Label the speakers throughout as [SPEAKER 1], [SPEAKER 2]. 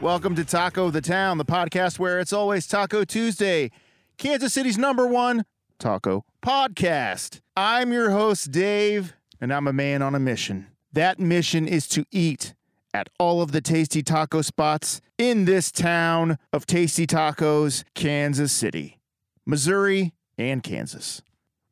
[SPEAKER 1] Welcome to Taco the Town, the podcast where it's always Taco Tuesday, Kansas City's number one taco podcast. I'm your host, Dave, and I'm a man on a mission. That mission is to eat at all of the tasty taco spots in this town of tasty tacos, Kansas City, Missouri, and Kansas.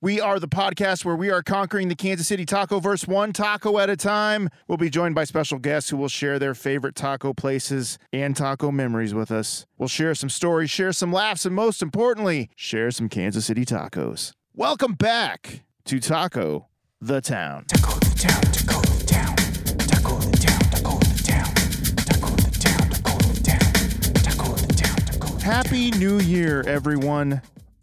[SPEAKER 1] We are the podcast where we are conquering the Kansas City Taco Verse one taco at a time. We'll be joined by special guests who will share their favorite taco places and taco memories with us. We'll share some stories, share some laughs, and most importantly, share some Kansas City tacos. Welcome back to Taco the Town.
[SPEAKER 2] Taco the town, taco the town, taco the town, taco the town, taco the town, taco the town, taco the town, taco the
[SPEAKER 1] Happy New Year, everyone.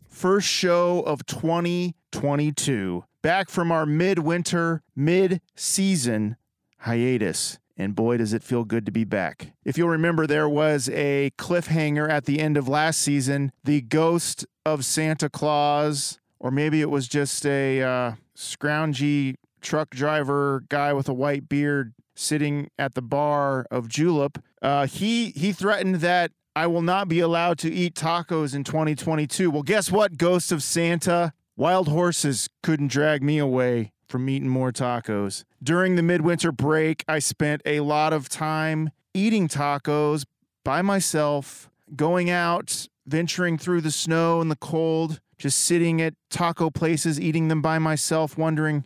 [SPEAKER 1] First show of 2022. Back from our midwinter, mid season hiatus. And boy, does it feel good to be back. If you'll remember, there was a cliffhanger at the end of last season the ghost of Santa Claus, or maybe it was just a uh, scroungy truck driver guy with a white beard sitting at the bar of Julep. Uh, he he threatened that I will not be allowed to eat tacos in 2022. Well, guess what, Ghost of Santa? Wild horses couldn't drag me away from eating more tacos. During the midwinter break, I spent a lot of time eating tacos by myself, going out, venturing through the snow and the cold, just sitting at taco places, eating them by myself, wondering,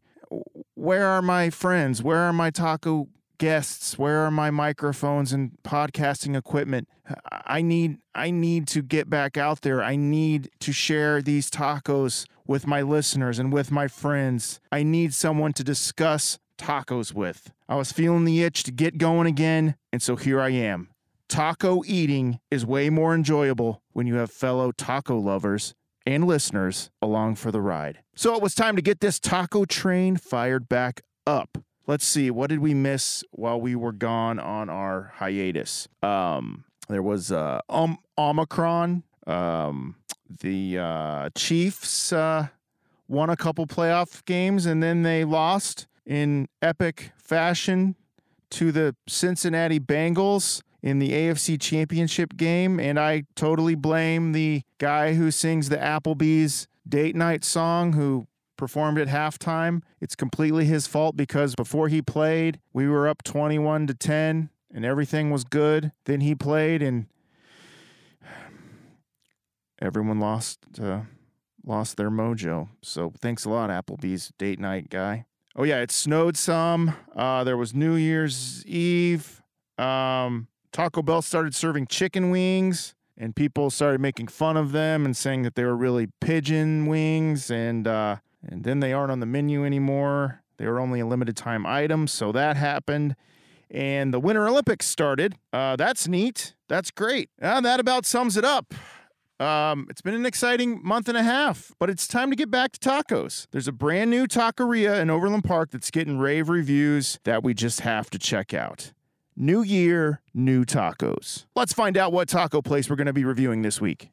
[SPEAKER 1] where are my friends? Where are my taco guests? Where are my microphones and podcasting equipment? I need I need to get back out there. I need to share these tacos with my listeners and with my friends. I need someone to discuss tacos with. I was feeling the itch to get going again, and so here I am. Taco eating is way more enjoyable when you have fellow taco lovers and listeners along for the ride. So it was time to get this taco train fired back up. Let's see, what did we miss while we were gone on our hiatus? Um, there was uh, um, Omicron. Um, the uh, Chiefs uh, won a couple playoff games and then they lost in epic fashion to the Cincinnati Bengals in the AFC Championship game, and I totally blame the guy who sings the Applebee's date night song who performed at halftime. It's completely his fault because before he played, we were up 21 to 10 and everything was good. Then he played and everyone lost uh, lost their mojo. So thanks a lot Applebee's date night guy. Oh yeah, it snowed some. Uh, there was New Year's Eve. Um, Taco Bell started serving chicken wings, and people started making fun of them and saying that they were really pigeon wings, and uh, and then they aren't on the menu anymore. They were only a limited time item, so that happened. And the Winter Olympics started. Uh, that's neat. That's great. And that about sums it up. Um, it's been an exciting month and a half, but it's time to get back to tacos. There's a brand new taqueria in Overland Park that's getting rave reviews that we just have to check out. New year, new tacos. Let's find out what taco place we're going to be reviewing this week.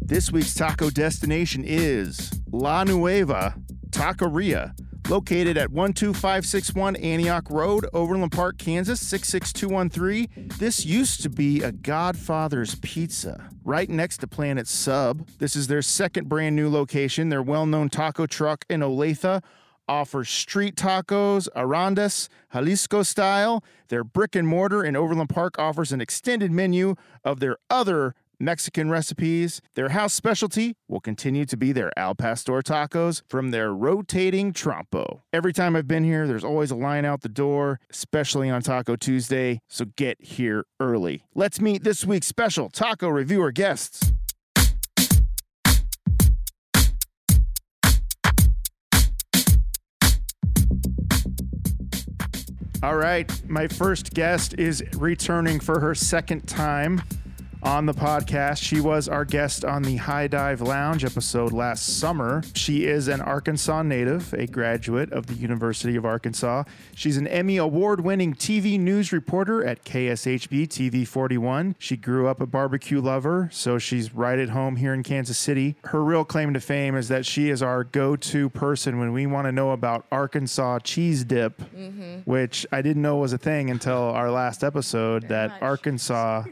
[SPEAKER 1] This week's taco destination is La Nueva Taqueria, located at 12561 Antioch Road, Overland Park, Kansas 66213. This used to be a Godfather's Pizza right next to Planet Sub. This is their second brand new location. Their well known taco truck in Olathe offers street tacos, arandas, Jalisco style. Their brick and mortar in Overland Park offers an extended menu of their other Mexican recipes. Their house specialty will continue to be their al pastor tacos from their rotating trompo. Every time I've been here, there's always a line out the door, especially on Taco Tuesday, so get here early. Let's meet this week's special taco reviewer guests. All right, my first guest is returning for her second time. on the podcast. She was our guest on the High Dive Lounge episode last summer. She is an Arkansas native, a graduate of the University of Arkansas. She's an Emmy award winning TV news reporter at KSHB TV 41. She grew up a barbecue lover, so she's right at home here in Kansas City. Her real claim to fame is that she is our go to person when we want to know about Arkansas cheese dip, which I didn't know was a thing until our last episode that
[SPEAKER 3] much.
[SPEAKER 1] Arkansas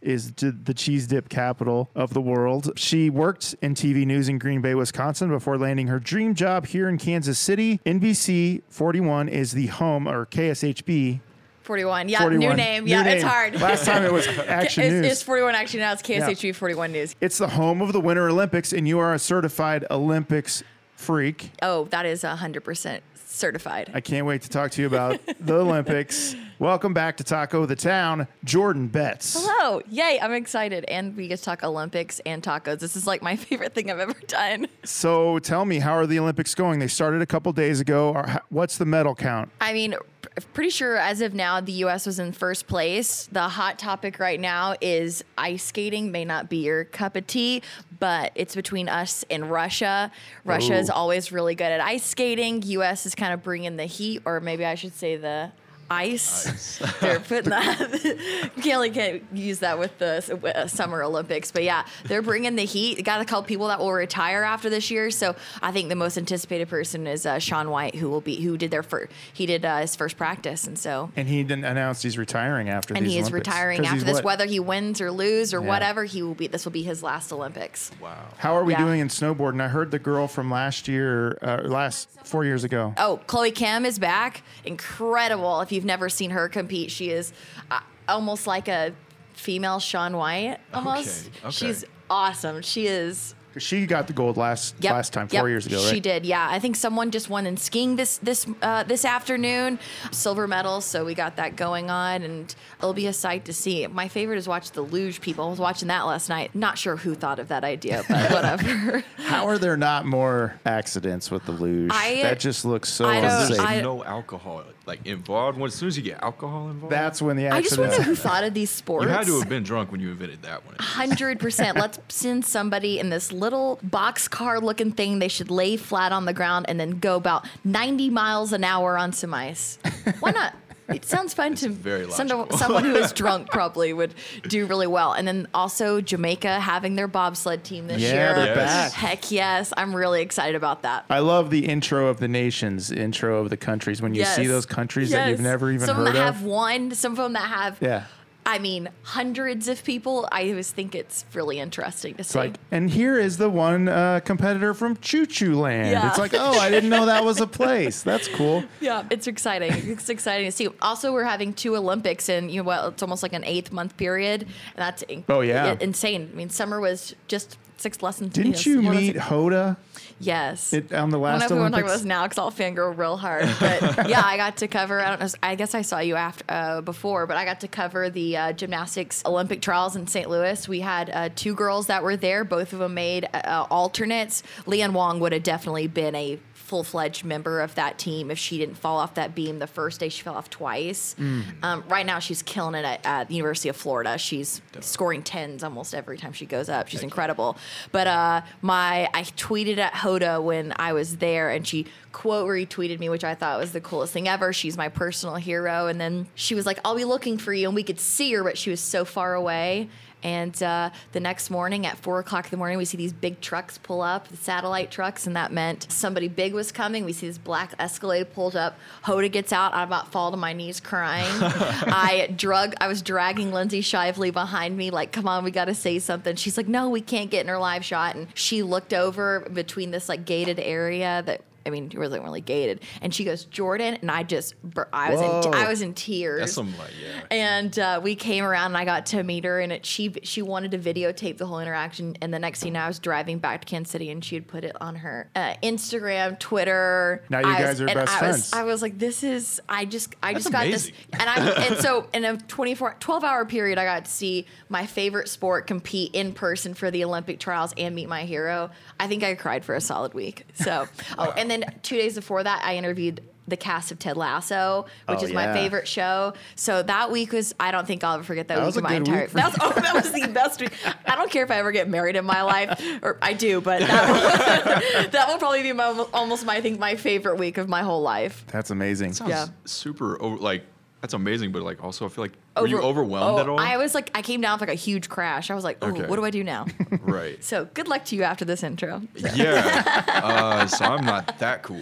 [SPEAKER 1] is d- the cheese dip capital of the world. She worked in TV news in Green Bay, Wisconsin before landing her dream job here in Kansas City. NBC 41 is the home or KSHB
[SPEAKER 3] 41. Yeah,
[SPEAKER 1] 41.
[SPEAKER 3] new name. yeah, it's
[SPEAKER 1] name.
[SPEAKER 3] hard.
[SPEAKER 1] Last time it was
[SPEAKER 3] it's,
[SPEAKER 1] Action News.
[SPEAKER 3] it's 41 actually now. It's KSHU 41 News.
[SPEAKER 1] it's the home of the Winter Olympics and you are a certified Olympics freak.
[SPEAKER 3] Oh, that is 100% certified.
[SPEAKER 1] I can't wait to talk to you about the Olympics. Welcome back to Taco the Town, Jordan Betts.
[SPEAKER 3] Hello. Yay, I'm excited. And we get to talk Olympics and tacos. This is like my favorite thing I've ever done.
[SPEAKER 1] So tell me, how are the Olympics going? They started a couple days ago. Are- h- What's the medal count?
[SPEAKER 3] I mean, p- pretty sure as of now, the U.S. was in first place. The hot topic right now is ice skating. May not be your cup of tea, but it's between us and Russia. Russia is
[SPEAKER 1] Ooh.
[SPEAKER 3] always really good at ice skating. U.S. is kind of bringing the heat, or maybe I should say the. Ice. they're putting that. Kelly can't use that with the s- w- uh, Summer Olympics, but yeah, they're bringing the heat. Got a couple people that will retire after this year, so I think the most anticipated person is uh, Sean White, who will be who did their first he did uh, his first practice, and so
[SPEAKER 1] And he didn't announce he's retiring after
[SPEAKER 3] and
[SPEAKER 1] these
[SPEAKER 3] he is
[SPEAKER 1] Olympics.
[SPEAKER 3] retiring
[SPEAKER 1] 'Cause
[SPEAKER 3] after
[SPEAKER 1] he's
[SPEAKER 3] this,
[SPEAKER 1] what?
[SPEAKER 3] whether he wins or lose or whatever, he will be. This will be his last Olympics.
[SPEAKER 4] Wow.
[SPEAKER 1] How are we
[SPEAKER 3] Yeah.
[SPEAKER 1] doing in snowboarding? I heard the girl from last year, uh, last four years ago.
[SPEAKER 3] Oh, Chloe Kim is back. Incredible. If you've never seen her compete, she is uh, almost like a female Sean White. Almost.
[SPEAKER 4] Okay, okay.
[SPEAKER 3] She's awesome. She is.
[SPEAKER 1] 'Cause She got the gold last
[SPEAKER 3] Yep,
[SPEAKER 1] last time, four
[SPEAKER 3] yep,
[SPEAKER 1] years ago,
[SPEAKER 3] She
[SPEAKER 1] right?
[SPEAKER 3] did. Yeah, I think someone just won in skiing this this uh, this afternoon, silver medal. So we got that going on, and it'll be a sight to see. My favorite is watch the luge people. I was watching that last night. Not sure who thought of that idea, but whatever.
[SPEAKER 1] How are there not more accidents with the luge?
[SPEAKER 3] I-
[SPEAKER 1] that just looks so
[SPEAKER 3] I don't-
[SPEAKER 1] unsafe.
[SPEAKER 4] There's
[SPEAKER 3] I-
[SPEAKER 4] no alcohol like involved. When, as soon as you get alcohol involved,
[SPEAKER 1] That's when the
[SPEAKER 3] I just
[SPEAKER 1] accidents.
[SPEAKER 3] wonder who thought of these sports.
[SPEAKER 4] you had to have been drunk when you invented that
[SPEAKER 3] Ah,
[SPEAKER 4] one.
[SPEAKER 3] Hundred percent. Let's send somebody in this little box car looking thing. They should lay flat on the ground and then go about ninety miles an hour on some ice. Why not? It sounds fun to
[SPEAKER 4] very
[SPEAKER 3] someone,
[SPEAKER 4] logical.
[SPEAKER 3] someone who is drunk probably would do really well. And then also Jamaica having their bobsled team this
[SPEAKER 1] Yeah,
[SPEAKER 3] year.
[SPEAKER 1] they're
[SPEAKER 4] Yes. back.
[SPEAKER 3] Heck yes, I'm really excited about that.
[SPEAKER 1] I love the intro of the nations, intro of the countries. When you see
[SPEAKER 3] Yes.
[SPEAKER 1] those countries that you've
[SPEAKER 3] Yes.
[SPEAKER 1] never even
[SPEAKER 3] some
[SPEAKER 1] heard
[SPEAKER 3] of them
[SPEAKER 1] of.
[SPEAKER 3] have one, some of them that have
[SPEAKER 1] yeah.
[SPEAKER 3] I mean hundreds of people. I always think it's really interesting to
[SPEAKER 1] It's
[SPEAKER 3] see.
[SPEAKER 1] like, and here is the one uh, competitor from Choo Choo Land.
[SPEAKER 3] Yeah.
[SPEAKER 1] It's like, oh, I didn't know that was a place. That's cool.
[SPEAKER 3] Yeah, it's exciting. It's exciting to see. Also, we're having two Olympics in you know well, it's almost like an eight month period, and that's in-
[SPEAKER 1] Oh, yeah.
[SPEAKER 3] i- insane. I mean, summer was just six lessons.
[SPEAKER 1] Didn't you meet Hoda
[SPEAKER 3] Yes.
[SPEAKER 1] it, on the
[SPEAKER 3] I don't know
[SPEAKER 1] last
[SPEAKER 3] if we want to talk about
[SPEAKER 1] Olympics?
[SPEAKER 3] this now because I'll fangirl real hard. But yeah, I got to cover. I don't know. I guess I saw you after uh, before, but I got to cover the uh, gymnastics Olympic trials in St. Louis. We had uh, two girls that were there. Both of them made uh, alternates. Leanne Wong would have definitely been a full fledged member of that team if she didn't fall off that beam the first day. She fell off twice.
[SPEAKER 1] Mm.
[SPEAKER 3] Um, right now, she's killing it at, at the University of Florida. She's scoring tens almost every time she goes up. She's incredible. But uh, my I tweeted at Hoda when I was there, and she quote retweeted me, which I thought was the coolest thing ever. She's my personal hero. And then she was like, "I'll be looking for you," and we could see her, but she was so far away. And uh, the next morning at four o'clock in the morning, we see these big trucks pull up, the satellite trucks, and that meant somebody big was coming. We see this black Escalade pulled up. Hoda gets out. I about fall to my knees crying. I drug. I was dragging Lindsay Shively behind me, like, "Come on, we got to say something." She's like, "No, we can't get in her live shot." And she looked over between this like gated area that. I mean, it wasn't really gated. And she goes, Jordan, and I just, bur- I was, in,
[SPEAKER 1] Whoa.
[SPEAKER 3] I was in tears
[SPEAKER 4] That's some like yeah.
[SPEAKER 3] and uh, we came around and I got to meet her and it, she she wanted to videotape the whole interaction and the next thing I was driving back to Kansas City and she had put it on her uh, Instagram, Twitter.
[SPEAKER 1] Now you
[SPEAKER 3] I was-
[SPEAKER 1] guys are
[SPEAKER 3] and
[SPEAKER 1] best
[SPEAKER 3] I
[SPEAKER 1] friends.
[SPEAKER 3] Was, I was like, this is I just I
[SPEAKER 4] That's
[SPEAKER 3] just got
[SPEAKER 4] amazing.
[SPEAKER 3] this and I and so in a 24 12 hour period I got to see my favorite sport compete in person for the Olympic trials and meet my hero. I think I cried for a solid week. So oh and then two days before that I interviewed the cast of Ted Lasso, which
[SPEAKER 1] Oh,
[SPEAKER 3] is my
[SPEAKER 1] yeah.
[SPEAKER 3] favorite show. So that week was I don't think I'll ever forget that,
[SPEAKER 1] That
[SPEAKER 3] week
[SPEAKER 1] was
[SPEAKER 3] of
[SPEAKER 1] a
[SPEAKER 3] my
[SPEAKER 1] good
[SPEAKER 3] entire
[SPEAKER 1] week for
[SPEAKER 3] that was oh that was the best week. I don't care if I ever get married in my life or I do, but that will, that will probably be my almost my I think my favorite week of my whole life.
[SPEAKER 1] That's amazing.
[SPEAKER 4] Sounds
[SPEAKER 3] Yeah.
[SPEAKER 4] super over like that's amazing, but like also I feel like were you
[SPEAKER 3] Over-
[SPEAKER 4] overwhelmed
[SPEAKER 3] oh,
[SPEAKER 4] at all?
[SPEAKER 3] I was like I came down with like a huge crash. I was like, oh,
[SPEAKER 4] Okay.
[SPEAKER 3] what do I do now?
[SPEAKER 4] right.
[SPEAKER 3] so good luck to you after this intro. Oh
[SPEAKER 4] yeah. Uh, so I'm not that cool.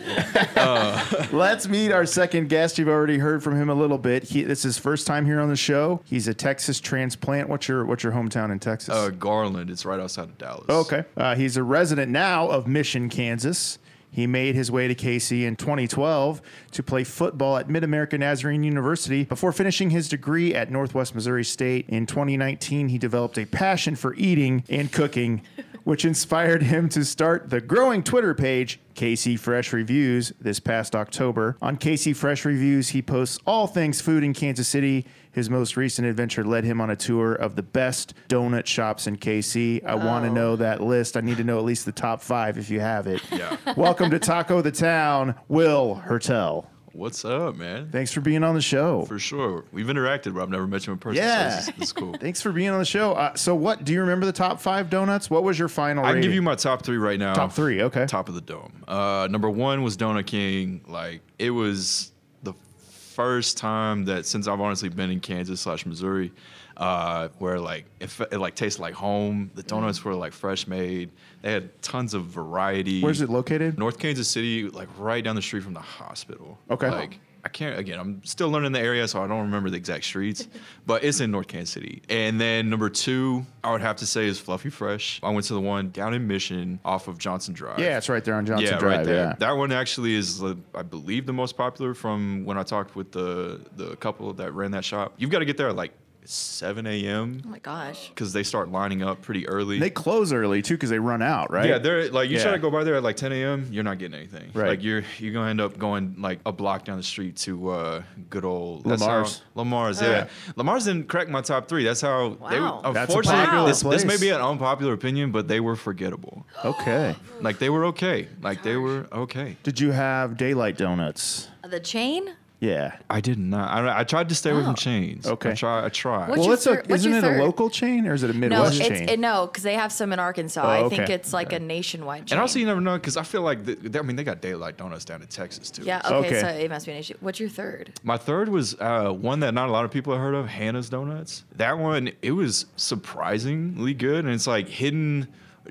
[SPEAKER 1] Let's meet our second guest. You've already heard from him a little bit. He, this is his first time here on the show. He's a Texas transplant. What's your what's your hometown in Texas?
[SPEAKER 4] Uh, Garland, it's right outside of Dallas.
[SPEAKER 1] Okay. Uh, he's a resident now of Mission, Kansas. He made his way to KC in 2012 to play football at Mid America Nazarene University before finishing his degree at Northwest Missouri State. In 2019, he developed a passion for eating and cooking, which inspired him to start the growing Twitter page, KC Fresh Reviews, this past October. On KC Fresh Reviews, he posts all things food in Kansas City. His most recent adventure led him on a tour of the best donut shops in KC. I want to
[SPEAKER 3] Oh.
[SPEAKER 1] know know that list. I need to know at least the top five if you have it.
[SPEAKER 4] Yeah.
[SPEAKER 1] Welcome to Taco the Town, Will Hertel.
[SPEAKER 4] What's up, man?
[SPEAKER 1] Thanks for being on the show.
[SPEAKER 4] For sure. We've interacted, but I've never met you in person.
[SPEAKER 1] Yeah.
[SPEAKER 4] So this is, this is cool.
[SPEAKER 1] Thanks for being on the show. Uh, so, what do you remember the top five donuts? What was your final?
[SPEAKER 4] I can give
[SPEAKER 1] rating?
[SPEAKER 4] you my top three right now.
[SPEAKER 1] Top three, okay.
[SPEAKER 4] Top of the dome. Uh, number one was Donut King. Like it was the first time that since I've honestly been in Kansas slash Missouri, uh, where like it, fe- it like tasted like home. The donuts were like fresh made. They had tons of variety.
[SPEAKER 1] Where's it located?
[SPEAKER 4] North Kansas City, like right down the street from the hospital.
[SPEAKER 1] Okay.
[SPEAKER 4] Like I can't again, I'm still learning the area, so I don't remember the exact streets, but it's in North Kansas City. And then number two, I would have to say is Fluffy Fresh. I went to the one down in Mission off of Johnson Drive.
[SPEAKER 1] Yeah, it's right there on Johnson
[SPEAKER 4] yeah,
[SPEAKER 1] Drive.
[SPEAKER 4] right there.
[SPEAKER 1] Yeah.
[SPEAKER 4] That one actually is, uh, I believe, the most popular from when I talked with the the couple that ran that shop. You've got to get there at like 7
[SPEAKER 3] Oh
[SPEAKER 4] a.m.
[SPEAKER 3] my gosh.
[SPEAKER 4] because they start lining up pretty early.
[SPEAKER 1] they close early too because they run out, right?
[SPEAKER 4] Yeah, they're like you
[SPEAKER 1] Yeah.
[SPEAKER 4] try to go by there at like 10 a.m. You're not getting anything.
[SPEAKER 1] Right.
[SPEAKER 4] Like you're you're gonna end up going like a block down the street to uh, good old that's
[SPEAKER 1] Lamar's.
[SPEAKER 4] How, Lamar's, yeah. Lamar's didn't crack my top three. That's how they
[SPEAKER 3] Wow.
[SPEAKER 4] were,
[SPEAKER 1] That's a
[SPEAKER 4] unfortunately.
[SPEAKER 1] popular
[SPEAKER 4] this, this may
[SPEAKER 1] place.
[SPEAKER 4] be an unpopular opinion, but they were forgettable.
[SPEAKER 1] Okay.
[SPEAKER 4] Like they were okay. Like they were okay.
[SPEAKER 1] Did you have daylight donuts?
[SPEAKER 3] The chain?
[SPEAKER 1] Yeah.
[SPEAKER 4] I did not. I, I tried to stay away
[SPEAKER 3] Oh.
[SPEAKER 4] from chains.
[SPEAKER 1] Okay.
[SPEAKER 4] I try. I tried.
[SPEAKER 3] What's
[SPEAKER 1] well,
[SPEAKER 3] your
[SPEAKER 1] it's a,
[SPEAKER 3] thir- what's
[SPEAKER 1] isn't
[SPEAKER 3] your
[SPEAKER 1] it a
[SPEAKER 3] third?
[SPEAKER 1] local chain or is it a
[SPEAKER 3] No,
[SPEAKER 1] Midwest
[SPEAKER 3] it's
[SPEAKER 1] chain?
[SPEAKER 3] it, no, because they have some in Arkansas. I
[SPEAKER 1] Oh,
[SPEAKER 3] think
[SPEAKER 1] okay.
[SPEAKER 3] it's like a nationwide chain.
[SPEAKER 4] And also, you never know because I feel like th th- I mean they got daylight donuts down in Texas too.
[SPEAKER 3] yeah, okay,
[SPEAKER 1] Okay.
[SPEAKER 3] so it must be an issue. What's your third?
[SPEAKER 4] My third was uh, one that not a lot of people have heard of, Hannah's Donuts. That one, it was surprisingly good, and it's like hidden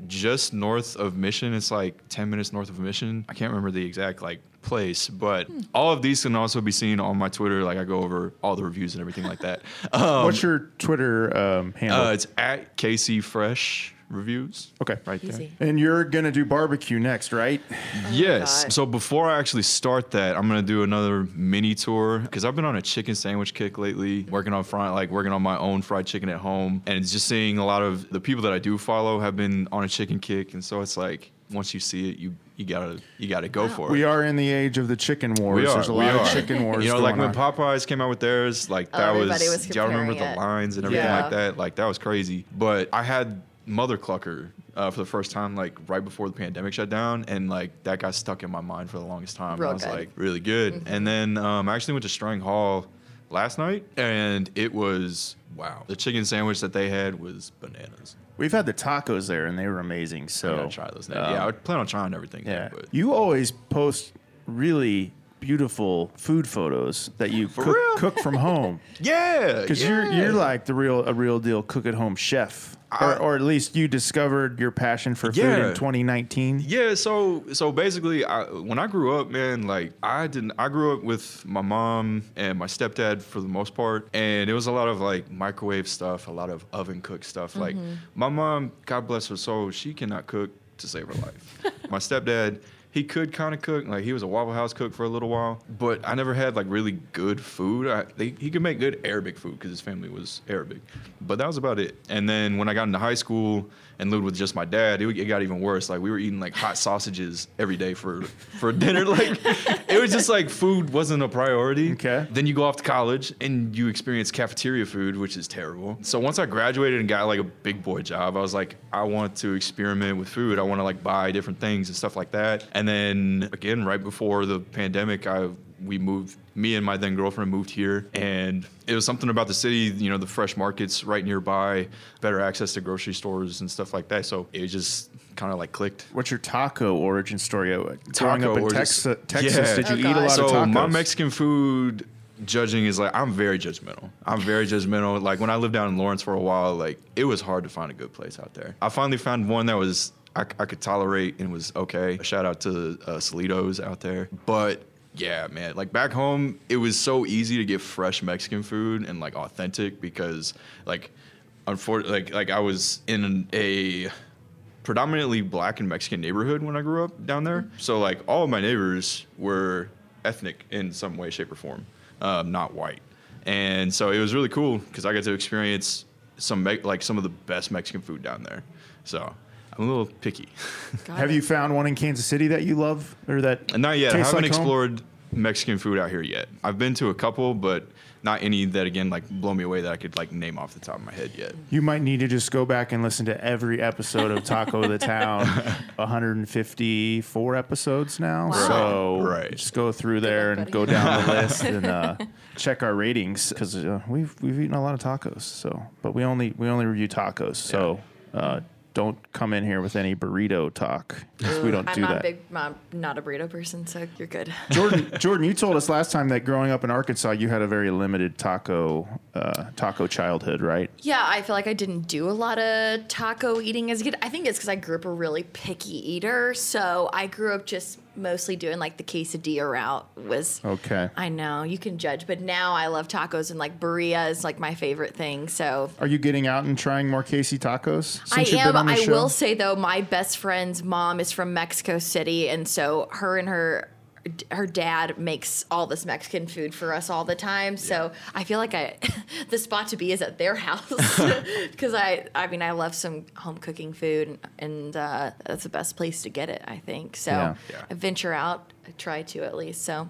[SPEAKER 4] just north of Mission. It's like ten minutes north of Mission. I can't remember the exact like place, but all of these can also be seen on my Twitter. Like I go over all the reviews and everything like that. Um,
[SPEAKER 1] What's your Twitter um, handle?
[SPEAKER 4] uh, it's at KC Fresh Reviews.
[SPEAKER 1] okay.
[SPEAKER 4] Right there.
[SPEAKER 3] Easy.
[SPEAKER 1] And you're gonna do barbecue next, right?
[SPEAKER 4] Yes.
[SPEAKER 3] God.
[SPEAKER 4] So before I actually start that, I'm gonna do another mini tour because I've been on a chicken sandwich kick lately, working on front, like working on my own fried chicken at home, and it's just seeing a lot of the people that I do follow have been on a chicken kick, and so it's like once you see it, you you gotta you gotta go for it.
[SPEAKER 1] We are in the age of the chicken wars. There's a
[SPEAKER 4] we
[SPEAKER 1] lot of
[SPEAKER 4] are.
[SPEAKER 1] chicken wars.
[SPEAKER 4] You know, like
[SPEAKER 1] going
[SPEAKER 4] when
[SPEAKER 1] on.
[SPEAKER 4] Popeyes came out with theirs, like that
[SPEAKER 3] Everybody
[SPEAKER 4] was,
[SPEAKER 3] was
[SPEAKER 4] y'all remember
[SPEAKER 3] comparing
[SPEAKER 4] the
[SPEAKER 3] it.
[SPEAKER 4] lines and everything
[SPEAKER 3] Yeah.
[SPEAKER 4] like that? Like that was crazy. But I had Mother Clucker uh, for the first time, like right before the pandemic shut down, and like that got stuck in my mind for the longest time. and
[SPEAKER 3] Real
[SPEAKER 4] I was
[SPEAKER 3] good. Mm-hmm.
[SPEAKER 4] like really good. And then um, I actually went to Strang Hall last night, and it was wow. The chicken sandwich that they had was bananas.
[SPEAKER 1] We've had the tacos there and they were amazing.
[SPEAKER 4] I
[SPEAKER 1] So
[SPEAKER 4] gotta try those.
[SPEAKER 1] um,
[SPEAKER 4] now. yeah, I would plan on trying everything.
[SPEAKER 1] yeah.
[SPEAKER 4] But.
[SPEAKER 1] You always post really beautiful food photos that you cook,
[SPEAKER 4] real?
[SPEAKER 1] cook from home
[SPEAKER 4] yeah,
[SPEAKER 1] because you're you're like the real a real deal cook at home chef,
[SPEAKER 4] I-
[SPEAKER 1] or, or at least you discovered your passion for food
[SPEAKER 4] Yeah.
[SPEAKER 1] in 2019.
[SPEAKER 4] Yeah, so so basically, I, when I grew up, man, like I didn't. I grew up with my mom and my stepdad for the most part, and it was a lot of like microwave stuff, a lot of oven cooked stuff. Like my mom, God bless her soul, she cannot cook to save her life. my stepdad. He could kind of cook, like he was a Waffle House cook for a little while, but I never had like really good food. I, they, he could make good Arabic food because his family was Arabic, but that was about it. And then when I got into high school and lived with just my dad, it, it got even worse. Like we were eating like hot sausages every day for for dinner. Like it was just like food wasn't a priority.
[SPEAKER 1] Okay.
[SPEAKER 4] Then you go off to college and you experience cafeteria food, which is terrible. So once I graduated and got like a big boy job, I was like, I want to experiment with food. I want to like buy different things and stuff like that. And then again, right before the pandemic, I we moved me and my then girlfriend moved here and it was something about the city you know the fresh markets right nearby better access to grocery stores and stuff like that so it just kind of like clicked
[SPEAKER 1] What's your taco origin story? Uh, Growing
[SPEAKER 4] Taco
[SPEAKER 1] up in
[SPEAKER 4] origin-
[SPEAKER 1] Texas, Texas
[SPEAKER 4] Yeah.
[SPEAKER 1] did you
[SPEAKER 3] Oh,
[SPEAKER 1] eat a lot
[SPEAKER 3] God.
[SPEAKER 4] so
[SPEAKER 1] of tacos?
[SPEAKER 4] my Mexican food judging is like I'm very judgmental. I'm very judgmental. Like when I lived down in Lawrence for a while, like it was hard to find a good place out there. I finally found one that was I, I could tolerate and was okay. Shout out to uh, Salitos out there, but. Yeah, man. Like back home, it was so easy to get fresh Mexican food and like authentic because, like, unfortunately, like like I was in a predominantly black and Mexican neighborhood when I grew up down there.
[SPEAKER 1] Mm-hmm.
[SPEAKER 4] So like all of my neighbors were ethnic in some way, shape, or form, um, not white. And so it was really cool because I got to experience some me- like some of the best Mexican food down there. So I'm a little picky.
[SPEAKER 1] Have you found one in Kansas City that you love or that
[SPEAKER 4] Not yet. I
[SPEAKER 1] tastes
[SPEAKER 4] haven't
[SPEAKER 1] like home?
[SPEAKER 4] explored Mexican food out here yet. I've been to a couple, but not any that again like blow me away that I could like name off the top of my head yet.
[SPEAKER 1] You might need to just go back and listen to every episode of Taco the Town. 154 episodes now.
[SPEAKER 3] Wow.
[SPEAKER 1] So
[SPEAKER 4] Right.
[SPEAKER 1] just go through there
[SPEAKER 3] luck,
[SPEAKER 1] and
[SPEAKER 3] buddy.
[SPEAKER 1] go down the list and uh, check our ratings because uh, we've we've eaten a lot of tacos. So, but we only we only review tacos. So. Uh, don't come in here with any burrito talk. 'cause We don't
[SPEAKER 3] I'm
[SPEAKER 1] do
[SPEAKER 3] not
[SPEAKER 1] that.
[SPEAKER 3] a big, i not a burrito person, so you're good.
[SPEAKER 1] Jordan, Jordan, you told us last time that growing up in Arkansas, you had a very limited taco uh, taco childhood, right?
[SPEAKER 3] Yeah, I feel like I didn't do a lot of taco eating as a kid. I think it's because I grew up a really picky eater, so I grew up just mostly doing like the quesadilla route was.
[SPEAKER 1] Okay.
[SPEAKER 3] I know you can judge, but now I love tacos and like burrito is like my favorite thing. So
[SPEAKER 1] Are you getting out and trying more Casey tacos? Since
[SPEAKER 3] I
[SPEAKER 1] you've
[SPEAKER 3] am.
[SPEAKER 1] Been on the
[SPEAKER 3] I
[SPEAKER 1] show?
[SPEAKER 3] will say though, my best friend's mom is from Mexico City, and so her and her her dad makes all this Mexican food for us all the time. So I feel like I the spot to be is at their house because I I mean I love some home cooking food, and, and uh, that's the best place to get it. I think so.
[SPEAKER 1] Yeah.
[SPEAKER 4] Yeah.
[SPEAKER 3] I venture out, I try to at least. So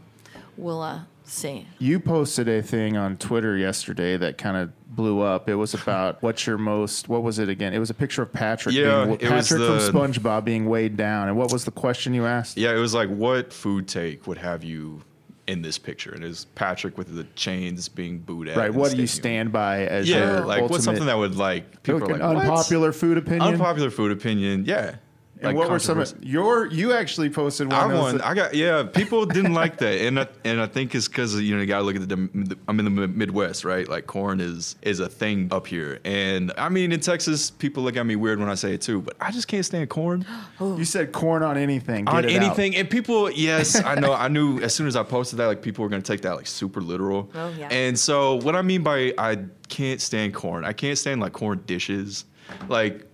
[SPEAKER 3] we'll uh, see.
[SPEAKER 1] You posted a thing on Twitter yesterday that kind of blew up. It was about what's your most. What was it again? It was a picture of Patrick.
[SPEAKER 4] Yeah,
[SPEAKER 1] being,
[SPEAKER 4] it was
[SPEAKER 1] Patrick
[SPEAKER 4] the-
[SPEAKER 1] from SpongeBob being weighed down. And what was the question you asked?
[SPEAKER 4] Yeah, it was like, what food take would have you in this picture? And it was Patrick with the chains being booed at.
[SPEAKER 1] Right.
[SPEAKER 4] and
[SPEAKER 1] What do you
[SPEAKER 4] stinking.
[SPEAKER 1] stand by as
[SPEAKER 4] Yeah,
[SPEAKER 1] your
[SPEAKER 4] like
[SPEAKER 1] ultimate,
[SPEAKER 4] what's something that would like people are like "What?"
[SPEAKER 1] unpopular food opinion?
[SPEAKER 4] unpopular food opinion? Yeah.
[SPEAKER 1] And what were some of
[SPEAKER 4] controversial.
[SPEAKER 1] your? You actually posted one.
[SPEAKER 4] I
[SPEAKER 1] that was
[SPEAKER 4] won.
[SPEAKER 1] the-
[SPEAKER 4] I got yeah. People didn't like that, and I, and I think it's because you know you gotta look at the. dem- I'm in the Mi- Midwest, right? Like corn is is a thing up here, and I mean in Texas, people look at me weird when I say it too. But I just can't stand corn.
[SPEAKER 1] You said corn on anything. Get
[SPEAKER 4] on
[SPEAKER 1] it out.
[SPEAKER 4] anything. And people, yes, I know. I knew as soon as I posted that, like people were gonna take that like super literal.
[SPEAKER 3] Oh, yeah.
[SPEAKER 4] And so what I mean by I can't stand corn. I can't stand like corn dishes, like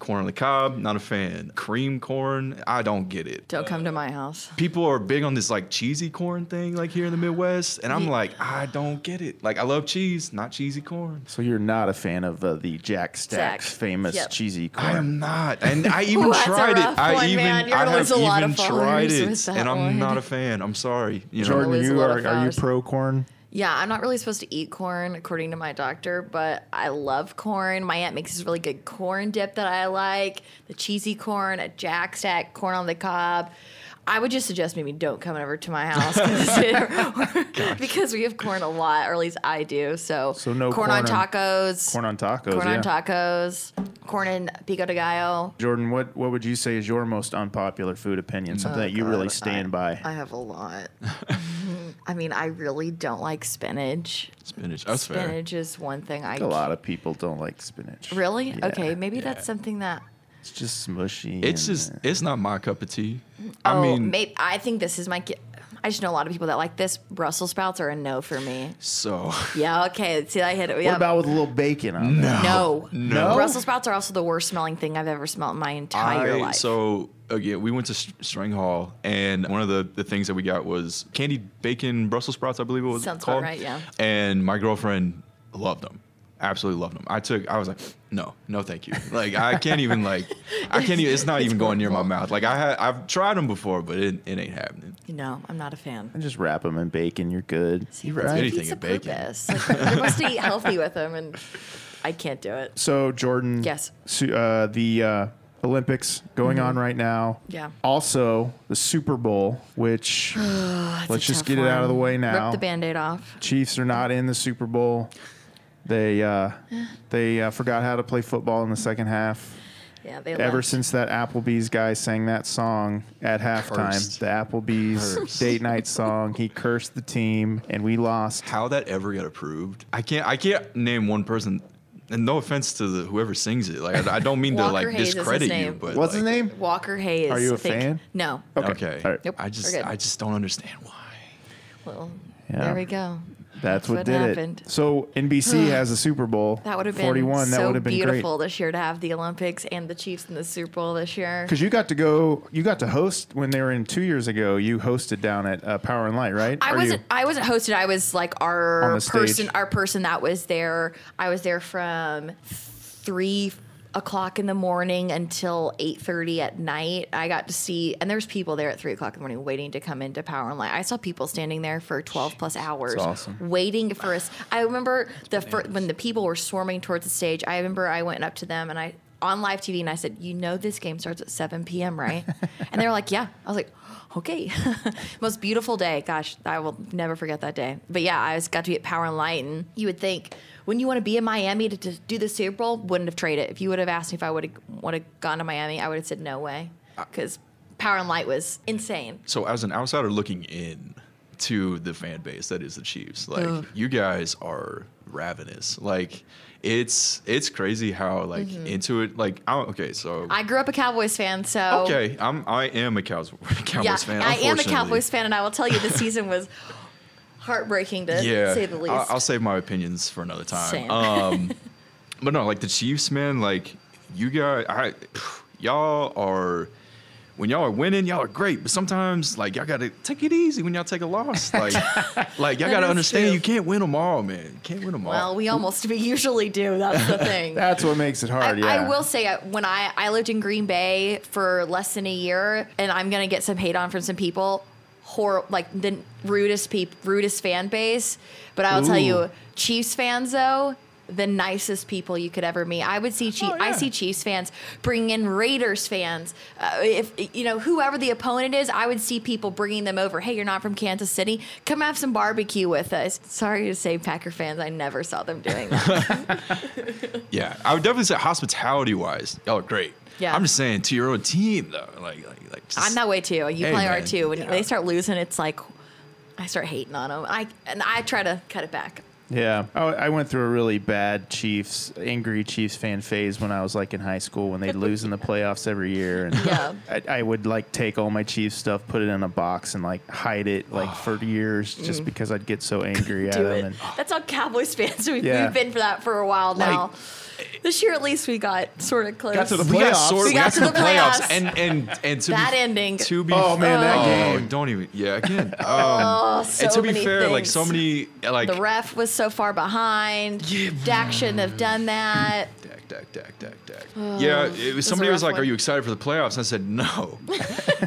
[SPEAKER 4] corn on the cob. Not a fan. Cream corn. I don't get it.
[SPEAKER 3] Don't come to my house.
[SPEAKER 4] People are big on this like cheesy corn thing, like here in the Midwest, and I'm like, I don't get it. Like I love cheese, not cheesy corn.
[SPEAKER 1] So you're not a fan of uh, the Jack Stack's
[SPEAKER 3] Stack.
[SPEAKER 1] famous
[SPEAKER 3] Yep.
[SPEAKER 1] cheesy corn.
[SPEAKER 4] I am not, and I even
[SPEAKER 3] Ooh, that's a
[SPEAKER 4] tried it.
[SPEAKER 3] rough
[SPEAKER 4] I
[SPEAKER 3] one,
[SPEAKER 4] even,
[SPEAKER 3] man. You're
[SPEAKER 4] I
[SPEAKER 3] gonna
[SPEAKER 4] have
[SPEAKER 3] lose a lot
[SPEAKER 4] even
[SPEAKER 3] of
[SPEAKER 4] tried
[SPEAKER 3] followers
[SPEAKER 4] it,
[SPEAKER 3] with that
[SPEAKER 4] and I'm
[SPEAKER 3] one.
[SPEAKER 4] not a fan. I'm sorry. You know?
[SPEAKER 1] Jordan,
[SPEAKER 3] Always a
[SPEAKER 1] you
[SPEAKER 3] lot
[SPEAKER 1] are
[SPEAKER 3] of
[SPEAKER 1] are you
[SPEAKER 3] flowers.
[SPEAKER 1] pro corn?
[SPEAKER 3] Yeah, I'm not really supposed to eat corn according to my doctor, but I love corn. My aunt makes this really good corn dip that I like. The cheesy corn, a jack stack, corn on the cob. I would just suggest maybe don't come over to my house 'cause it- because we have corn a lot, or at least I do. So,
[SPEAKER 1] So no
[SPEAKER 3] corn, on
[SPEAKER 1] corn on-
[SPEAKER 3] tacos,
[SPEAKER 1] Corn on tacos.
[SPEAKER 3] corn
[SPEAKER 1] yeah.
[SPEAKER 3] on tacos, corn and pico de gallo.
[SPEAKER 1] Jordan, what, what would you say is your most unpopular food
[SPEAKER 4] Oh,
[SPEAKER 1] opinion? Something that you really stand by.
[SPEAKER 3] I have a lot. I mean, I really don't like spinach.
[SPEAKER 4] Spinach. That's fair.
[SPEAKER 3] spinach is one thing I
[SPEAKER 1] a lot of people don't like spinach.
[SPEAKER 3] Really?
[SPEAKER 1] Yeah.
[SPEAKER 3] Okay, maybe that's something that.
[SPEAKER 1] It's just mushy.
[SPEAKER 4] It's
[SPEAKER 1] and,
[SPEAKER 4] just
[SPEAKER 1] uh,
[SPEAKER 4] it's not my cup of tea.
[SPEAKER 3] oh,
[SPEAKER 4] I mean,
[SPEAKER 3] maybe I think this is my. ki- I just know a lot of people that like this. Brussels sprouts are a no for me.
[SPEAKER 4] so
[SPEAKER 3] Yeah. Okay. See, I hit it.
[SPEAKER 1] What about with a little bacon on it?
[SPEAKER 3] no?
[SPEAKER 1] No?
[SPEAKER 3] Brussels sprouts are also the worst smelling thing I've ever smelled in my entire
[SPEAKER 4] I
[SPEAKER 3] life.
[SPEAKER 4] so again we went to S- String Hall and one of the, the things that we got was candied bacon Brussels sprouts I believe it was
[SPEAKER 3] Sounds about
[SPEAKER 4] called
[SPEAKER 3] right, yeah.
[SPEAKER 4] and my girlfriend loved them absolutely loved them. I took, I was like, no, no, thank you. Like I can't even like, I can't even. It's not
[SPEAKER 3] It's
[SPEAKER 4] even going near my
[SPEAKER 3] horrible.
[SPEAKER 4] mouth. Like I had, I've tried them before, but it, it ain't happening.
[SPEAKER 3] No, I'm not a fan.
[SPEAKER 1] And just wrap them in bacon. You're good.
[SPEAKER 3] See,
[SPEAKER 1] You're
[SPEAKER 3] what's
[SPEAKER 1] right.
[SPEAKER 3] the
[SPEAKER 4] Anything
[SPEAKER 3] piece
[SPEAKER 4] in
[SPEAKER 3] of
[SPEAKER 4] bacon.
[SPEAKER 3] purpose? Like, they're supposed to eat healthy with them, and I can't do it.
[SPEAKER 1] So Jordan,
[SPEAKER 3] Yes. Mm-hmm.
[SPEAKER 1] su- uh, the uh, Olympics going on right now.
[SPEAKER 3] Yeah.
[SPEAKER 1] Also the Super Bowl, which let's
[SPEAKER 3] a
[SPEAKER 1] just
[SPEAKER 3] tough
[SPEAKER 1] get it out of the
[SPEAKER 3] one.
[SPEAKER 1] way now.
[SPEAKER 3] Rip the band-aid off.
[SPEAKER 1] Chiefs are not in the Super Bowl. They uh, they uh, forgot how to play football in the second half.
[SPEAKER 3] Yeah, they
[SPEAKER 1] Ever
[SPEAKER 3] left.
[SPEAKER 1] since that Applebee's guy sang that song at halftime,
[SPEAKER 4] Cursed.
[SPEAKER 1] the Applebee's date night song, he cursed the team and we lost.
[SPEAKER 4] How that ever got approved? I can't, I can't name one person. And no offense to the, whoever sings it. Like I, I don't mean to
[SPEAKER 3] Walker
[SPEAKER 4] like
[SPEAKER 3] Hayes is his
[SPEAKER 4] discredit you,
[SPEAKER 3] name.
[SPEAKER 4] but
[SPEAKER 1] What's his
[SPEAKER 4] like,
[SPEAKER 1] name?
[SPEAKER 3] Walker Hayes.
[SPEAKER 1] Are you a
[SPEAKER 3] I think.
[SPEAKER 1] fan?
[SPEAKER 3] No.
[SPEAKER 1] Okay.
[SPEAKER 4] Okay.
[SPEAKER 1] All right.
[SPEAKER 3] Nope,
[SPEAKER 4] I
[SPEAKER 3] we're
[SPEAKER 4] just,
[SPEAKER 3] good.
[SPEAKER 4] I just don't understand why.
[SPEAKER 1] Oh.
[SPEAKER 3] Well,
[SPEAKER 1] Yeah.
[SPEAKER 3] there we go.
[SPEAKER 1] That's what,
[SPEAKER 3] what
[SPEAKER 1] did
[SPEAKER 3] happened.
[SPEAKER 1] it. So NBC has the Super Bowl.
[SPEAKER 3] That would have been
[SPEAKER 1] 41. that
[SPEAKER 3] so
[SPEAKER 1] would have been
[SPEAKER 3] beautiful this year to have the Olympics and the Chiefs in the Super Bowl this year.
[SPEAKER 1] Because you got to go, you got to host when they were in two years ago. You hosted down at uh, Power and Light, right?
[SPEAKER 3] I
[SPEAKER 1] Or
[SPEAKER 3] wasn't.
[SPEAKER 1] You,
[SPEAKER 3] I wasn't hosted. I was like
[SPEAKER 1] On
[SPEAKER 3] our
[SPEAKER 1] the stage.
[SPEAKER 3] person. Our person that was there. I was there from three o'clock in the morning until eight thirty at night. I got to see, and there's people there at three o'clock in the morning waiting to come into Power and Light. I saw people standing there for twelve plus hours,
[SPEAKER 1] That's awesome.
[SPEAKER 3] waiting for us. I remember the fir- when the people were swarming towards the stage. I remember I went up to them and I on live TV and I said, "You know this game starts at 7 p.m., right?" and they were like, "Yeah." I was like, "Okay." Most beautiful day. Gosh, I will never forget that day. But yeah, I was got to be at Power and Light, and you would think when you want to be in Miami to, to do the Super Bowl, wouldn't have traded. If you would have asked me if I would have would have gone to Miami, I would have said no way because Power and Light was insane.
[SPEAKER 4] so as an outsider looking in to the fan base that is the Chiefs, like you guys are ravenous. Like it's it's crazy how like into it. Like I'm okay, so
[SPEAKER 3] Mm-hmm. I grew up a Cowboys fan, so
[SPEAKER 4] okay, I'm I am a Cows Cowboys
[SPEAKER 3] yeah,
[SPEAKER 4] fan.
[SPEAKER 3] I am a
[SPEAKER 4] unfortunately.
[SPEAKER 3] Cowboys fan, and I will tell you, this season was heartbreaking to
[SPEAKER 4] Yeah,
[SPEAKER 3] say the least.
[SPEAKER 4] I, will save my opinions for another time.
[SPEAKER 3] Same.
[SPEAKER 4] Um, but no, like the Chiefs, man. Like you guys, I, y'all are. When y'all are winning, y'all are great. But sometimes, like y'all gotta take it easy when y'all take a loss. Like, like y'all
[SPEAKER 3] That
[SPEAKER 4] gotta
[SPEAKER 3] is
[SPEAKER 4] understand
[SPEAKER 3] true.
[SPEAKER 4] you can't win them all, man. You can't win them
[SPEAKER 3] Well,
[SPEAKER 4] all.
[SPEAKER 3] we almost we usually do. That's the thing.
[SPEAKER 1] that's what makes it
[SPEAKER 3] I,
[SPEAKER 1] hard. yeah.
[SPEAKER 3] I will say uh, when I I lived in Green Bay for less than a year, and I'm gonna get some hate on from some people. Hor- like the rudest peop- rudest fan base. But I will tell
[SPEAKER 1] Ooh.
[SPEAKER 3] you, Chiefs fans though. The nicest people you could ever meet. I would see. Chief,
[SPEAKER 4] Oh,
[SPEAKER 3] I
[SPEAKER 4] yeah.
[SPEAKER 3] see Chiefs fans bringing in Raiders fans. Uh, if you know whoever the opponent is, I would see people bringing them over. Hey, you're not from Kansas City? Come have some barbecue with us. Sorry to say, Packer fans, I never saw them doing that.
[SPEAKER 4] yeah, I would definitely say hospitality wise, y'all are great.
[SPEAKER 3] Yeah.
[SPEAKER 4] I'm just saying to your own team though, like like like. Just,
[SPEAKER 3] I'm that way too. You
[SPEAKER 4] Hey,
[SPEAKER 3] play hard
[SPEAKER 4] man.
[SPEAKER 3] too. When
[SPEAKER 4] Yeah.
[SPEAKER 3] they start losing, it's like I start hating on them. I and I try to cut it back.
[SPEAKER 1] Yeah, I, I went through a really bad Chiefs, angry Chiefs fan phase when I was like in high school when they'd lose in the playoffs every year, and
[SPEAKER 3] Yeah.
[SPEAKER 1] I, I would like take all my Chiefs stuff, put it in a box, and like hide it like for years just because I'd get so angry at
[SPEAKER 3] Mm. Do
[SPEAKER 1] them.
[SPEAKER 3] it.
[SPEAKER 1] And
[SPEAKER 3] That's how Cowboys fans we've,
[SPEAKER 1] Yeah.
[SPEAKER 3] we've been for that for a while now. this year at least we got sort of close.
[SPEAKER 1] Got to the
[SPEAKER 4] we got
[SPEAKER 1] Playoffs.
[SPEAKER 4] sort
[SPEAKER 1] We
[SPEAKER 4] we
[SPEAKER 3] got
[SPEAKER 4] got
[SPEAKER 3] to
[SPEAKER 4] to the
[SPEAKER 3] the playoffs.
[SPEAKER 4] playoffs, and and and to
[SPEAKER 3] That
[SPEAKER 4] be,
[SPEAKER 3] ending.
[SPEAKER 4] To be
[SPEAKER 1] Oh, man, that
[SPEAKER 4] oh,
[SPEAKER 1] game.
[SPEAKER 4] Don't even. Yeah, again. Um,
[SPEAKER 3] so
[SPEAKER 4] and to be
[SPEAKER 3] many
[SPEAKER 4] fair, like so
[SPEAKER 3] things.
[SPEAKER 4] many, like
[SPEAKER 3] the ref was so far behind.
[SPEAKER 4] Yeah.
[SPEAKER 3] Dak shouldn't have done that.
[SPEAKER 4] Dak, Dak, Dak, Dak, Dak. yeah, it was,
[SPEAKER 3] Oh, a
[SPEAKER 4] somebody was
[SPEAKER 3] rough
[SPEAKER 4] like,
[SPEAKER 3] one.
[SPEAKER 4] "Are you excited for the playoffs?" And I said, "No."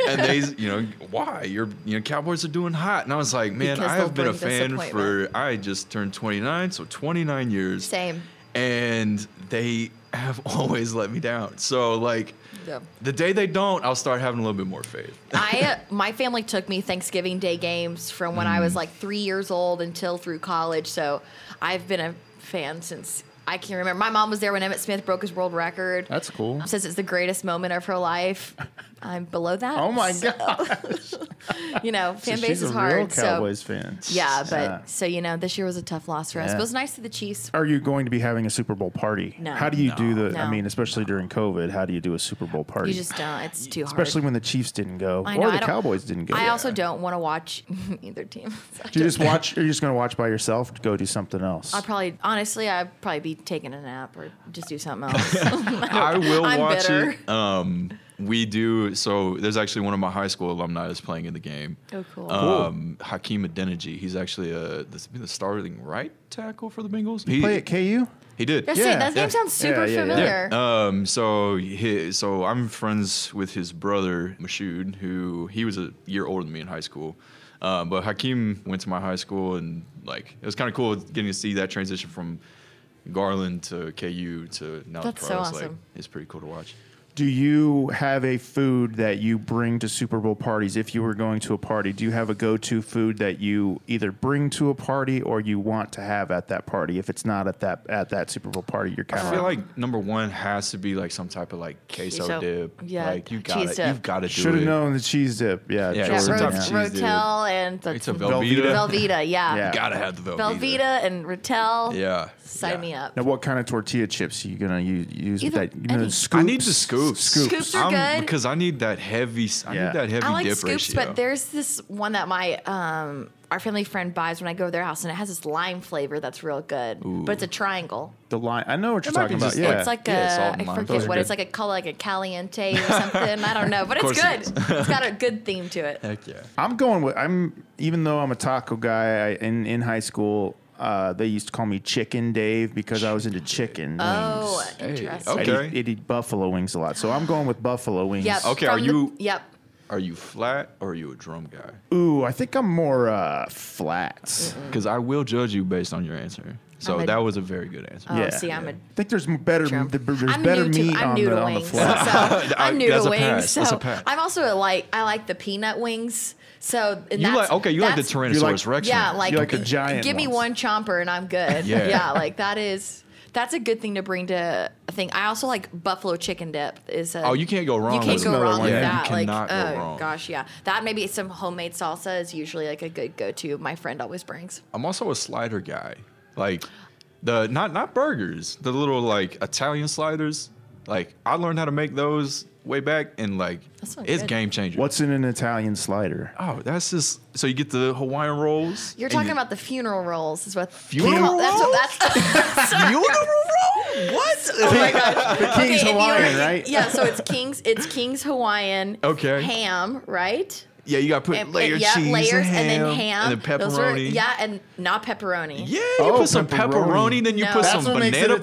[SPEAKER 4] and they, you know, why? You're, you know, Cowboys are doing hot, and I was like, "Man,
[SPEAKER 3] Because
[SPEAKER 4] I
[SPEAKER 3] they'll
[SPEAKER 4] have been a
[SPEAKER 3] bring
[SPEAKER 4] fan for.
[SPEAKER 3] disappointment.
[SPEAKER 4] I just turned 29, so 29 years.
[SPEAKER 3] Same.
[SPEAKER 4] And they have always let me down. So like,
[SPEAKER 3] Yeah.
[SPEAKER 4] the day they don't, I'll start having a little bit more faith.
[SPEAKER 3] I uh, my family took me Thanksgiving Day games from when I was
[SPEAKER 1] Mm.
[SPEAKER 3] like three years old until through college. So I've been a fan since I can remember. My mom was there when Emmett Smith broke his world record.
[SPEAKER 1] That's cool.
[SPEAKER 3] Says it's the greatest moment of her life. I'm below that.
[SPEAKER 1] oh my
[SPEAKER 3] So,
[SPEAKER 1] god,
[SPEAKER 3] You know, fan
[SPEAKER 1] She's
[SPEAKER 3] base
[SPEAKER 1] a
[SPEAKER 3] is
[SPEAKER 1] real
[SPEAKER 3] hard. So
[SPEAKER 1] Cowboys fan.
[SPEAKER 3] yeah, but
[SPEAKER 1] Yeah.
[SPEAKER 3] so you know, this year was a tough loss for us.
[SPEAKER 1] Yeah.
[SPEAKER 3] But it was nice to the Chiefs.
[SPEAKER 1] Are you going to be having a Super Bowl party?
[SPEAKER 3] No.
[SPEAKER 1] How do you do the? I
[SPEAKER 3] No.
[SPEAKER 1] mean, especially during COVID, how do you do a Super Bowl party?
[SPEAKER 3] You just don't. It's too hard.
[SPEAKER 1] especially when the Chiefs didn't go
[SPEAKER 3] I know,
[SPEAKER 1] or
[SPEAKER 3] I
[SPEAKER 1] the
[SPEAKER 3] don't-
[SPEAKER 1] Cowboys didn't go.
[SPEAKER 3] I also don't want to watch either team. So I
[SPEAKER 1] Do you
[SPEAKER 3] don't-
[SPEAKER 1] just watch? Are you just going to watch by yourself? Go do something else.
[SPEAKER 3] I'll probably, honestly, I'd probably be taking a nap or just do something else.
[SPEAKER 4] I will
[SPEAKER 3] I'm
[SPEAKER 4] watch
[SPEAKER 3] bitter.
[SPEAKER 4] it. Um, we do. So there's actually one of my high school alumni is playing in the game.
[SPEAKER 3] Oh, cool.
[SPEAKER 4] Um, Hakeem Adeniji. He's actually uh the, the starting right tackle for the Bengals. He,
[SPEAKER 1] Play at KU.
[SPEAKER 4] He did.
[SPEAKER 3] That's
[SPEAKER 1] Yeah,
[SPEAKER 3] it. That
[SPEAKER 1] yeah.
[SPEAKER 3] name sounds
[SPEAKER 1] Yeah,
[SPEAKER 3] super
[SPEAKER 1] yeah, yeah.
[SPEAKER 3] familiar.
[SPEAKER 4] Um, so he, so I'm friends with his brother Mashoud, who he was a year older than me in high school. Uh, but Hakeem went to my high school, and like it was kind of cool getting to see that transition from Garland to KU to now
[SPEAKER 3] That's
[SPEAKER 4] the
[SPEAKER 3] so
[SPEAKER 4] pros. Like,
[SPEAKER 3] awesome.
[SPEAKER 4] it's pretty cool to watch.
[SPEAKER 1] Do you have a food that you bring to Super Bowl parties? If you were going to a party, do you have a go-to food that you either bring to a party or you want to have at that party? If it's not at that at that Super Bowl party, you're kind
[SPEAKER 4] I
[SPEAKER 1] of
[SPEAKER 4] feel like number one has to be like some type of like queso,
[SPEAKER 3] Queso.
[SPEAKER 4] dip.
[SPEAKER 3] Yeah,
[SPEAKER 4] like you got
[SPEAKER 3] cheese
[SPEAKER 4] it.
[SPEAKER 3] dip.
[SPEAKER 4] You've got to do
[SPEAKER 1] should
[SPEAKER 4] it.
[SPEAKER 1] have known the cheese dip. Yeah,
[SPEAKER 4] Yeah,
[SPEAKER 3] Yeah,
[SPEAKER 4] Jordan,
[SPEAKER 3] Ro-
[SPEAKER 4] some
[SPEAKER 1] yeah.
[SPEAKER 4] type of cheese dip.
[SPEAKER 3] Rotel and the
[SPEAKER 4] It's a
[SPEAKER 1] Velveeta.
[SPEAKER 4] Velveeta.
[SPEAKER 3] Velveeta, yeah.
[SPEAKER 1] Yeah.
[SPEAKER 4] Gotta have the Velveeta.
[SPEAKER 3] Velveeta and Rotel.
[SPEAKER 4] Yeah.
[SPEAKER 3] Sign
[SPEAKER 4] yeah.
[SPEAKER 3] me up.
[SPEAKER 1] Now, what kind of tortilla chips are you gonna use? use with
[SPEAKER 3] Either-
[SPEAKER 1] that? You know,
[SPEAKER 3] any.
[SPEAKER 1] scoops?
[SPEAKER 4] I need the scoops.
[SPEAKER 1] Scoops.
[SPEAKER 3] Scoops are
[SPEAKER 4] I'm-
[SPEAKER 3] good.
[SPEAKER 4] because I need that heavy. s- I
[SPEAKER 1] Yeah.
[SPEAKER 4] need that heavy
[SPEAKER 3] I like
[SPEAKER 4] dip
[SPEAKER 3] scoops,
[SPEAKER 4] ratio.
[SPEAKER 3] but there's this one that my um our family friend buys when I go to their house, and it has this lime flavor that's real good, but it's a triangle.
[SPEAKER 1] The line. I know what you're
[SPEAKER 4] might
[SPEAKER 1] talking
[SPEAKER 4] be
[SPEAKER 1] about.
[SPEAKER 4] just-
[SPEAKER 1] Yeah,
[SPEAKER 3] It's like
[SPEAKER 4] Yeah, salt
[SPEAKER 3] a
[SPEAKER 4] and
[SPEAKER 3] I
[SPEAKER 4] lime.
[SPEAKER 1] Those
[SPEAKER 3] forget
[SPEAKER 1] are
[SPEAKER 3] what it's
[SPEAKER 1] good.
[SPEAKER 3] like a call like a caliente or something. I don't know, but it's
[SPEAKER 4] course it
[SPEAKER 3] good. it's got a good theme to it.
[SPEAKER 4] heck yeah.
[SPEAKER 1] I'm going with I'm even though I'm a taco guy I, in in high school. Uh, they used to call me Chicken Dave because I was into chicken wings.
[SPEAKER 3] Oh,
[SPEAKER 4] Hey,
[SPEAKER 3] interesting.
[SPEAKER 1] I
[SPEAKER 4] okay.
[SPEAKER 1] eat, I'd eat buffalo wings a lot, so I'm going with buffalo wings.
[SPEAKER 3] Yep.
[SPEAKER 4] Okay, are
[SPEAKER 3] from
[SPEAKER 4] you-
[SPEAKER 3] The, yep.
[SPEAKER 4] Are you flat or are you a drum guy?
[SPEAKER 1] Ooh, I think I'm more uh, flat.
[SPEAKER 4] Because I will judge you based on your answer. So
[SPEAKER 3] I'm a-
[SPEAKER 4] that was a very good answer.
[SPEAKER 3] Oh,
[SPEAKER 1] Yeah.
[SPEAKER 3] see, I'm a.
[SPEAKER 1] I think there's m- better
[SPEAKER 3] True.
[SPEAKER 1] the, there's
[SPEAKER 3] I'm
[SPEAKER 1] better
[SPEAKER 3] new to,
[SPEAKER 1] meat
[SPEAKER 3] I'm
[SPEAKER 1] on,
[SPEAKER 3] new
[SPEAKER 1] the,
[SPEAKER 3] to
[SPEAKER 1] on the
[SPEAKER 3] wings,
[SPEAKER 1] flat.
[SPEAKER 3] so
[SPEAKER 4] I-
[SPEAKER 3] I'm new
[SPEAKER 4] that's
[SPEAKER 3] to
[SPEAKER 4] a
[SPEAKER 3] wings.
[SPEAKER 4] pass,
[SPEAKER 3] So
[SPEAKER 4] that's a pass.
[SPEAKER 3] I'm also like I like the peanut wings. So and
[SPEAKER 4] You
[SPEAKER 3] that's,
[SPEAKER 4] like okay? You like the
[SPEAKER 3] that's-
[SPEAKER 4] Tyrannosaurus
[SPEAKER 1] You like-
[SPEAKER 4] Rex? one.
[SPEAKER 3] Yeah, like,
[SPEAKER 1] You like the giant
[SPEAKER 3] Give me one
[SPEAKER 1] ones.
[SPEAKER 3] chomper and I'm good.
[SPEAKER 4] Yeah.
[SPEAKER 3] yeah. like that is that's a good thing to bring to a thing. I also like buffalo chicken dip. Is a,
[SPEAKER 4] Oh, you can't go wrong
[SPEAKER 3] You can't
[SPEAKER 4] with
[SPEAKER 3] go
[SPEAKER 4] another
[SPEAKER 3] wrong
[SPEAKER 4] one.
[SPEAKER 3] with
[SPEAKER 4] Yeah, you
[SPEAKER 3] that. like,
[SPEAKER 4] cannot go
[SPEAKER 3] oh
[SPEAKER 4] wrong.
[SPEAKER 3] gosh, yeah, that maybe some homemade salsa is usually like a good go-to. My friend always brings.
[SPEAKER 4] I'm also a slider guy. Like the not not burgers, the little like Italian sliders. Like I learned how to make those way back, and like
[SPEAKER 3] That sounds
[SPEAKER 4] it's
[SPEAKER 3] good.
[SPEAKER 4] game changer.
[SPEAKER 1] What's in an Italian slider?
[SPEAKER 4] Oh, that's just so you get the Hawaiian rolls.
[SPEAKER 3] You're
[SPEAKER 4] and
[SPEAKER 3] talking
[SPEAKER 4] you-
[SPEAKER 3] about the funeral rolls, is what
[SPEAKER 4] Funeral
[SPEAKER 3] That's what that's.
[SPEAKER 4] funeral roll. What?
[SPEAKER 3] Oh
[SPEAKER 1] The King's
[SPEAKER 3] if you
[SPEAKER 1] Hawaiian,
[SPEAKER 3] were-
[SPEAKER 1] right?
[SPEAKER 3] Yeah, so it's King's it's King's Hawaiian.
[SPEAKER 4] Okay.
[SPEAKER 3] Ham, right?
[SPEAKER 4] yeah, you got to put
[SPEAKER 3] And-
[SPEAKER 4] layered
[SPEAKER 3] yeah,
[SPEAKER 4] cheese,
[SPEAKER 3] layers,
[SPEAKER 4] and,
[SPEAKER 3] and
[SPEAKER 4] ham,
[SPEAKER 3] then ham,
[SPEAKER 4] and then
[SPEAKER 3] Those
[SPEAKER 4] pepperoni.
[SPEAKER 3] were- yeah, and not pepperoni.
[SPEAKER 4] Yeah, you
[SPEAKER 1] Oh,
[SPEAKER 4] put some
[SPEAKER 1] pepperoni.
[SPEAKER 4] pepperoni, then you
[SPEAKER 3] No.
[SPEAKER 4] put
[SPEAKER 3] That's
[SPEAKER 4] some
[SPEAKER 1] what makes it
[SPEAKER 4] banana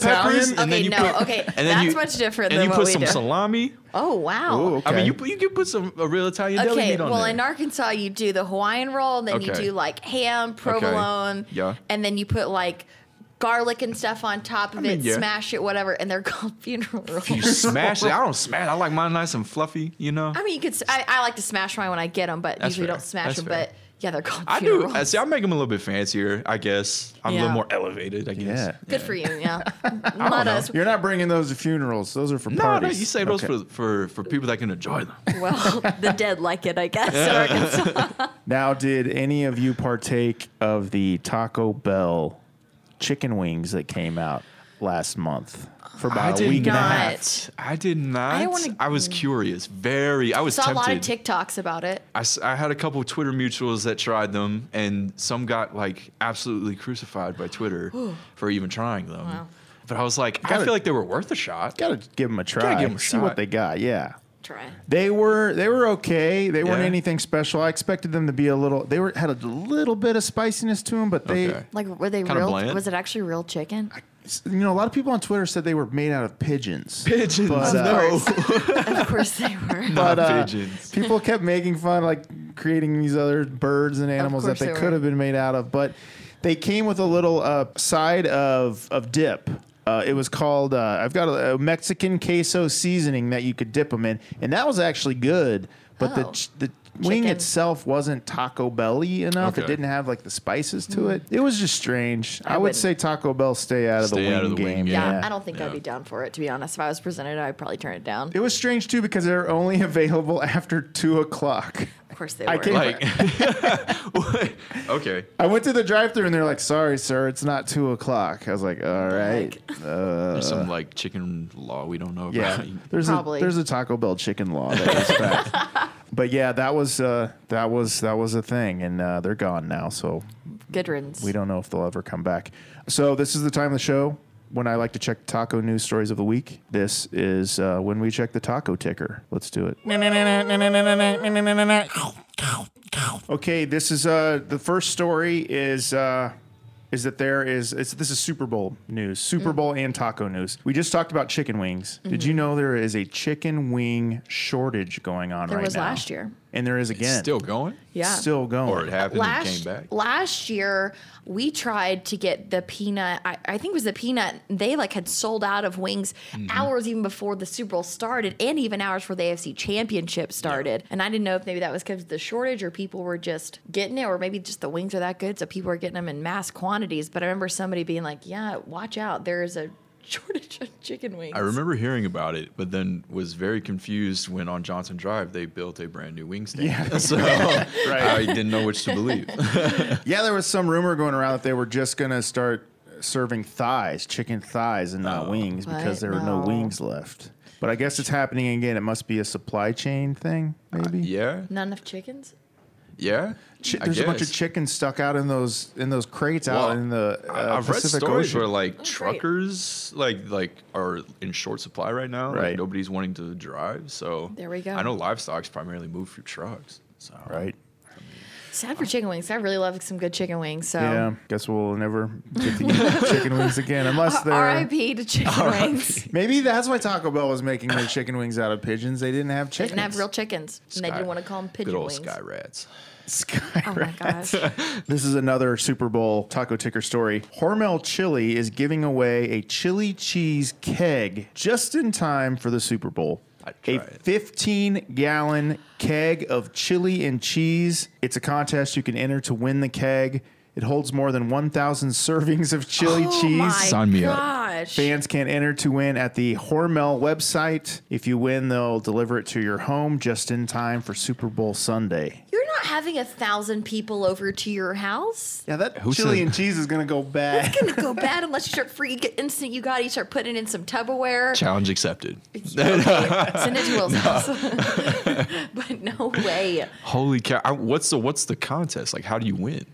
[SPEAKER 1] Italian?
[SPEAKER 4] peppers, and
[SPEAKER 3] Okay,
[SPEAKER 4] then you
[SPEAKER 3] no,
[SPEAKER 4] put,
[SPEAKER 3] okay,
[SPEAKER 4] and then
[SPEAKER 3] that's
[SPEAKER 4] you,
[SPEAKER 3] much different
[SPEAKER 4] And
[SPEAKER 3] than
[SPEAKER 4] you
[SPEAKER 3] what
[SPEAKER 4] put
[SPEAKER 3] we
[SPEAKER 4] some
[SPEAKER 3] do.
[SPEAKER 4] salami.
[SPEAKER 3] Oh wow.
[SPEAKER 1] Ooh, okay.
[SPEAKER 4] I mean, you put- you can put some a real Italian deli
[SPEAKER 3] Okay,
[SPEAKER 4] meat on
[SPEAKER 3] well
[SPEAKER 4] there.
[SPEAKER 3] in Arkansas you do the Hawaiian roll, and then you
[SPEAKER 4] Okay.
[SPEAKER 3] do like ham, provolone,
[SPEAKER 4] Yeah.
[SPEAKER 3] and then you put like garlic and stuff on top of
[SPEAKER 4] mean,
[SPEAKER 3] it,
[SPEAKER 4] yeah.
[SPEAKER 3] smash it, whatever, and they're called funeral rolls.
[SPEAKER 4] you smash it. I don't smash. I like mine nice and fluffy. You know.
[SPEAKER 3] I mean, you could. s- I, I like to smash mine when I get them, but
[SPEAKER 4] That's
[SPEAKER 3] usually
[SPEAKER 4] fair.
[SPEAKER 3] don't smash
[SPEAKER 4] That's
[SPEAKER 3] them.
[SPEAKER 4] fair.
[SPEAKER 3] But yeah, they're called
[SPEAKER 4] I
[SPEAKER 3] funeral
[SPEAKER 4] do. I
[SPEAKER 3] rolls.
[SPEAKER 4] see. I make them a little bit fancier. I guess I'm a
[SPEAKER 3] Yeah.
[SPEAKER 4] little more elevated. I guess.
[SPEAKER 1] Yeah.
[SPEAKER 3] Good for you. Yeah, not
[SPEAKER 4] know.
[SPEAKER 3] us.
[SPEAKER 1] Oh, You're not bringing those to funerals. Those are for
[SPEAKER 4] No,
[SPEAKER 1] parties.
[SPEAKER 4] no, you save those
[SPEAKER 1] Okay.
[SPEAKER 4] for, for for people that can enjoy them.
[SPEAKER 3] Well, the dead like it, I guess. in Arkansas.
[SPEAKER 1] Now, did any of you partake of the Taco Bell chicken wings that came out last month for
[SPEAKER 4] I
[SPEAKER 1] about a
[SPEAKER 4] did
[SPEAKER 1] week and a
[SPEAKER 3] not.
[SPEAKER 1] half?
[SPEAKER 4] I did not. I,
[SPEAKER 3] wanna-
[SPEAKER 4] was curious. Very. I was
[SPEAKER 3] Saw a
[SPEAKER 4] tempted.
[SPEAKER 3] lot of TikToks about it.
[SPEAKER 4] I, s- I had a couple Twitter mutuals that tried them, and some got like absolutely crucified by Twitter for even trying them. But I was like, I
[SPEAKER 1] Gotta-
[SPEAKER 4] feel like they were worth a shot.
[SPEAKER 1] Gotta give them a try.
[SPEAKER 4] give 'em a
[SPEAKER 1] see
[SPEAKER 4] shot.
[SPEAKER 1] what they got. Yeah.
[SPEAKER 3] Try.
[SPEAKER 1] They were they were okay. They weren't
[SPEAKER 4] Yeah.
[SPEAKER 1] anything special. I expected them to be a little. They were had a little bit of spiciness to them, but they,
[SPEAKER 4] Okay.
[SPEAKER 3] Like, were they
[SPEAKER 4] Kinda
[SPEAKER 3] real?
[SPEAKER 4] bland.
[SPEAKER 3] Was it actually real chicken?
[SPEAKER 1] you know, a lot of people on Twitter said they were made out of pigeons.
[SPEAKER 4] Pigeons.
[SPEAKER 1] But, uh,
[SPEAKER 4] no.
[SPEAKER 3] of course they were.
[SPEAKER 1] But uh,
[SPEAKER 4] pigeons.
[SPEAKER 1] people kept making fun, like creating these other birds and animals that
[SPEAKER 3] course
[SPEAKER 1] they
[SPEAKER 3] they
[SPEAKER 1] could
[SPEAKER 3] were.
[SPEAKER 1] have been made out of. But they came with a little uh, side of of dip. Uh, it was called. Uh, I've got a, a Mexican queso seasoning that you could dip them in, and that was actually good. But the
[SPEAKER 3] Oh.
[SPEAKER 1] ch- the wing
[SPEAKER 3] Chicken.
[SPEAKER 1] itself wasn't taco belly enough. It
[SPEAKER 4] Okay.
[SPEAKER 1] didn't have like the spices to it. It was just strange. I, would
[SPEAKER 3] Mm. wouldn't.
[SPEAKER 1] say Taco Bell stay out of the
[SPEAKER 4] Stay
[SPEAKER 1] wing
[SPEAKER 4] out of the wing
[SPEAKER 1] game.
[SPEAKER 4] game.
[SPEAKER 3] yeah, I don't think
[SPEAKER 4] Yeah.
[SPEAKER 3] I'd be down for it to be honest. If I was presented, I'd probably turn it down.
[SPEAKER 1] It was strange too because they're only available after two o'clock.
[SPEAKER 3] Of course they
[SPEAKER 1] I
[SPEAKER 3] were.
[SPEAKER 1] can't-
[SPEAKER 4] like, okay.
[SPEAKER 1] I went to the drive-through and they're like, "Sorry, sir, it's not two o'clock." I was like, "All right, uh,
[SPEAKER 4] There's some like chicken law we don't know about.
[SPEAKER 1] yeah." There's a
[SPEAKER 3] Probably.
[SPEAKER 1] there's a Taco Bell chicken law, that is fact. but yeah, that was uh, that was that was a thing, and uh, they're gone now, so
[SPEAKER 3] Good riddance.
[SPEAKER 1] we don't know if they'll ever come back. So this is the time of the show when I like to check taco news stories of the week. This is uh, when we check the taco ticker. Let's do it. Okay, this is uh, the first story is uh, is that there is it's this is Super Bowl news, Super
[SPEAKER 3] Mm.
[SPEAKER 1] Bowl and taco news. We just talked about chicken wings. Did you
[SPEAKER 3] Mm-hmm.
[SPEAKER 1] know there is a chicken wing shortage going on
[SPEAKER 3] There
[SPEAKER 1] right
[SPEAKER 3] was
[SPEAKER 1] now?
[SPEAKER 3] last year.
[SPEAKER 1] and there is again.
[SPEAKER 4] Still going?
[SPEAKER 3] Yeah.
[SPEAKER 1] still going.
[SPEAKER 4] Or it happened and
[SPEAKER 3] last
[SPEAKER 4] came back.
[SPEAKER 3] last year we tried to get the peanut I, I think it was the peanut they like had sold out of wings
[SPEAKER 4] Mm-hmm.
[SPEAKER 3] hours even before the super bowl started and even hours before the afc championship started and i didn't know if maybe that was because of the shortage or people were just getting it or maybe just the wings are that good so people are getting them in mass quantities but i remember somebody being like yeah watch out there is a shortage of chicken wings
[SPEAKER 4] I remember hearing about it, but then was very confused when on Johnson Drive they built a brand new wing stand.
[SPEAKER 1] Yeah.
[SPEAKER 4] so I didn't know which to believe.
[SPEAKER 1] Yeah, there was some rumor going around that they were just gonna start serving thighs, chicken thighs, and
[SPEAKER 4] Oh.
[SPEAKER 1] not wings because
[SPEAKER 3] What?
[SPEAKER 1] there were no.
[SPEAKER 3] No.
[SPEAKER 1] wings left. But I guess it's happening again. It must be a supply chain thing, maybe.
[SPEAKER 4] yeah,
[SPEAKER 3] none of chickens
[SPEAKER 4] yeah.
[SPEAKER 1] Chi-
[SPEAKER 4] I
[SPEAKER 1] there's a bunch of
[SPEAKER 4] guess.
[SPEAKER 1] chickens stuck out in those in those crates
[SPEAKER 4] Well,
[SPEAKER 1] out in the uh,
[SPEAKER 4] I- I've
[SPEAKER 1] Pacific
[SPEAKER 4] read stories
[SPEAKER 1] Ocean.
[SPEAKER 4] where like
[SPEAKER 3] Oh, great.
[SPEAKER 4] truckers like like are in short supply right now. Like,
[SPEAKER 1] Right.
[SPEAKER 4] nobody's wanting to drive. So
[SPEAKER 3] There we go.
[SPEAKER 4] I know livestock's primarily moved through trucks. So
[SPEAKER 1] right?
[SPEAKER 3] sad for chicken wings i really love some good chicken wings so
[SPEAKER 1] Yeah, guess we'll never get to eat chicken wings again unless they're.
[SPEAKER 3] rip to chicken wings
[SPEAKER 1] Maybe that's why Taco Bell was making their chicken wings out of pigeons. They didn't have
[SPEAKER 3] They
[SPEAKER 1] chickens.
[SPEAKER 3] didn't have real chickens, and they
[SPEAKER 4] Sky-
[SPEAKER 3] didn't want to call them pigeon
[SPEAKER 4] Good old
[SPEAKER 3] wings.
[SPEAKER 4] sky rats.
[SPEAKER 1] Sky
[SPEAKER 3] Oh my gosh!
[SPEAKER 1] This is another Super Bowl taco ticker story. Hormel Chili is giving away a chili cheese keg just in time for the Super Bowl.
[SPEAKER 4] I'd try
[SPEAKER 1] A
[SPEAKER 4] it.
[SPEAKER 1] 15 gallon keg of chili and cheese. It's a contest you can enter to win the keg. It holds more than 1,000 servings of chili
[SPEAKER 3] oh
[SPEAKER 1] cheese.
[SPEAKER 3] my
[SPEAKER 4] Sign me up.
[SPEAKER 3] gosh!
[SPEAKER 1] Fans can enter to win at the Hormel website. If you win, they'll deliver it to your home just in time for Super Bowl Sunday.
[SPEAKER 3] You're not having a thousand people over to your house.
[SPEAKER 1] Yeah, that
[SPEAKER 4] Who
[SPEAKER 1] chili
[SPEAKER 4] said-
[SPEAKER 1] and cheese is going to go bad.
[SPEAKER 3] It's gonna go bad unless you start free you get instant. You got to start putting in some Tupperware.
[SPEAKER 4] Challenge accepted.
[SPEAKER 3] Send it to Will's house. but no way.
[SPEAKER 4] Holy cow! I, what's the what's the contest like? How do you win?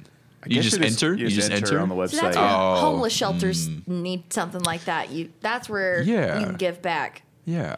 [SPEAKER 4] You
[SPEAKER 1] Guess
[SPEAKER 4] just, enter. You just enter.
[SPEAKER 1] on the
[SPEAKER 3] So that's
[SPEAKER 1] website.
[SPEAKER 3] where
[SPEAKER 4] Oh, hmm.
[SPEAKER 3] homeless shelters need something like that. You that's where
[SPEAKER 4] Yeah.
[SPEAKER 3] you can give back.
[SPEAKER 4] Yeah.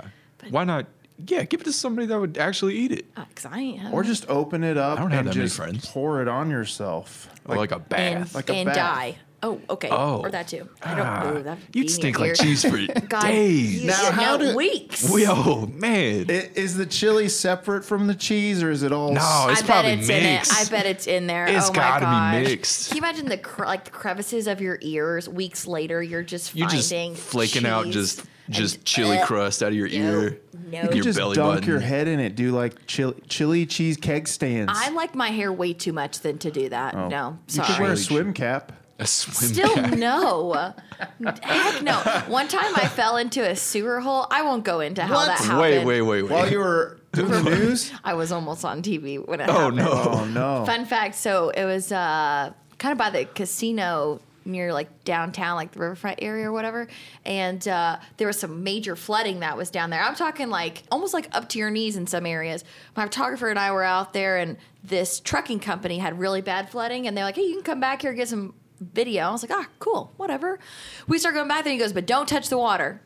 [SPEAKER 4] Why not? Yeah, give it to somebody that would actually eat it,
[SPEAKER 3] Uh, Cause I ain't having
[SPEAKER 1] Oh. or just open it up
[SPEAKER 4] I don't have
[SPEAKER 1] and
[SPEAKER 4] that many
[SPEAKER 1] just
[SPEAKER 4] friends.
[SPEAKER 1] pour it on yourself.
[SPEAKER 4] or like a
[SPEAKER 3] and,
[SPEAKER 4] bath.
[SPEAKER 1] like a
[SPEAKER 3] and
[SPEAKER 1] bath.
[SPEAKER 3] die. Oh, okay.
[SPEAKER 4] Oh.
[SPEAKER 3] Or that too. I don't.
[SPEAKER 4] Ah,
[SPEAKER 3] oh, that
[SPEAKER 4] you'd stink like cheese for
[SPEAKER 3] God,
[SPEAKER 4] days.
[SPEAKER 3] You
[SPEAKER 1] Now,
[SPEAKER 3] should
[SPEAKER 1] how
[SPEAKER 3] know
[SPEAKER 1] do-
[SPEAKER 3] weeks?
[SPEAKER 4] Yo, man.
[SPEAKER 1] I- Is the chili separate from the cheese, or is it all?
[SPEAKER 4] No,
[SPEAKER 1] s-
[SPEAKER 4] it's
[SPEAKER 3] I bet
[SPEAKER 4] probably
[SPEAKER 3] it's
[SPEAKER 4] mixed.
[SPEAKER 3] in it. I bet it's in there.
[SPEAKER 4] It's
[SPEAKER 3] oh
[SPEAKER 4] gotta
[SPEAKER 3] my
[SPEAKER 4] be
[SPEAKER 3] gosh.
[SPEAKER 4] mixed.
[SPEAKER 3] Can you imagine the cre- like the crevices of your ears? Weeks later, you're just
[SPEAKER 4] you just
[SPEAKER 3] finding
[SPEAKER 4] flaking out
[SPEAKER 3] cheese
[SPEAKER 4] just
[SPEAKER 3] and- eh,
[SPEAKER 4] just chili
[SPEAKER 3] Ugh.
[SPEAKER 4] crust out of your ear,
[SPEAKER 3] no. You
[SPEAKER 1] you
[SPEAKER 4] your
[SPEAKER 1] just
[SPEAKER 4] belly
[SPEAKER 1] dunk
[SPEAKER 4] button.
[SPEAKER 1] your head in it. Do like chili, chili cheese keg stands.
[SPEAKER 3] I like my hair way too much than to do that. No,
[SPEAKER 1] you
[SPEAKER 3] sorry.
[SPEAKER 1] could wear a
[SPEAKER 4] Chili
[SPEAKER 1] swim cap.
[SPEAKER 4] A swim
[SPEAKER 3] Still
[SPEAKER 4] bath.
[SPEAKER 3] no. Heck no. One time I fell into a sewer hole. I won't go into how
[SPEAKER 1] What?
[SPEAKER 3] that happened.
[SPEAKER 4] Wait, wait, wait, wait.
[SPEAKER 1] While you were doing the news.
[SPEAKER 3] I was almost on TV when it
[SPEAKER 4] oh
[SPEAKER 3] happened.
[SPEAKER 4] no.
[SPEAKER 1] Oh no!
[SPEAKER 3] Fun fact. So it was uh, kind of by the casino near like downtown, like the riverfront area or whatever. And uh, there was some major flooding that was down there. I'm talking like almost like up to your knees in some areas. My photographer and I were out there, and this trucking company had really bad flooding. And they're like, hey, you can come back here and get some video. I was like, ah, cool, whatever. We start going back there, and he goes, but don't touch the water.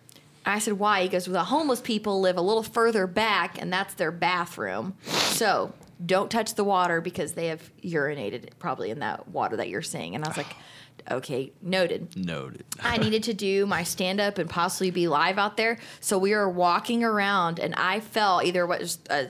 [SPEAKER 3] I said, why? He goes, well, the homeless people live a little further back, and that's their bathroom. So don't touch the water because they have urinated probably in that water that you're seeing. And I was like, okay, noted.
[SPEAKER 4] Noted.
[SPEAKER 3] I needed to do my stand up and possibly be live out there. So we were walking around, and I fell either what was a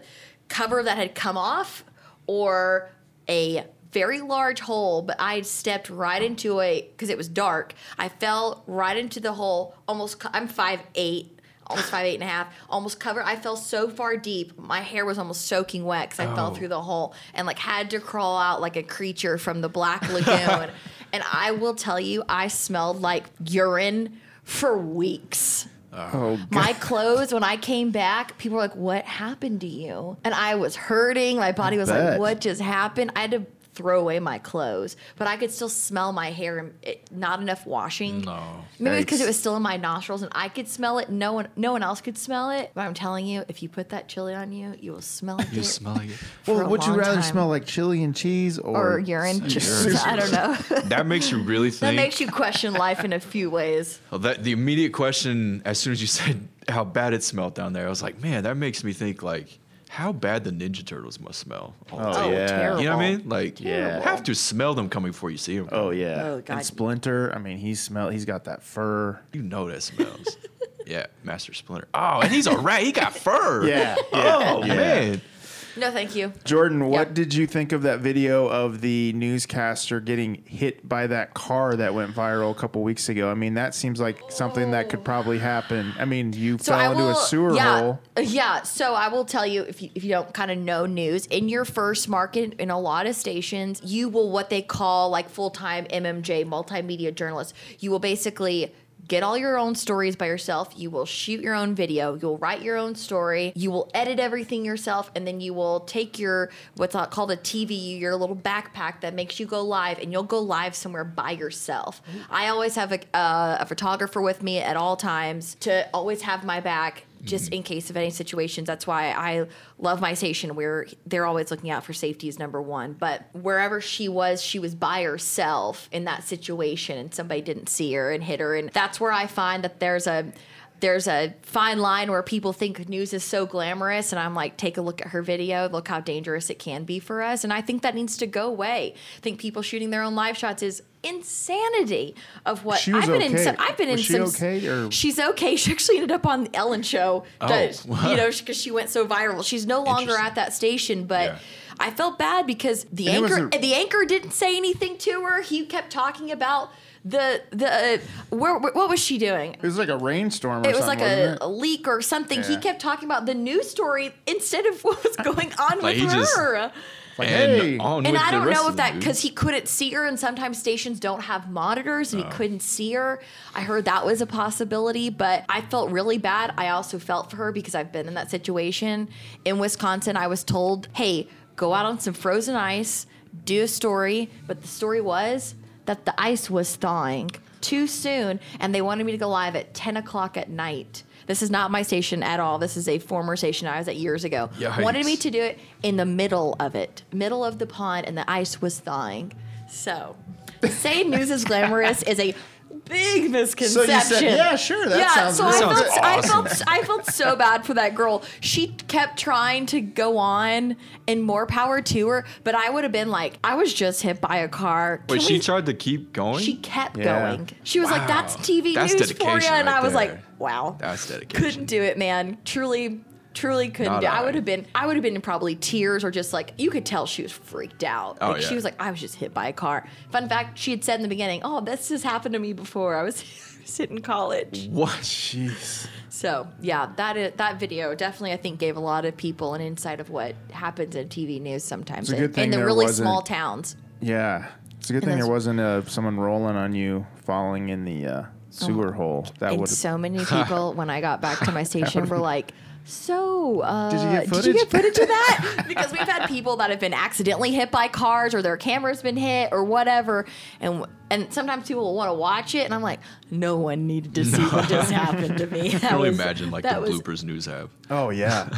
[SPEAKER 3] cover that had come off or a very large hole, but I had stepped right into a because it was dark. I fell right into the hole. Almost, co- I'm five eight. Almost five eight and a half, almost covered. I fell so far deep, my hair was almost soaking wet because I fell through the hole and like had to crawl out like a creature from the black lagoon. And I will tell you, I smelled like urine for weeks.
[SPEAKER 1] Oh, God.
[SPEAKER 3] My clothes, when I came back, people were like, What happened to you? And I was hurting. My body was
[SPEAKER 1] bet.
[SPEAKER 3] like, What just happened? I had to throw away my clothes, but I could still smell my hair and it, not enough washing.
[SPEAKER 4] No.
[SPEAKER 3] Maybe because
[SPEAKER 1] Yikes.
[SPEAKER 3] it was still in my nostrils and I could smell it. No one, no one else could smell it. But I'm telling you, if you put that chili on you, you will smell it.
[SPEAKER 4] You smell like it.
[SPEAKER 3] for
[SPEAKER 1] well,
[SPEAKER 3] a
[SPEAKER 1] would you
[SPEAKER 3] long
[SPEAKER 1] rather
[SPEAKER 3] time.
[SPEAKER 1] smell like chili and cheese or,
[SPEAKER 3] or urine?
[SPEAKER 4] Urine.
[SPEAKER 3] I don't know.
[SPEAKER 4] That makes you really think.
[SPEAKER 3] that makes you question life in a few ways.
[SPEAKER 4] Well, Oh, that the immediate question as soon as you said how bad it smelled down there, I was like, man, that makes me think like how bad the Ninja Turtles must smell. all the
[SPEAKER 1] Oh,
[SPEAKER 4] time.
[SPEAKER 1] yeah.
[SPEAKER 3] terrible.
[SPEAKER 4] You know what I mean? Like,
[SPEAKER 1] Yeah.
[SPEAKER 4] you have to smell them coming before you see them.
[SPEAKER 1] Oh yeah.
[SPEAKER 3] Oh, God.
[SPEAKER 1] And Splinter, I mean, he smell. He's got that fur.
[SPEAKER 4] You know that smells. yeah, Master Splinter. Oh, and he's a rat. He got fur.
[SPEAKER 1] Yeah,
[SPEAKER 4] Oh,
[SPEAKER 1] yeah.
[SPEAKER 4] man.
[SPEAKER 3] No, thank you.
[SPEAKER 1] Jordan, what
[SPEAKER 3] Yeah.
[SPEAKER 1] did you think of that video of the newscaster getting hit by that car that went viral a couple weeks ago? I mean, that seems like something that could probably happen. I mean, you fell into a sewer
[SPEAKER 3] yeah,
[SPEAKER 1] hole.
[SPEAKER 3] Yeah. So I will tell you if you, if you don't kind of know news in your first market in a lot of stations, you will what they call like full time MMJ multimedia journalist. You will basically get all your own stories by yourself. You will shoot your own video. You'll write your own story. You will edit everything yourself, and then you will take your what's called a TV, your little backpack that makes you go live, and you'll go live somewhere by yourself. I always have a, uh, a photographer with me at all times to always have my back
[SPEAKER 1] Mm-hmm.
[SPEAKER 3] just in case of any situations. That's why I love my station where they're always looking out for safety is number one. But wherever she was, she was by herself in that situation and somebody didn't see her and hit her. And that's where I find that there's a there's a fine line where people think news is so glamorous and i'm like take a look at her video look how dangerous it can be for us and i think that needs to go away i think people shooting their own live shots is insanity of what
[SPEAKER 1] She was
[SPEAKER 3] i've been in
[SPEAKER 1] okay.
[SPEAKER 3] some i've been
[SPEAKER 1] Was
[SPEAKER 3] in
[SPEAKER 1] she
[SPEAKER 3] some
[SPEAKER 1] okay, or-
[SPEAKER 3] she's okay she actually ended up on the ellen show does-
[SPEAKER 4] Oh, wow.
[SPEAKER 3] you know because she went so viral she's no longer
[SPEAKER 4] Interesting.
[SPEAKER 3] at that station but
[SPEAKER 4] Yeah.
[SPEAKER 3] I felt bad because the
[SPEAKER 1] And it was
[SPEAKER 3] anchor
[SPEAKER 1] a-
[SPEAKER 3] the anchor didn't say anything to her. He kept talking about the the uh, where, what was she doing?
[SPEAKER 1] It was like a rainstorm. Or
[SPEAKER 3] it was
[SPEAKER 1] something,
[SPEAKER 3] like a,
[SPEAKER 1] wasn't
[SPEAKER 3] a leak or something. He
[SPEAKER 1] Yeah.
[SPEAKER 3] kept talking about the news story instead of what was going on
[SPEAKER 4] Like,
[SPEAKER 3] with
[SPEAKER 4] he just-
[SPEAKER 3] her.
[SPEAKER 1] Like,
[SPEAKER 4] and
[SPEAKER 1] hey.
[SPEAKER 4] on
[SPEAKER 3] and
[SPEAKER 4] with
[SPEAKER 3] I
[SPEAKER 4] the
[SPEAKER 3] don't
[SPEAKER 4] rest
[SPEAKER 3] know
[SPEAKER 4] of
[SPEAKER 3] if that
[SPEAKER 4] them,
[SPEAKER 3] because he couldn't see her, and sometimes stations don't have monitors,
[SPEAKER 4] Oh.
[SPEAKER 3] and he couldn't see her. I heard that was a possibility, but I felt really bad. I also felt for her because I've been in that situation in Wisconsin. I was told, "Hey, go out on some frozen ice, do a story," but the story was that the ice was thawing too soon, and they wanted me to go live at 10 o'clock at night. This is not my station at all. This is a former station I was at years ago. Wanted me
[SPEAKER 4] Yikes.
[SPEAKER 3] to to do it in the middle of it, middle of the pond, and the ice was thawing. So, saying news is glamorous is a big misconception.
[SPEAKER 1] "Yeah, sure, that
[SPEAKER 3] yeah,
[SPEAKER 1] sounds-
[SPEAKER 3] so
[SPEAKER 1] that
[SPEAKER 3] I,
[SPEAKER 1] sounds
[SPEAKER 3] felt, I felt I felt so bad for that girl. She kept trying to go on, and more power to her. But I would have been like, I was just hit by a car. Can
[SPEAKER 4] Wait, she
[SPEAKER 3] we-
[SPEAKER 4] tried to keep going?
[SPEAKER 3] she kept
[SPEAKER 1] Yeah.
[SPEAKER 3] going. She was like,
[SPEAKER 4] Wow.
[SPEAKER 3] "That's TV
[SPEAKER 4] That's
[SPEAKER 3] news for you,"
[SPEAKER 4] dedication
[SPEAKER 3] and
[SPEAKER 4] right
[SPEAKER 3] I was
[SPEAKER 4] there.
[SPEAKER 3] like, "Wow,
[SPEAKER 4] That's dedication.
[SPEAKER 3] couldn't do it, man. Truly, truly couldn't
[SPEAKER 4] Not
[SPEAKER 3] do. It. I
[SPEAKER 4] I.
[SPEAKER 3] would have been, I would have been in probably tears or just like you could tell she was freaked out.
[SPEAKER 4] Oh,
[SPEAKER 3] like she
[SPEAKER 4] yeah.
[SPEAKER 3] was like, I was just hit by a car. Fun fact, she had said in the beginning, "Oh, this has happened to me before. I was." hit in college
[SPEAKER 4] what?
[SPEAKER 1] Jeez.
[SPEAKER 3] so yeah that is, that video definitely i think gave a lot of people an insight of what happens in tv news sometimes
[SPEAKER 1] It's a
[SPEAKER 3] in-
[SPEAKER 1] good thing
[SPEAKER 3] in the
[SPEAKER 1] there
[SPEAKER 3] really
[SPEAKER 1] wasn't-
[SPEAKER 3] small towns
[SPEAKER 1] Yeah. It's a good thing
[SPEAKER 3] that's-
[SPEAKER 1] there wasn't uh, someone rolling on you, falling in the uh, sewer
[SPEAKER 3] Oh,
[SPEAKER 1] hole. That
[SPEAKER 3] and
[SPEAKER 1] would.
[SPEAKER 3] so many people when I got back to my station were like, "So, uh,
[SPEAKER 1] Did you get footage?"
[SPEAKER 3] footage of that?" because we've had people that have been accidentally hit by cars or their camera's been hit or whatever, and and sometimes people will want to watch it, and I'm like, "No one needed to see what just happened to me." That
[SPEAKER 4] I can only
[SPEAKER 3] was-
[SPEAKER 4] imagine like the
[SPEAKER 3] that was-
[SPEAKER 4] bloopers news have.
[SPEAKER 1] oh yeah.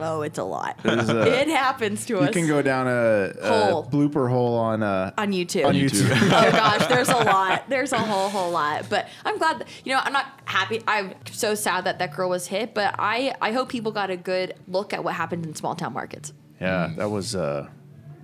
[SPEAKER 3] Oh, it's a lot.
[SPEAKER 1] a-
[SPEAKER 3] it happens to
[SPEAKER 1] you
[SPEAKER 3] us
[SPEAKER 1] can go down a, a
[SPEAKER 3] Hole.
[SPEAKER 1] blooper hole on uh,
[SPEAKER 3] on YouTube.
[SPEAKER 1] on
[SPEAKER 4] YouTube.
[SPEAKER 1] YouTube.
[SPEAKER 3] oh gosh, there's a lot. There's a whole whole lot. But I'm glad that you know I'm not happy. I'm so sad that that girl was hit. But I I hope people got a good look at what happened in small town markets.
[SPEAKER 1] Yeah, that was uh,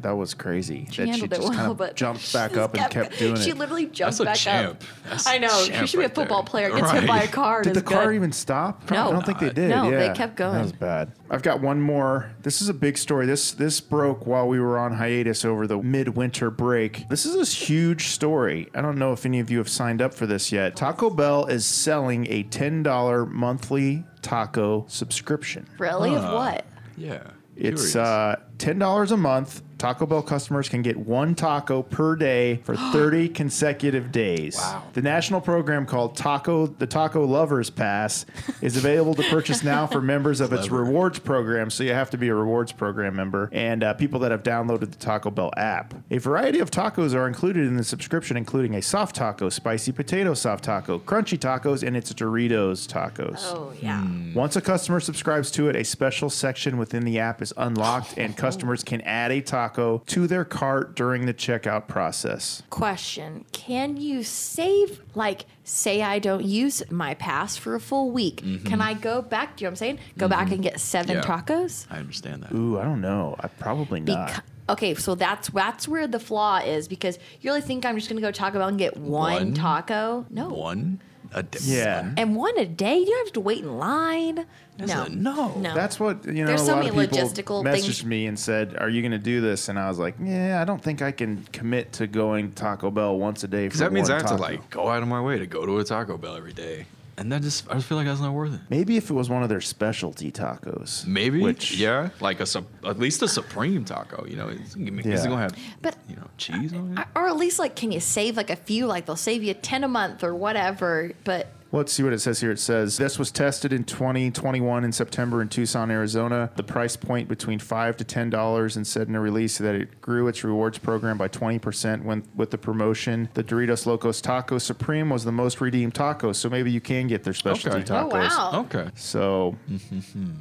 [SPEAKER 1] that was crazy.
[SPEAKER 3] She
[SPEAKER 1] that she
[SPEAKER 3] handled it
[SPEAKER 1] just
[SPEAKER 3] well,
[SPEAKER 1] kind of
[SPEAKER 3] but
[SPEAKER 1] jumped
[SPEAKER 3] she
[SPEAKER 1] back
[SPEAKER 3] just
[SPEAKER 1] up and kept doing
[SPEAKER 3] She
[SPEAKER 1] it.
[SPEAKER 3] literally jumped
[SPEAKER 4] That's a
[SPEAKER 3] back
[SPEAKER 4] champ.
[SPEAKER 3] up.
[SPEAKER 4] That's
[SPEAKER 3] I know.
[SPEAKER 4] champ
[SPEAKER 3] She should be a
[SPEAKER 4] right
[SPEAKER 3] football
[SPEAKER 4] there.
[SPEAKER 3] player. Gets hit
[SPEAKER 4] Right.
[SPEAKER 3] by a car. and
[SPEAKER 1] Did the
[SPEAKER 3] is
[SPEAKER 1] car
[SPEAKER 3] good.
[SPEAKER 1] even stop?
[SPEAKER 3] No.
[SPEAKER 1] I don't think they did.
[SPEAKER 3] No, they
[SPEAKER 1] yeah.
[SPEAKER 3] kept going.
[SPEAKER 1] That was bad. I've got one more. This is a big story. This this broke while we were on hiatus over the midwinter break. This is this huge story. I don't know if any of you have signed up for this yet. Taco Bell is selling a ten dollar monthly taco subscription.
[SPEAKER 3] Really? Of what?
[SPEAKER 4] Yeah.
[SPEAKER 1] It's
[SPEAKER 4] Curious.
[SPEAKER 1] uh, ten dollars a month. Taco Bell customers can get one taco per day for thirty consecutive days. Wow. The national program called Taco the Taco Lovers Pass is available to purchase now for members of its
[SPEAKER 4] Clever.
[SPEAKER 1] rewards program. So you have to be a rewards program member and uh, people that have downloaded the Taco Bell app. A variety of tacos are included in the subscription, including a soft taco, spicy potato soft taco, crunchy tacos, and its Doritos tacos.
[SPEAKER 3] Oh yeah.
[SPEAKER 1] Hmm. Once a customer subscribes to it, a special section within the app is unlocked and customers can add a taco to their cart during the checkout process.
[SPEAKER 3] Question Can you save, like, say I don't use my pass for a full week?
[SPEAKER 1] Mm-hmm.
[SPEAKER 3] Can I go back? Do you know what I'm saying? Go back and get seven
[SPEAKER 5] Yeah.
[SPEAKER 3] tacos?
[SPEAKER 5] I understand that.
[SPEAKER 1] Ooh, I don't know. I probably not.
[SPEAKER 3] Beca- okay, so that's that's where the flaw is because you really think I'm just gonna go Taco Bell and get one,
[SPEAKER 5] One?
[SPEAKER 3] taco? No,
[SPEAKER 5] One a day.
[SPEAKER 1] yeah.
[SPEAKER 3] and one a day. You don't have to wait in line. No,
[SPEAKER 5] Listen, no.
[SPEAKER 3] no.
[SPEAKER 1] That's what you know.
[SPEAKER 3] There's
[SPEAKER 1] a
[SPEAKER 3] so
[SPEAKER 1] lot
[SPEAKER 3] many
[SPEAKER 1] of people
[SPEAKER 3] logistical
[SPEAKER 1] messaged
[SPEAKER 3] things-
[SPEAKER 1] me and said, "Are you going to do this?" And I was like, "Yeah, I don't think I can commit to going to Taco Bell once a day." For
[SPEAKER 4] Because that means
[SPEAKER 1] one
[SPEAKER 4] I have
[SPEAKER 1] taco.
[SPEAKER 4] to like go out of my way to go to a Taco Bell every day, and that just I just feel like that's not worth it.
[SPEAKER 1] Maybe if it was one of their specialty tacos,
[SPEAKER 4] Maybe,
[SPEAKER 1] Which
[SPEAKER 4] yeah, like a sup- at least a supreme taco. You know, it's, gonna give me- is
[SPEAKER 1] Yeah.
[SPEAKER 4] it gonna have
[SPEAKER 3] But-
[SPEAKER 4] you know cheese on it?
[SPEAKER 3] I- or at least like can you save like a few? Like they'll save you ten a month or whatever. But
[SPEAKER 1] Let's see what it says here. It says this was tested in 2021 in September in Tucson, Arizona. The price point between five to ten dollars, and said in a release that it grew its rewards program by 20 percent when with the promotion. The Doritos Locos Taco Supreme was the most redeemed taco, so maybe you can get their specialty
[SPEAKER 4] Okay.
[SPEAKER 1] tacos.
[SPEAKER 3] oh wow,
[SPEAKER 4] Okay,
[SPEAKER 1] So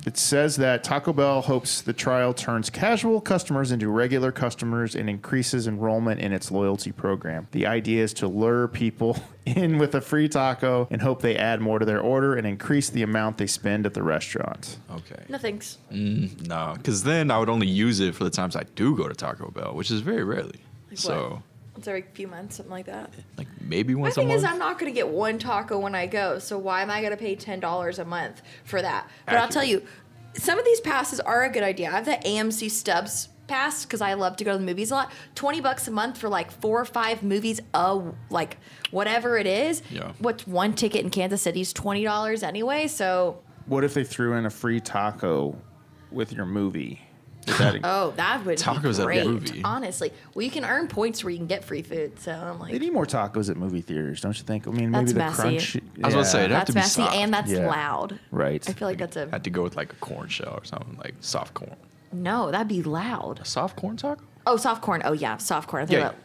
[SPEAKER 1] it says that Taco Bell hopes the trial turns casual customers into regular customers and increases enrollment in its loyalty program. The idea is to lure people in with a free taco and hope they add more to their order and increase the amount they spend at the restaurant.
[SPEAKER 4] okay,
[SPEAKER 3] no thanks.
[SPEAKER 4] no, because then I would only use it for the times I do go to Taco Bell, which is very rarely. so,
[SPEAKER 3] It's every few months, something like that.
[SPEAKER 4] like maybe
[SPEAKER 3] My
[SPEAKER 4] once a
[SPEAKER 3] thing
[SPEAKER 4] month.
[SPEAKER 3] is, I'm not going to get one taco when I go, so why am I going to pay $10 a month for that? But I'll
[SPEAKER 4] Accurate.
[SPEAKER 3] tell you, some of these passes are a good idea. I have that AMC Stubbs pass because I love to go to the movies a lot. 20 bucks a month for like four or five movies, uh, like whatever it is.
[SPEAKER 4] Yeah.
[SPEAKER 3] What's one ticket in Kansas City is $20 anyway, so
[SPEAKER 1] What if they threw in a free taco with your movie? Would that-
[SPEAKER 3] oh, that would
[SPEAKER 4] Tacos at
[SPEAKER 3] be
[SPEAKER 4] the
[SPEAKER 3] great.
[SPEAKER 4] movie.
[SPEAKER 3] Honestly, well, you can earn points where you can get free food, so I'm like,
[SPEAKER 1] they need more tacos at movie theaters, don't you think? I mean, maybe
[SPEAKER 3] That's
[SPEAKER 1] the
[SPEAKER 3] messy.
[SPEAKER 1] crunch.
[SPEAKER 4] I was about to
[SPEAKER 1] Yeah.
[SPEAKER 4] say, have
[SPEAKER 3] that's
[SPEAKER 4] to be
[SPEAKER 3] messy
[SPEAKER 4] soft.
[SPEAKER 3] and that's
[SPEAKER 1] Yeah.
[SPEAKER 3] loud.
[SPEAKER 1] Right.
[SPEAKER 3] I feel like that's a
[SPEAKER 4] had to go with like a corn shell or something, like soft corn,
[SPEAKER 3] no. That'd be loud.
[SPEAKER 4] a soft corn taco.
[SPEAKER 3] Oh, soft corn. Oh yeah, soft corn. I think
[SPEAKER 4] Yeah.
[SPEAKER 3] about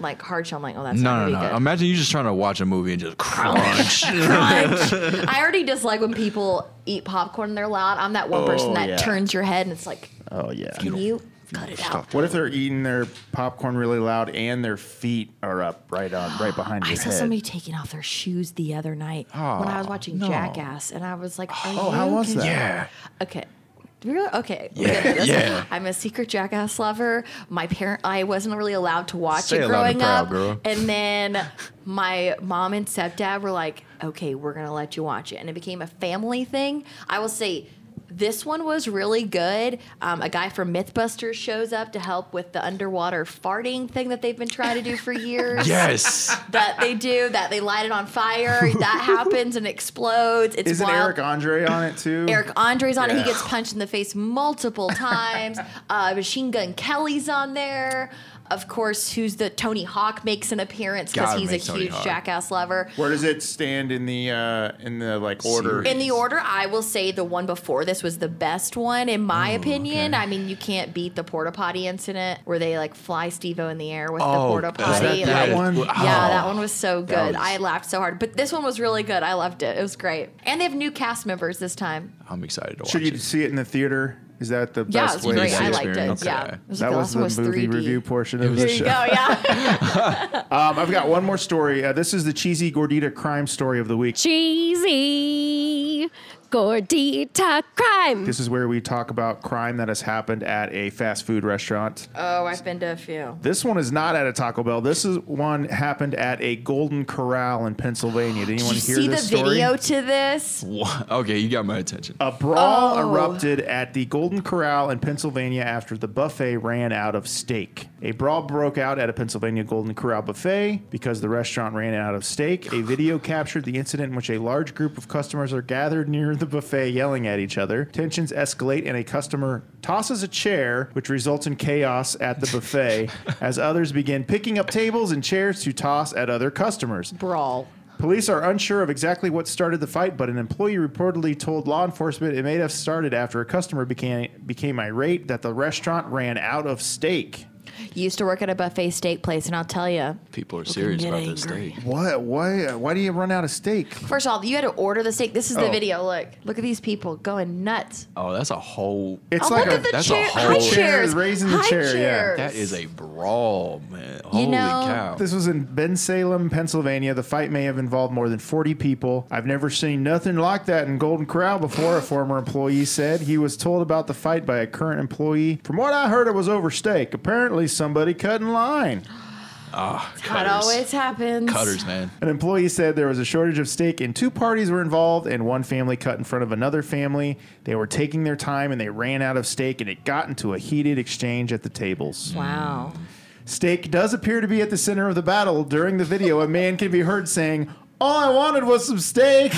[SPEAKER 3] like hard shell. I'm like, oh, that's
[SPEAKER 4] No,
[SPEAKER 3] not
[SPEAKER 4] no,
[SPEAKER 3] gonna
[SPEAKER 4] no.
[SPEAKER 3] be
[SPEAKER 4] Imagine you just trying to watch a movie and just crunch.
[SPEAKER 3] good. Crunch. I already dislike when people eat popcorn and they're loud. I'm that one person
[SPEAKER 1] Oh,
[SPEAKER 3] that
[SPEAKER 1] yeah.
[SPEAKER 3] turns your head and it's like,
[SPEAKER 1] Oh yeah.
[SPEAKER 3] can you cut it out?
[SPEAKER 1] What if they're eating their popcorn really loud and their feet are up right on right behind
[SPEAKER 3] I
[SPEAKER 1] your
[SPEAKER 3] saw
[SPEAKER 1] head?
[SPEAKER 3] somebody taking off their shoes the other night when I was watching
[SPEAKER 4] no.
[SPEAKER 3] Jackass, and I was like, Are
[SPEAKER 1] Oh,
[SPEAKER 3] you
[SPEAKER 1] how was
[SPEAKER 3] kidding-
[SPEAKER 1] that?
[SPEAKER 4] yeah.
[SPEAKER 3] Okay. Really? Okay.
[SPEAKER 4] Yeah, yeah.
[SPEAKER 3] I'm a secret jackass lover. My parent, I wasn't really allowed to watch
[SPEAKER 4] Say
[SPEAKER 3] it
[SPEAKER 4] it loud
[SPEAKER 3] growing
[SPEAKER 4] and proud,
[SPEAKER 3] up.
[SPEAKER 4] girl.
[SPEAKER 3] And then my mom and stepdad were like, "Okay, we're gonna let you watch it," and it became a family thing. I will say. This one was really good. Um, a guy from MythBusters shows up to help with the underwater farting thing that they've been trying to do for years.
[SPEAKER 4] Yes.
[SPEAKER 3] That they do, that they light it on fire, that happens and explodes. It's
[SPEAKER 1] Isn't
[SPEAKER 3] wild.
[SPEAKER 1] Eric Andre on it too?
[SPEAKER 3] Eric Andre's on it. He
[SPEAKER 1] Yeah.
[SPEAKER 3] gets punched in the face multiple times. uh, Machine Gun Kelly's on there. Of course, who's the Tony Hawk makes an appearance because
[SPEAKER 4] Gotta
[SPEAKER 3] he's a
[SPEAKER 4] make Tony
[SPEAKER 3] huge
[SPEAKER 4] Hawk.
[SPEAKER 3] jackass lover.
[SPEAKER 1] Where does it stand in the uh, in the like order?
[SPEAKER 4] Series.
[SPEAKER 3] In the order, I will say the one before this was the best one, in my opinion. I mean, you can't beat the porta potty incident where they like fly Steve O in the air with
[SPEAKER 5] Oh,
[SPEAKER 3] the porta
[SPEAKER 1] Oh, that
[SPEAKER 3] potty.
[SPEAKER 1] that
[SPEAKER 3] like,
[SPEAKER 1] one?
[SPEAKER 3] Yeah, that one was so good.
[SPEAKER 1] was-
[SPEAKER 3] I laughed so hard. But this one was really good. I loved it. It was great. And they have new cast members this time.
[SPEAKER 4] I'm excited to watch
[SPEAKER 1] Should you
[SPEAKER 4] it.
[SPEAKER 1] see it in the theater? Is that the
[SPEAKER 3] Yeah, it
[SPEAKER 1] best
[SPEAKER 3] was
[SPEAKER 1] way
[SPEAKER 3] great.
[SPEAKER 1] to see
[SPEAKER 3] I
[SPEAKER 1] it?
[SPEAKER 3] liked it.
[SPEAKER 4] experience.
[SPEAKER 3] Yeah.
[SPEAKER 4] Okay.
[SPEAKER 3] It was
[SPEAKER 1] that was
[SPEAKER 3] the last
[SPEAKER 1] the
[SPEAKER 3] one was
[SPEAKER 1] movie
[SPEAKER 3] 3D.
[SPEAKER 1] review portion of
[SPEAKER 3] There
[SPEAKER 1] the
[SPEAKER 3] you
[SPEAKER 1] show.
[SPEAKER 3] go. Yeah.
[SPEAKER 1] Um, I've got one more story. Uh, this is the cheesy gordita crime story of the week.
[SPEAKER 6] cheesy gordita crime.
[SPEAKER 1] This is where we talk about crime that has happened at a fast food restaurant.
[SPEAKER 3] oh, I've been to a few.
[SPEAKER 1] This one is not at a Taco Bell. This is one happened at a Golden Corral in Pennsylvania. Did anyone
[SPEAKER 3] Did you
[SPEAKER 1] hear
[SPEAKER 3] see the
[SPEAKER 1] this story?
[SPEAKER 3] video to this?
[SPEAKER 4] What? Okay, you got my attention.
[SPEAKER 1] A brawl
[SPEAKER 3] Oh.
[SPEAKER 1] erupted at the Golden Corral in Pennsylvania after the buffet ran out of steak. A brawl broke out at a Pennsylvania Golden Corral buffet because the restaurant ran out of steak. A video captured the incident in which a large group of customers are gathered near the buffet yelling at each other. Tensions escalate and a customer tosses a chair, which results in chaos at the buffet as others begin picking up tables and chairs to toss at other customers.
[SPEAKER 3] Brawl.
[SPEAKER 1] Police are unsure of exactly what started the fight, but an employee reportedly told law enforcement it may have started after a customer became became irate that the restaurant ran out of steak.
[SPEAKER 3] used to work at a buffet steak place, and I'll tell you,
[SPEAKER 5] People are serious
[SPEAKER 3] get
[SPEAKER 5] about this
[SPEAKER 3] angry.
[SPEAKER 5] steak.
[SPEAKER 1] What? Why? Why do you run out of steak?
[SPEAKER 3] first of all, you had to order the steak. This is the
[SPEAKER 1] Oh.
[SPEAKER 3] video. Look, look at these people going nuts.
[SPEAKER 5] Oh, that's a whole.
[SPEAKER 1] It's
[SPEAKER 3] oh,
[SPEAKER 1] like
[SPEAKER 3] look
[SPEAKER 1] a
[SPEAKER 3] at the
[SPEAKER 5] that's a
[SPEAKER 3] chair,
[SPEAKER 5] whole-
[SPEAKER 3] high
[SPEAKER 5] Chair,
[SPEAKER 3] chairs,
[SPEAKER 1] raising the
[SPEAKER 3] high
[SPEAKER 1] chair, yeah.
[SPEAKER 3] chairs.
[SPEAKER 5] That is a brawl, man. Holy
[SPEAKER 3] know-
[SPEAKER 5] cow.
[SPEAKER 1] This was in Ben Salem, Pennsylvania. The fight may have involved more than 40 people. I've never seen nothing like that in Golden Corral before, a former employee said. He was told about the fight by a current employee. From what I heard, it was over steak. Apparently, somebody cut in line.
[SPEAKER 3] That always happens.
[SPEAKER 5] Ah, Cutters, man.
[SPEAKER 1] An employee said there was a shortage of steak and two parties were involved, and one family cut in front of another family. They were taking their time and they ran out of steak, and it got into a heated exchange at the tables.
[SPEAKER 3] Wow.
[SPEAKER 1] Steak does appear to be at the center of the battle. During the video, a man can be heard saying, All I wanted was some steak.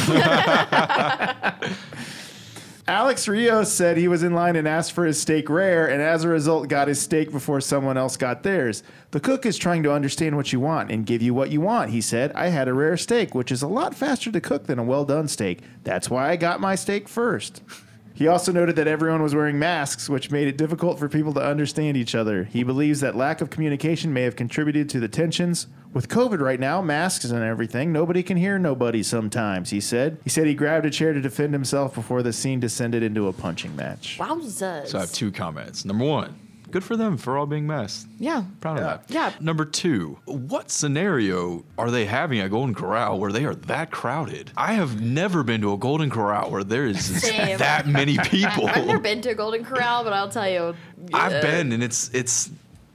[SPEAKER 1] Alex Rios said he was in line and asked for his steak rare, and as a result, got his steak before someone else got theirs. The cook is trying to understand what you want and give you what you want, he said. I had a rare steak, which is a lot faster to cook than a well done steak. That's why I got my steak first. He also noted that everyone was wearing masks, which made it difficult for people to understand each other. He believes that lack of communication may have contributed to the tensions. With COVID right now, masks and everything, nobody can hear nobody sometimes, he said. He said he grabbed a chair to defend himself before the scene descended into a punching match.
[SPEAKER 3] Wowzers.
[SPEAKER 5] So I have two comments. Number one, good for them for all being masked.
[SPEAKER 3] Yeah.
[SPEAKER 5] Proud of that.
[SPEAKER 3] Yeah.
[SPEAKER 5] Number two, what scenario are they having at Golden Corral where they are that crowded? I have never been to a Golden Corral where there is
[SPEAKER 3] Same.
[SPEAKER 5] that many people.
[SPEAKER 3] I've never been to a Golden Corral, but I'll tell you.
[SPEAKER 5] I've been, and it's it's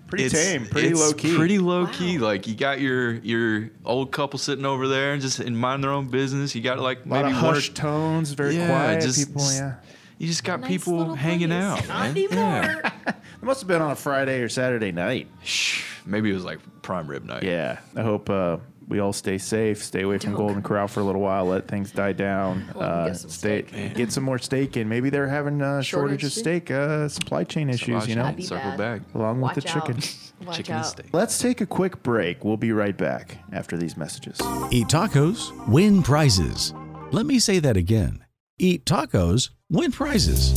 [SPEAKER 1] Pretty
[SPEAKER 5] it's-
[SPEAKER 1] tame, pretty
[SPEAKER 5] it's
[SPEAKER 1] low-key.
[SPEAKER 5] Pretty low key. Like you got your your old couple sitting over there and just and mind their own business. You got like
[SPEAKER 1] A lot
[SPEAKER 5] maybe
[SPEAKER 1] of
[SPEAKER 5] one or-
[SPEAKER 1] hushed tones, very
[SPEAKER 5] Yeah,
[SPEAKER 1] quiet
[SPEAKER 5] just-
[SPEAKER 1] people,
[SPEAKER 5] just-
[SPEAKER 1] yeah.
[SPEAKER 5] You just got
[SPEAKER 3] Nice
[SPEAKER 5] people
[SPEAKER 3] little
[SPEAKER 5] hanging
[SPEAKER 3] place.
[SPEAKER 5] out.
[SPEAKER 3] Not
[SPEAKER 5] man. Yeah.
[SPEAKER 3] anymore.
[SPEAKER 1] It must have been on a Friday or Saturday night.
[SPEAKER 5] Shh. Maybe it was like prime rib night.
[SPEAKER 1] Yeah. I hope uh, we all stay safe, stay away from Golden Corral for a little while, let things die down. Uh,
[SPEAKER 3] get some
[SPEAKER 1] stay, get some more steak in. Maybe they're having a shortage,
[SPEAKER 3] Shortage
[SPEAKER 1] of steak, uh, supply chain issues,
[SPEAKER 5] Supply
[SPEAKER 1] you know?
[SPEAKER 5] chain.
[SPEAKER 3] Be
[SPEAKER 5] Circle
[SPEAKER 3] bad.
[SPEAKER 5] back.
[SPEAKER 1] Along with
[SPEAKER 3] Watch
[SPEAKER 1] the chicken.
[SPEAKER 3] Out. Watch
[SPEAKER 5] Chicken
[SPEAKER 3] out.
[SPEAKER 5] and steak.
[SPEAKER 1] Let's take a quick break. We'll be right back after these messages.
[SPEAKER 7] Eat tacos, win prizes. Let me say that again. Eat tacos, win prizes.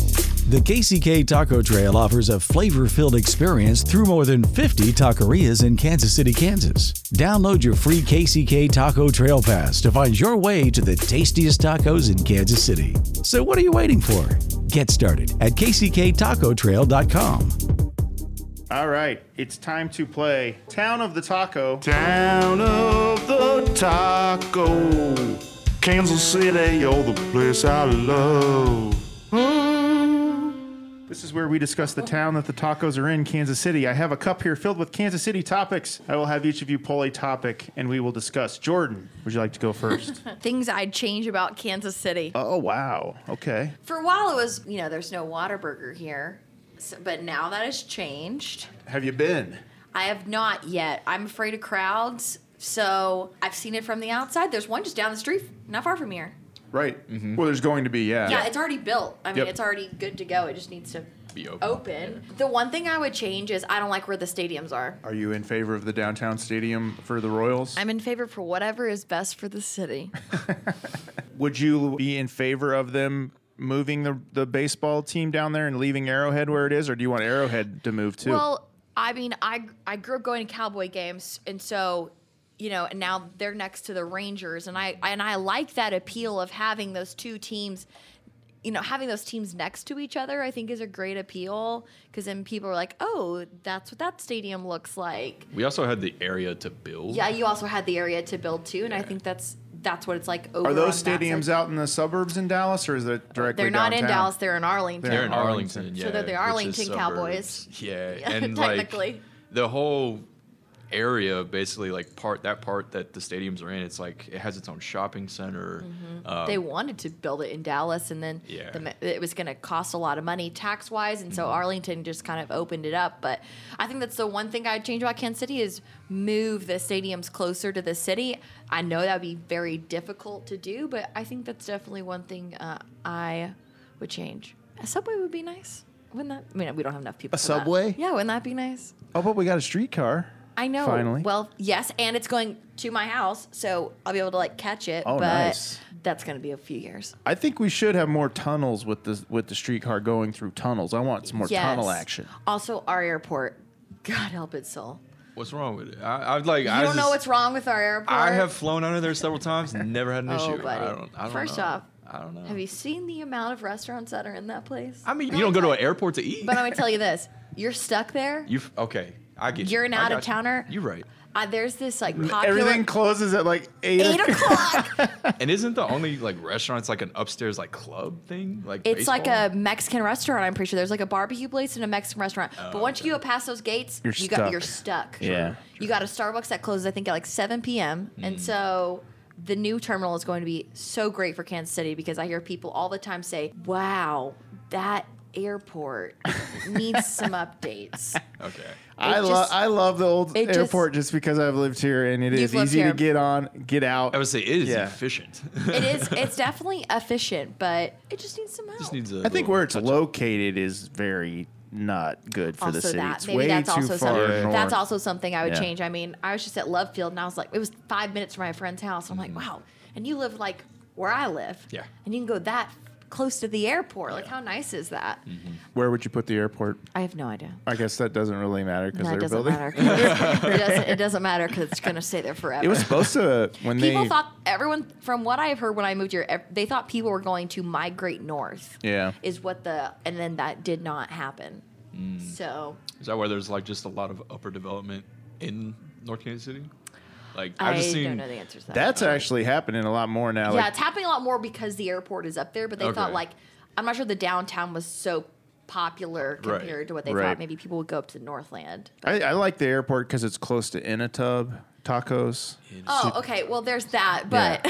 [SPEAKER 7] The KCK Taco Trail offers a flavor filled experience through more than 50 taquerias in Kansas City, Kansas. Download your free KCK Taco Trail Pass to find your way to the tastiest tacos in Kansas City. So, what are you waiting for? Get started at kcktacotrail.com.
[SPEAKER 1] All right, it's time to play Town of the Taco.
[SPEAKER 8] Town of the Taco. Kansas City, you're the place I love.
[SPEAKER 1] This is where we discuss the town that the tacos are in, Kansas City. I have a cup here filled with Kansas City topics. I will have each of you pull a topic and we will discuss. Jordan, would you like to go first?
[SPEAKER 3] Things I'd change about Kansas City.
[SPEAKER 1] oh, wow. Okay.
[SPEAKER 3] For a while, it was, you know, there's no Whataburger here. So, but now that has changed.
[SPEAKER 1] Have you been?
[SPEAKER 3] I have not yet. I'm afraid of crowds. So I've seen it from the outside. There's one just down the street, not far from here.
[SPEAKER 1] Right. Well, there's going to be, yeah.
[SPEAKER 3] Yeah, it's already built. I mean,
[SPEAKER 1] Yep.
[SPEAKER 3] it's already good to go. It just needs to
[SPEAKER 5] Be open.
[SPEAKER 3] open. The one thing I would change is I don't like where the stadiums are.
[SPEAKER 1] Are you in favor of the downtown stadium for the Royals?
[SPEAKER 3] I'm in favor for whatever is best for the city.
[SPEAKER 1] Would you be in favor of them moving the, the baseball team down there and leaving Arrowhead where it is, or do you want Arrowhead to move too?
[SPEAKER 3] Well, I mean, I I grew up going to cowboy games, and so you know, and now they're next to the Rangers, and I and I like that appeal of having those two teams. You know, having those teams next to each other, I think, is a great appeal because then people are like, "Oh, that's what that stadium looks like."
[SPEAKER 5] We also had the area to build.
[SPEAKER 3] Yeah, you also had the area to build too, and I think that's that's what it's like. Over
[SPEAKER 1] Are those
[SPEAKER 3] on that side.
[SPEAKER 1] stadiums out in the suburbs in Dallas, or is it directly
[SPEAKER 3] They're not in
[SPEAKER 1] downtown?
[SPEAKER 3] Dallas; they're in Arlington.
[SPEAKER 5] They're in
[SPEAKER 1] Arlington.
[SPEAKER 5] Arlington.
[SPEAKER 3] So
[SPEAKER 5] yeah.
[SPEAKER 3] they're the
[SPEAKER 5] which is
[SPEAKER 3] Arlington
[SPEAKER 5] suburbs.
[SPEAKER 3] Cowboys.
[SPEAKER 5] Yeah.
[SPEAKER 3] Yeah,
[SPEAKER 5] and like
[SPEAKER 3] technically.
[SPEAKER 5] the whole area basically like part that part that the stadiums are in it's like it has its own shopping center
[SPEAKER 4] Uh,
[SPEAKER 1] Oh.
[SPEAKER 3] they wanted to build it in Dallas, and then
[SPEAKER 5] Yeah.
[SPEAKER 3] the, ma- it was going to cost a lot of money tax wise, and so
[SPEAKER 1] Mm-hmm.
[SPEAKER 3] Arlington just kind of opened it up. But I think that's the one thing I'd change about Kansas City is move the stadiums closer to the city. I know that would be very difficult to do, but I think that's definitely one thing uh, I would change. A subway would be nice, wouldn't that? I mean, we don't have enough people. A
[SPEAKER 1] subway?
[SPEAKER 3] Yeah, wouldn't that be nice?
[SPEAKER 1] Oh, but we got a streetcar.
[SPEAKER 3] I know.
[SPEAKER 1] Finally.
[SPEAKER 3] Well, yes, and it's going to my house, so I'll be able to like catch it.
[SPEAKER 1] Oh,
[SPEAKER 3] but
[SPEAKER 1] nice.
[SPEAKER 3] that's going to be a few years.
[SPEAKER 1] I think we should have more tunnels with the with the streetcar going through tunnels. I want some more tunnel
[SPEAKER 3] Yes.
[SPEAKER 1] action.
[SPEAKER 3] Also, our airport. God help its soul.
[SPEAKER 4] What's wrong with it? I, I've like.
[SPEAKER 3] You
[SPEAKER 4] I
[SPEAKER 3] don't
[SPEAKER 4] just,
[SPEAKER 3] know what's wrong with our airport.
[SPEAKER 4] I have flown under there several times. Never had an
[SPEAKER 3] Oh,
[SPEAKER 4] issue.
[SPEAKER 3] buddy.
[SPEAKER 4] I don't, I don't
[SPEAKER 3] First
[SPEAKER 4] know.
[SPEAKER 3] off,
[SPEAKER 4] I don't know.
[SPEAKER 3] Have you seen the amount of restaurants that are in that place?
[SPEAKER 4] I mean, you don't go to an airport to eat.
[SPEAKER 3] But uh, I'm gonna tell you this: you're stuck there.
[SPEAKER 4] You've okay. I get.
[SPEAKER 3] You're an
[SPEAKER 4] you. I got you.
[SPEAKER 3] out-of-towner.
[SPEAKER 4] You're right.
[SPEAKER 3] Uh, there's this like popular
[SPEAKER 1] Everything closes at like eight,
[SPEAKER 3] eight
[SPEAKER 1] o'clock.
[SPEAKER 3] o'clock.
[SPEAKER 4] And isn't the only like restaurants like an upstairs like club thing? Like
[SPEAKER 3] It's like
[SPEAKER 4] baseball?
[SPEAKER 3] a Mexican restaurant. I'm pretty sure there's like a barbecue place and a Mexican restaurant.
[SPEAKER 4] Oh,
[SPEAKER 3] but once you go past those gates,
[SPEAKER 1] You're
[SPEAKER 3] you
[SPEAKER 1] stuck.
[SPEAKER 3] got you're stuck.
[SPEAKER 1] Yeah.
[SPEAKER 3] You got a Starbucks that closes I think at like 7 p.m.
[SPEAKER 4] Mm.
[SPEAKER 3] And so the new terminal is going to be so great for Kansas City because I hear people all the time say, "Wow, that airport needs some updates."
[SPEAKER 4] Okay.
[SPEAKER 1] I
[SPEAKER 3] It
[SPEAKER 1] love
[SPEAKER 3] just-
[SPEAKER 1] I love the old
[SPEAKER 3] it just-
[SPEAKER 1] airport just, because I've lived here and it is
[SPEAKER 3] You've lived
[SPEAKER 1] easy to
[SPEAKER 3] here.
[SPEAKER 1] get on, get out.
[SPEAKER 4] I would say it is
[SPEAKER 1] Yeah.
[SPEAKER 4] efficient.
[SPEAKER 3] It is. It's definitely efficient, but it just needs some help.
[SPEAKER 4] Just needs a
[SPEAKER 1] I think
[SPEAKER 4] little
[SPEAKER 1] where it's
[SPEAKER 4] touch-up.
[SPEAKER 1] located is very not good for the
[SPEAKER 3] also
[SPEAKER 1] city.
[SPEAKER 3] that
[SPEAKER 1] It's
[SPEAKER 3] maybe
[SPEAKER 1] way
[SPEAKER 3] that's
[SPEAKER 1] too
[SPEAKER 3] also
[SPEAKER 1] far
[SPEAKER 3] something
[SPEAKER 1] north.
[SPEAKER 3] that's also something I would
[SPEAKER 1] Yeah.
[SPEAKER 3] change. I mean, I was just at Lovefield and I was like, it was five minutes from my friend's house. I'm like,
[SPEAKER 1] Mm-hmm.
[SPEAKER 3] wow, and you live like where I live,
[SPEAKER 4] Yeah.
[SPEAKER 3] and you can go that close to the airport. Like, how nice is that?
[SPEAKER 1] Mm. Where would you put the airport?
[SPEAKER 3] I have no idea.
[SPEAKER 1] I guess that doesn't really matter because
[SPEAKER 3] No, it
[SPEAKER 1] they're
[SPEAKER 3] doesn't
[SPEAKER 1] building.
[SPEAKER 3] matter. 'cause it's- it, doesn't, it doesn't matter because it's gonna stay there forever.
[SPEAKER 1] It was supposed to when
[SPEAKER 3] people
[SPEAKER 1] they
[SPEAKER 3] thought everyone from what I've heard when I moved here, ev- they thought people were going to migrate north.
[SPEAKER 1] Yeah.
[SPEAKER 3] is what the and then that did not happen.
[SPEAKER 1] Mm.
[SPEAKER 3] So
[SPEAKER 4] Is that where there's like just a lot of upper development in North Kansas City? Like I've just
[SPEAKER 3] I
[SPEAKER 4] seen.
[SPEAKER 3] don't know the answer to that.
[SPEAKER 1] that's actually happening a lot more now.
[SPEAKER 3] yeah,
[SPEAKER 1] like,
[SPEAKER 3] it's happening a lot more because the airport is up there. But they thought
[SPEAKER 4] Okay.
[SPEAKER 3] like I'm not sure the downtown was so popular
[SPEAKER 4] Right.
[SPEAKER 3] compared to what they
[SPEAKER 1] Right.
[SPEAKER 3] thought. Maybe people would go up to Northland.
[SPEAKER 1] I, I like the airport because it's close to Inatub tacos.
[SPEAKER 3] Oh, okay. Well, there's that. But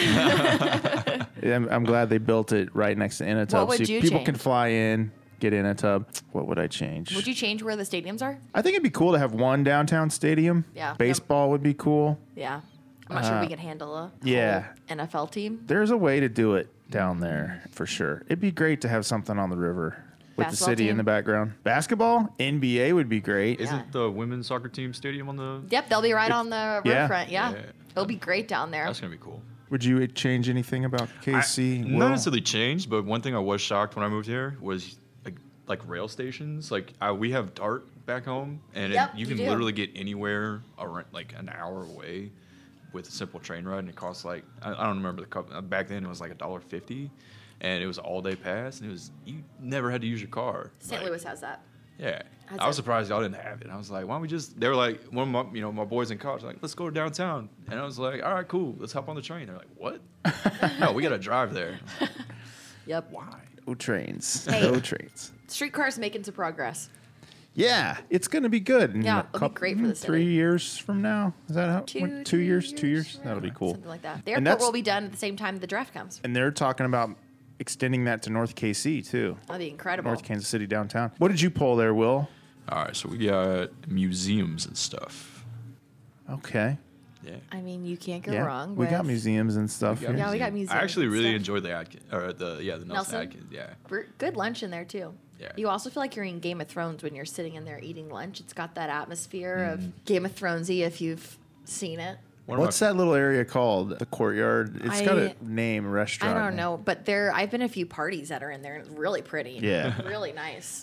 [SPEAKER 1] I'm, I'm glad they built it right next to Inatub.
[SPEAKER 3] What would
[SPEAKER 1] so
[SPEAKER 3] you
[SPEAKER 1] people
[SPEAKER 3] change?
[SPEAKER 1] can fly in, get in a tub. What would I change?
[SPEAKER 3] would you change where the stadiums are?
[SPEAKER 1] I think it'd be cool to have one downtown stadium.
[SPEAKER 3] Yeah.
[SPEAKER 1] Baseball would be cool.
[SPEAKER 3] Yeah, I'm not sure we could handle a
[SPEAKER 1] Uh, yeah.
[SPEAKER 3] whole NFL team.
[SPEAKER 1] There's a way to do it down there for sure. It'd be great to have something on the river with
[SPEAKER 3] Basketball
[SPEAKER 1] the city in
[SPEAKER 3] team?
[SPEAKER 1] the background. Basketball, NBA would be great.
[SPEAKER 4] Isn't
[SPEAKER 3] Yeah.
[SPEAKER 4] the women's soccer team stadium on the?
[SPEAKER 3] Yep, they'll be right on the
[SPEAKER 1] Yeah.
[SPEAKER 3] riverfront. Yeah.
[SPEAKER 4] Yeah.
[SPEAKER 3] it'll be great down there.
[SPEAKER 4] That's gonna be cool.
[SPEAKER 1] Would you change anything about KC?
[SPEAKER 4] Not
[SPEAKER 1] Will?
[SPEAKER 4] necessarily changed, but one thing I was shocked when I moved here was like, like rail stations. Like I, we have Dart back home, and it-
[SPEAKER 3] Yep,
[SPEAKER 4] you
[SPEAKER 3] you
[SPEAKER 4] can
[SPEAKER 3] do.
[SPEAKER 4] literally get anywhere around like an hour away with a simple train ride, and it costs like I, I don't remember the couple, back then it was like a dollar fifty, and it was all day pass, and it was you never had to use your car.
[SPEAKER 3] St.
[SPEAKER 4] Like,
[SPEAKER 3] Louis has that.
[SPEAKER 4] Yeah.
[SPEAKER 3] That's
[SPEAKER 4] I was
[SPEAKER 3] it.
[SPEAKER 4] surprised y'all didn't have it. I was like, why don't we just? They were like, one of my, you know, my boys in college, like, let's go downtown. And I was like, all right, cool, let's hop on the train. They're like, what? no, we gotta drive there.
[SPEAKER 3] Yep,
[SPEAKER 4] Why?
[SPEAKER 1] No trains.
[SPEAKER 3] Hey.
[SPEAKER 1] No trains.
[SPEAKER 3] streetcars making some progress.
[SPEAKER 1] Yeah, it's gonna be good. in
[SPEAKER 3] Yeah,
[SPEAKER 1] a
[SPEAKER 3] it'll be
[SPEAKER 1] coup-
[SPEAKER 3] great for the
[SPEAKER 1] mm, Three
[SPEAKER 3] city.
[SPEAKER 1] years from now, is that how?
[SPEAKER 3] Two,
[SPEAKER 1] when-
[SPEAKER 3] three
[SPEAKER 1] years, two
[SPEAKER 3] years
[SPEAKER 1] years.
[SPEAKER 3] from
[SPEAKER 1] That'll be cool.
[SPEAKER 3] Something like that. The
[SPEAKER 1] And
[SPEAKER 3] airport
[SPEAKER 1] that's-
[SPEAKER 3] will be done at the same time the draft comes.
[SPEAKER 1] And they're talking about extending that to North KC too,
[SPEAKER 3] That'd be incredible.
[SPEAKER 1] North Kansas City downtown. What did you pull there, Will?
[SPEAKER 4] All right, so we got museums and stuff.
[SPEAKER 1] Okay,
[SPEAKER 4] Yeah.
[SPEAKER 3] I mean, you can't go
[SPEAKER 1] yeah,
[SPEAKER 3] wrong.
[SPEAKER 1] we got
[SPEAKER 3] with-
[SPEAKER 1] museums and stuff. here.
[SPEAKER 3] Yeah, we got
[SPEAKER 4] I
[SPEAKER 3] museums.
[SPEAKER 4] actually
[SPEAKER 3] and
[SPEAKER 4] really
[SPEAKER 3] stuff.
[SPEAKER 4] enjoyed the Atkins, or the yeah, the Nelson,
[SPEAKER 3] Nelson?
[SPEAKER 4] Atkins. Yeah.
[SPEAKER 3] Br- Good lunch in there too.
[SPEAKER 4] Yeah.
[SPEAKER 3] You also feel like you're in Game of Thrones when you're sitting in there eating lunch. It's got that atmosphere
[SPEAKER 1] Mm-hmm.
[SPEAKER 3] of Game of Thronesy if you've seen it.
[SPEAKER 4] One of
[SPEAKER 1] What's
[SPEAKER 4] my-
[SPEAKER 1] that little area called? The courtyard. It's got a
[SPEAKER 3] I-
[SPEAKER 1] name.
[SPEAKER 3] I
[SPEAKER 1] Restaurant.
[SPEAKER 3] don't know, but there I've been a few parties that are in there. and It's really pretty.
[SPEAKER 1] Yeah.
[SPEAKER 3] really nice.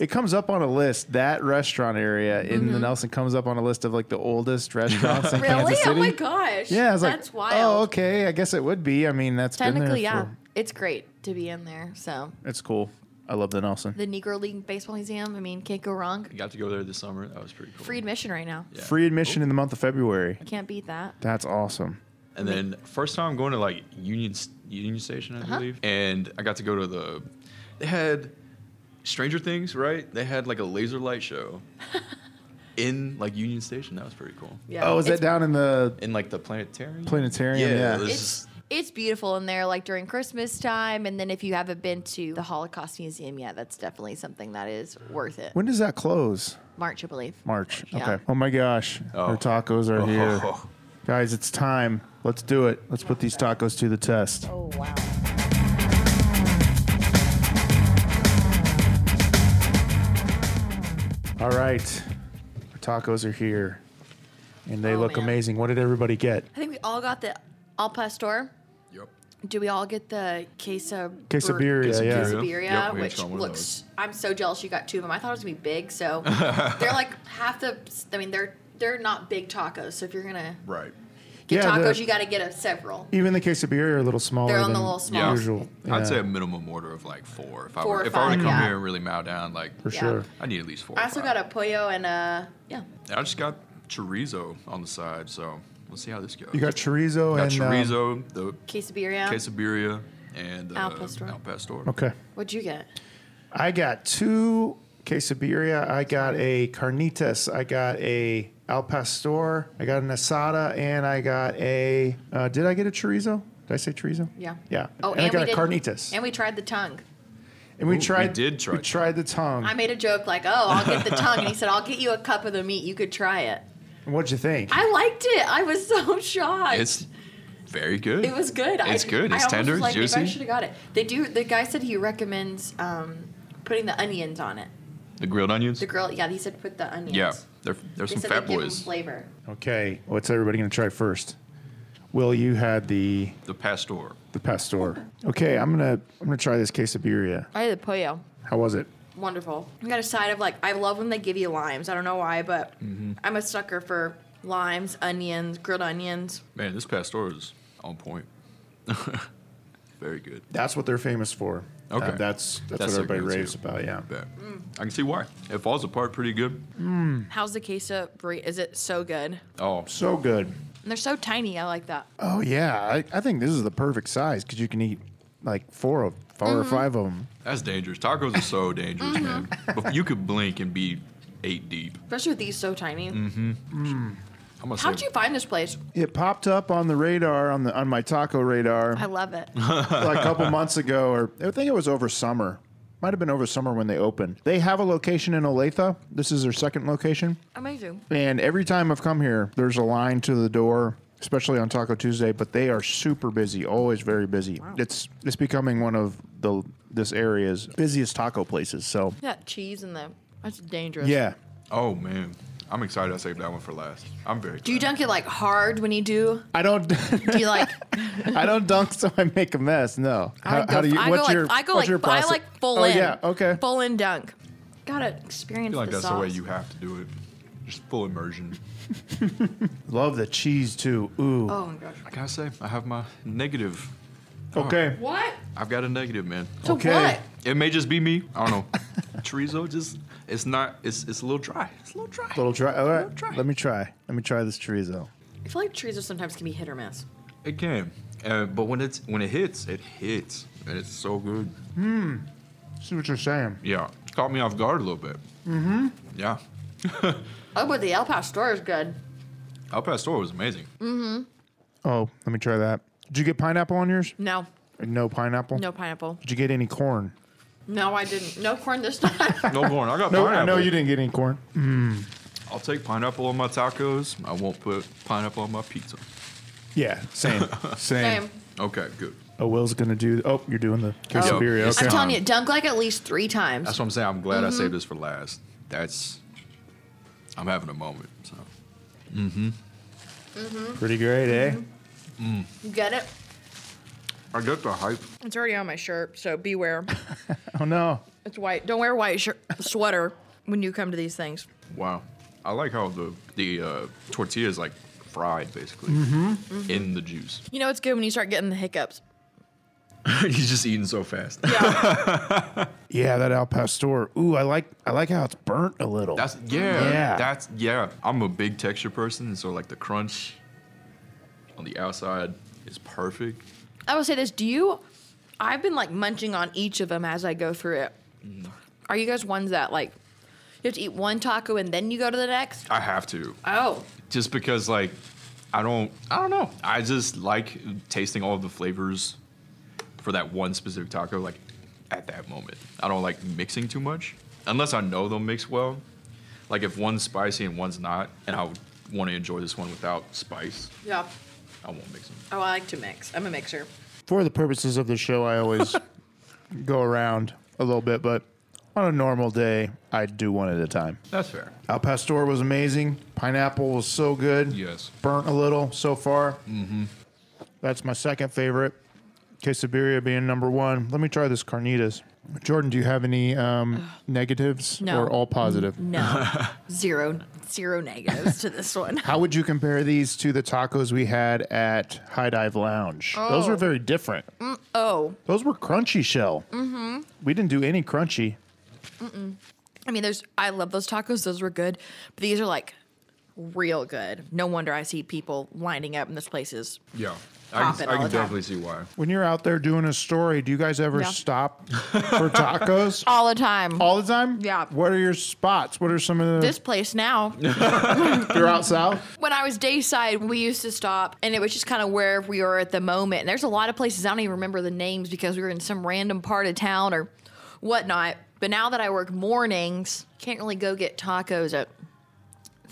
[SPEAKER 1] It comes up on a list. That restaurant area in
[SPEAKER 3] Mm-hmm.
[SPEAKER 1] the Nelson comes up on a list of like the oldest restaurants in
[SPEAKER 3] really?
[SPEAKER 1] Kansas
[SPEAKER 3] Oh
[SPEAKER 1] City.
[SPEAKER 3] my gosh.
[SPEAKER 1] Yeah, I was like,
[SPEAKER 3] that's wild.
[SPEAKER 1] oh, okay. I guess it would be. I mean, that's been there
[SPEAKER 3] Technically, yeah,
[SPEAKER 1] for-
[SPEAKER 3] it's great to be in there. So
[SPEAKER 1] It's cool. I love the Nelson.
[SPEAKER 3] the Negro League Baseball Museum. I mean, can't go wrong.
[SPEAKER 4] I got to go there this summer. That was pretty cool.
[SPEAKER 3] Free admission right now.
[SPEAKER 4] Yeah.
[SPEAKER 1] Free admission in the month of February.
[SPEAKER 3] Can't beat that.
[SPEAKER 1] That's awesome.
[SPEAKER 4] And then first time going to like Union S- Union Station, I
[SPEAKER 3] Uh-huh.
[SPEAKER 4] believe, and I got to go to the. They had Stranger Things, right? They had like a laser light show in like Union Station. That was pretty cool.
[SPEAKER 3] Yeah.
[SPEAKER 1] oh, is that
[SPEAKER 3] it's
[SPEAKER 1] down in the
[SPEAKER 4] In like the planetarium.
[SPEAKER 1] planetarium? Yeah.
[SPEAKER 4] this
[SPEAKER 3] it's it's beautiful in there like during christmas time and then if you haven't been to the holocaust museum yet that's definitely something that is worth it
[SPEAKER 1] When does that close?
[SPEAKER 3] march i believe
[SPEAKER 1] March.
[SPEAKER 3] Yeah.
[SPEAKER 1] Okay. Oh my gosh.
[SPEAKER 4] Oh.
[SPEAKER 1] Our tacos are here. Guys, it's time. Let's do it. Let's put these tacos to the test.
[SPEAKER 3] oh wow
[SPEAKER 1] All right. Our tacos are here. And they
[SPEAKER 3] Oh,
[SPEAKER 1] look
[SPEAKER 3] man.
[SPEAKER 1] amazing. What did everybody get?
[SPEAKER 3] i think we all got the al pastor
[SPEAKER 4] Yep.
[SPEAKER 3] Do we all get the queso
[SPEAKER 1] Quesaberia,
[SPEAKER 3] bre-
[SPEAKER 1] yeah.
[SPEAKER 3] quesaberia,
[SPEAKER 4] Yep, we
[SPEAKER 3] which
[SPEAKER 4] each got one of
[SPEAKER 3] looks. I'm so jealous you got two of them. I thought it was gonna be big, so they're like half the. I mean, they're they're not big tacos. So if you're gonna
[SPEAKER 4] Right.
[SPEAKER 3] get
[SPEAKER 1] Yeah,
[SPEAKER 3] tacos,
[SPEAKER 1] the-
[SPEAKER 3] you got to get a several.
[SPEAKER 1] Even the quesadilla are a little smaller
[SPEAKER 3] They're
[SPEAKER 1] than
[SPEAKER 3] on the little smaller.
[SPEAKER 1] usual. Yeah,
[SPEAKER 4] I'd say a minimum order of like four. If I
[SPEAKER 3] Four
[SPEAKER 4] were,
[SPEAKER 3] or
[SPEAKER 4] if I were to
[SPEAKER 3] five,
[SPEAKER 4] come
[SPEAKER 3] yeah.
[SPEAKER 4] here and really mow down, like
[SPEAKER 1] for
[SPEAKER 3] yeah.
[SPEAKER 1] sure.
[SPEAKER 4] I need at least four.
[SPEAKER 3] I
[SPEAKER 4] or
[SPEAKER 3] also
[SPEAKER 4] five.
[SPEAKER 3] got a pollo and a yeah.
[SPEAKER 4] I just got chorizo on the side, so we'll see how this goes.
[SPEAKER 1] You got chorizo
[SPEAKER 4] Got
[SPEAKER 1] and um,
[SPEAKER 4] chorizo, the
[SPEAKER 3] Quesaberia.
[SPEAKER 4] quesaberia, and uh,
[SPEAKER 3] Um, Al pastor.
[SPEAKER 4] Al pastor.
[SPEAKER 1] okay.
[SPEAKER 3] What'd you get?
[SPEAKER 1] I got two quesadilla. I got a carnitas. I got a al pastor. I got an asada, and I got a. Uh, did I get a chorizo? Did I say chorizo?
[SPEAKER 3] Yeah.
[SPEAKER 1] Yeah.
[SPEAKER 3] Oh,
[SPEAKER 1] and,
[SPEAKER 3] and,
[SPEAKER 1] I got
[SPEAKER 3] we
[SPEAKER 1] a
[SPEAKER 3] did,
[SPEAKER 1] carnitas.
[SPEAKER 3] And we tried the tongue.
[SPEAKER 1] And we
[SPEAKER 4] Ooh, we
[SPEAKER 1] tried.
[SPEAKER 4] did try
[SPEAKER 1] We tried the tongue.
[SPEAKER 3] I made a joke like, "Oh, I'll get the tongue," and he said, "I'll get you a cup of the meat. You could try it."
[SPEAKER 1] And What'd you think?
[SPEAKER 3] I liked it. I was so shocked.
[SPEAKER 4] It's very good.
[SPEAKER 3] It was good.
[SPEAKER 4] It's
[SPEAKER 3] I,
[SPEAKER 4] good.
[SPEAKER 3] I
[SPEAKER 4] It's
[SPEAKER 3] almost
[SPEAKER 4] tender.
[SPEAKER 3] was
[SPEAKER 4] It's
[SPEAKER 3] like, maybe I
[SPEAKER 4] juicy.
[SPEAKER 3] should have got it. They do. The guy said he recommends um, putting the onions on it.
[SPEAKER 4] The grilled onions.
[SPEAKER 3] The girl, yeah, he said put the onions.
[SPEAKER 4] yeah, they're, they're
[SPEAKER 3] They
[SPEAKER 4] some
[SPEAKER 3] said
[SPEAKER 4] fat
[SPEAKER 3] they give 'em
[SPEAKER 4] boys.
[SPEAKER 3] flavor.
[SPEAKER 1] okay. What's everybody gonna try first? Will you had the
[SPEAKER 4] The pastor.
[SPEAKER 1] the pastor. Okay, I'm gonna I'm gonna try this quesadilla.
[SPEAKER 3] I had the pollo.
[SPEAKER 1] How was it?
[SPEAKER 3] Wonderful. I got a side of like I love when they give you limes. I don't know why, but
[SPEAKER 4] Mm-hmm.
[SPEAKER 3] I'm a sucker for limes, onions, grilled onions.
[SPEAKER 4] Man, this pastor is on point. very good.
[SPEAKER 1] That's what they're famous for.
[SPEAKER 4] Okay.
[SPEAKER 1] Uh, that's, that's
[SPEAKER 4] That's
[SPEAKER 1] what
[SPEAKER 4] their
[SPEAKER 1] everybody
[SPEAKER 4] go-to.
[SPEAKER 1] raves about. Yeah.
[SPEAKER 4] Bet.
[SPEAKER 3] Mm.
[SPEAKER 4] I can see why. It falls apart pretty good.
[SPEAKER 3] How's the queso? burrito? Is it so good?
[SPEAKER 4] Oh,
[SPEAKER 1] So good.
[SPEAKER 3] And they're so tiny. I like that.
[SPEAKER 1] Oh yeah, I, I think this is the perfect size because you can eat like four of 4 or five of them.
[SPEAKER 4] that's dangerous. Tacos are so dangerous, man.
[SPEAKER 3] Mm-hmm.
[SPEAKER 4] But you could blink and be eight deep.
[SPEAKER 3] Especially with these so tiny.
[SPEAKER 4] I'm gonna
[SPEAKER 3] How'd
[SPEAKER 4] say
[SPEAKER 3] you find this place?
[SPEAKER 1] It popped up on the radar on the on my taco radar
[SPEAKER 3] I love it.
[SPEAKER 1] like a couple months ago, or I think it was over summer. Might have been over summer when they opened. They have a location in Olathe. This is their second location.
[SPEAKER 3] Amazing.
[SPEAKER 1] And every time I've come here, there's a line to the door, especially on Taco Tuesday. But they are super busy, always very busy. It's it's becoming one of the this area's busiest taco places. So
[SPEAKER 3] That cheese and the that's dangerous.
[SPEAKER 1] yeah,
[SPEAKER 4] Oh man, I'm excited. I saved that one for last. I'm very.
[SPEAKER 3] Do you
[SPEAKER 4] excited.
[SPEAKER 3] dunk it like hard when you do?
[SPEAKER 1] I don't
[SPEAKER 3] Do you like?
[SPEAKER 1] I don't dunk so I make a mess. No,
[SPEAKER 3] I go, I go like I go like I
[SPEAKER 1] process?
[SPEAKER 3] like full
[SPEAKER 1] oh,
[SPEAKER 3] in.
[SPEAKER 1] Yeah, okay.
[SPEAKER 3] Full in dunk. Gotta experience
[SPEAKER 4] I feel like
[SPEAKER 3] the
[SPEAKER 4] that's
[SPEAKER 3] sauce.
[SPEAKER 4] the way you have to do it. Just full immersion.
[SPEAKER 1] Love the cheese too. Ooh.
[SPEAKER 3] Oh my gosh.
[SPEAKER 4] I gotta say, I have my negative.
[SPEAKER 1] okay.
[SPEAKER 3] What?
[SPEAKER 4] I've got a negative, man.
[SPEAKER 3] So
[SPEAKER 1] Okay.
[SPEAKER 3] what?
[SPEAKER 4] It may just be me. I don't know. Chorizo just it's not it's it's a little dry. It's a little dry.
[SPEAKER 1] Little try. All right.
[SPEAKER 4] Little try.
[SPEAKER 1] Let me try. Let me try this chorizo.
[SPEAKER 3] I feel like chorizo sometimes can be hit or miss.
[SPEAKER 4] It can. Uh, but when it's when it hits, it hits. And it's so good.
[SPEAKER 1] See what you're saying.
[SPEAKER 4] Yeah. Caught me off guard a little bit. Mm-hmm. Yeah.
[SPEAKER 3] Oh, but the El Pastor is good.
[SPEAKER 4] Al Pastor was amazing.
[SPEAKER 1] Oh, let me try that. Did you get pineapple on yours?
[SPEAKER 3] No,
[SPEAKER 1] No pineapple.
[SPEAKER 3] no pineapple.
[SPEAKER 1] Did you get any corn?
[SPEAKER 3] No, I didn't. No corn this time.
[SPEAKER 4] No corn. I got
[SPEAKER 1] No,
[SPEAKER 4] pineapple.
[SPEAKER 1] I know you didn't get any corn.
[SPEAKER 4] I'll take pineapple on my tacos. I won't put pineapple on my pizza.
[SPEAKER 1] Yeah, same, same.
[SPEAKER 3] Same.
[SPEAKER 4] Okay, good.
[SPEAKER 1] Oh, Will's gonna do. Oh, you're doing the quesadilla.
[SPEAKER 4] Yo,
[SPEAKER 1] okay.
[SPEAKER 3] I'm
[SPEAKER 4] it's-
[SPEAKER 3] telling you, dunk like at least three times.
[SPEAKER 4] That's what I'm saying. I'm glad I saved this for last. That's I'm having a moment. So
[SPEAKER 1] Pretty great, eh?
[SPEAKER 3] Mm-hmm. You get it?
[SPEAKER 4] I get the hype.
[SPEAKER 3] It's already on my shirt, so beware.
[SPEAKER 1] Oh no.
[SPEAKER 3] It's white. Don't wear white shirt sweater when you come to these things.
[SPEAKER 4] Wow. I like how the the uh, tortilla is like fried basically in the juice.
[SPEAKER 3] You know it's good when you start getting the hiccups.
[SPEAKER 4] He's just eating so fast.
[SPEAKER 1] Yeah, that al pastor. Ooh, I like. I like how it's burnt a little.
[SPEAKER 4] That's yeah,
[SPEAKER 1] Yeah.
[SPEAKER 4] That's yeah. I'm a big texture person, so like the crunch on the outside is perfect.
[SPEAKER 3] I will say this: Do you? I've been like munching on each of them as I go through it. Are you guys ones that like you have to eat one taco and then you go to the next?
[SPEAKER 4] I have to
[SPEAKER 3] Oh,
[SPEAKER 4] just because like I don't I don't know. I just like tasting all the flavors for that one specific taco like at that moment. I don't like mixing too much unless I know they'll mix well. Like if one's spicy and one's not, and I would want to enjoy this one without spice,
[SPEAKER 3] yeah.
[SPEAKER 4] I won't mix them.
[SPEAKER 3] Oh, I like to mix. I'm a mixer.
[SPEAKER 1] for the purposes of the show. I always go around a little bit, but on a normal day, I do one at a time.
[SPEAKER 4] That's fair.
[SPEAKER 1] Al pastor was amazing. Pineapple was so good.
[SPEAKER 4] Yes.
[SPEAKER 1] Burnt a little so far. Mm-hmm. That's my second favorite. Quesadilla being number one. Let me try this carnitas. Jordan, do you have any um, negatives
[SPEAKER 3] No. Mm-hmm.
[SPEAKER 1] or all positive?
[SPEAKER 3] No, zero, zero negatives to this one.
[SPEAKER 1] How would you compare these to the tacos we had at High Dive Lounge? Those
[SPEAKER 3] Oh.
[SPEAKER 1] were very different.
[SPEAKER 3] Oh,
[SPEAKER 1] Those were crunchy shell. Mm-hmm. We didn't do any crunchy.
[SPEAKER 3] I mean, there's. I love those tacos. Those were good, but these are like real good. No wonder I see people lining up in this place is
[SPEAKER 5] Yeah. I
[SPEAKER 3] Pop it
[SPEAKER 5] can,
[SPEAKER 3] all
[SPEAKER 5] I can
[SPEAKER 3] the time.
[SPEAKER 5] definitely see why.
[SPEAKER 1] When you're out there doing a story, do you guys ever
[SPEAKER 3] Yeah.
[SPEAKER 1] stop for tacos
[SPEAKER 3] all the time.
[SPEAKER 1] all the time?
[SPEAKER 3] Yeah.
[SPEAKER 1] What are your spots? What are some of the
[SPEAKER 3] this place now.
[SPEAKER 1] you're out south?
[SPEAKER 3] when I was dayside, we used to stop, and it was just kind of where we were at the moment. And there's a lot of places I don't even remember the names because we were in some random part of town or whatnot. But now that I work mornings, can't really go get tacos at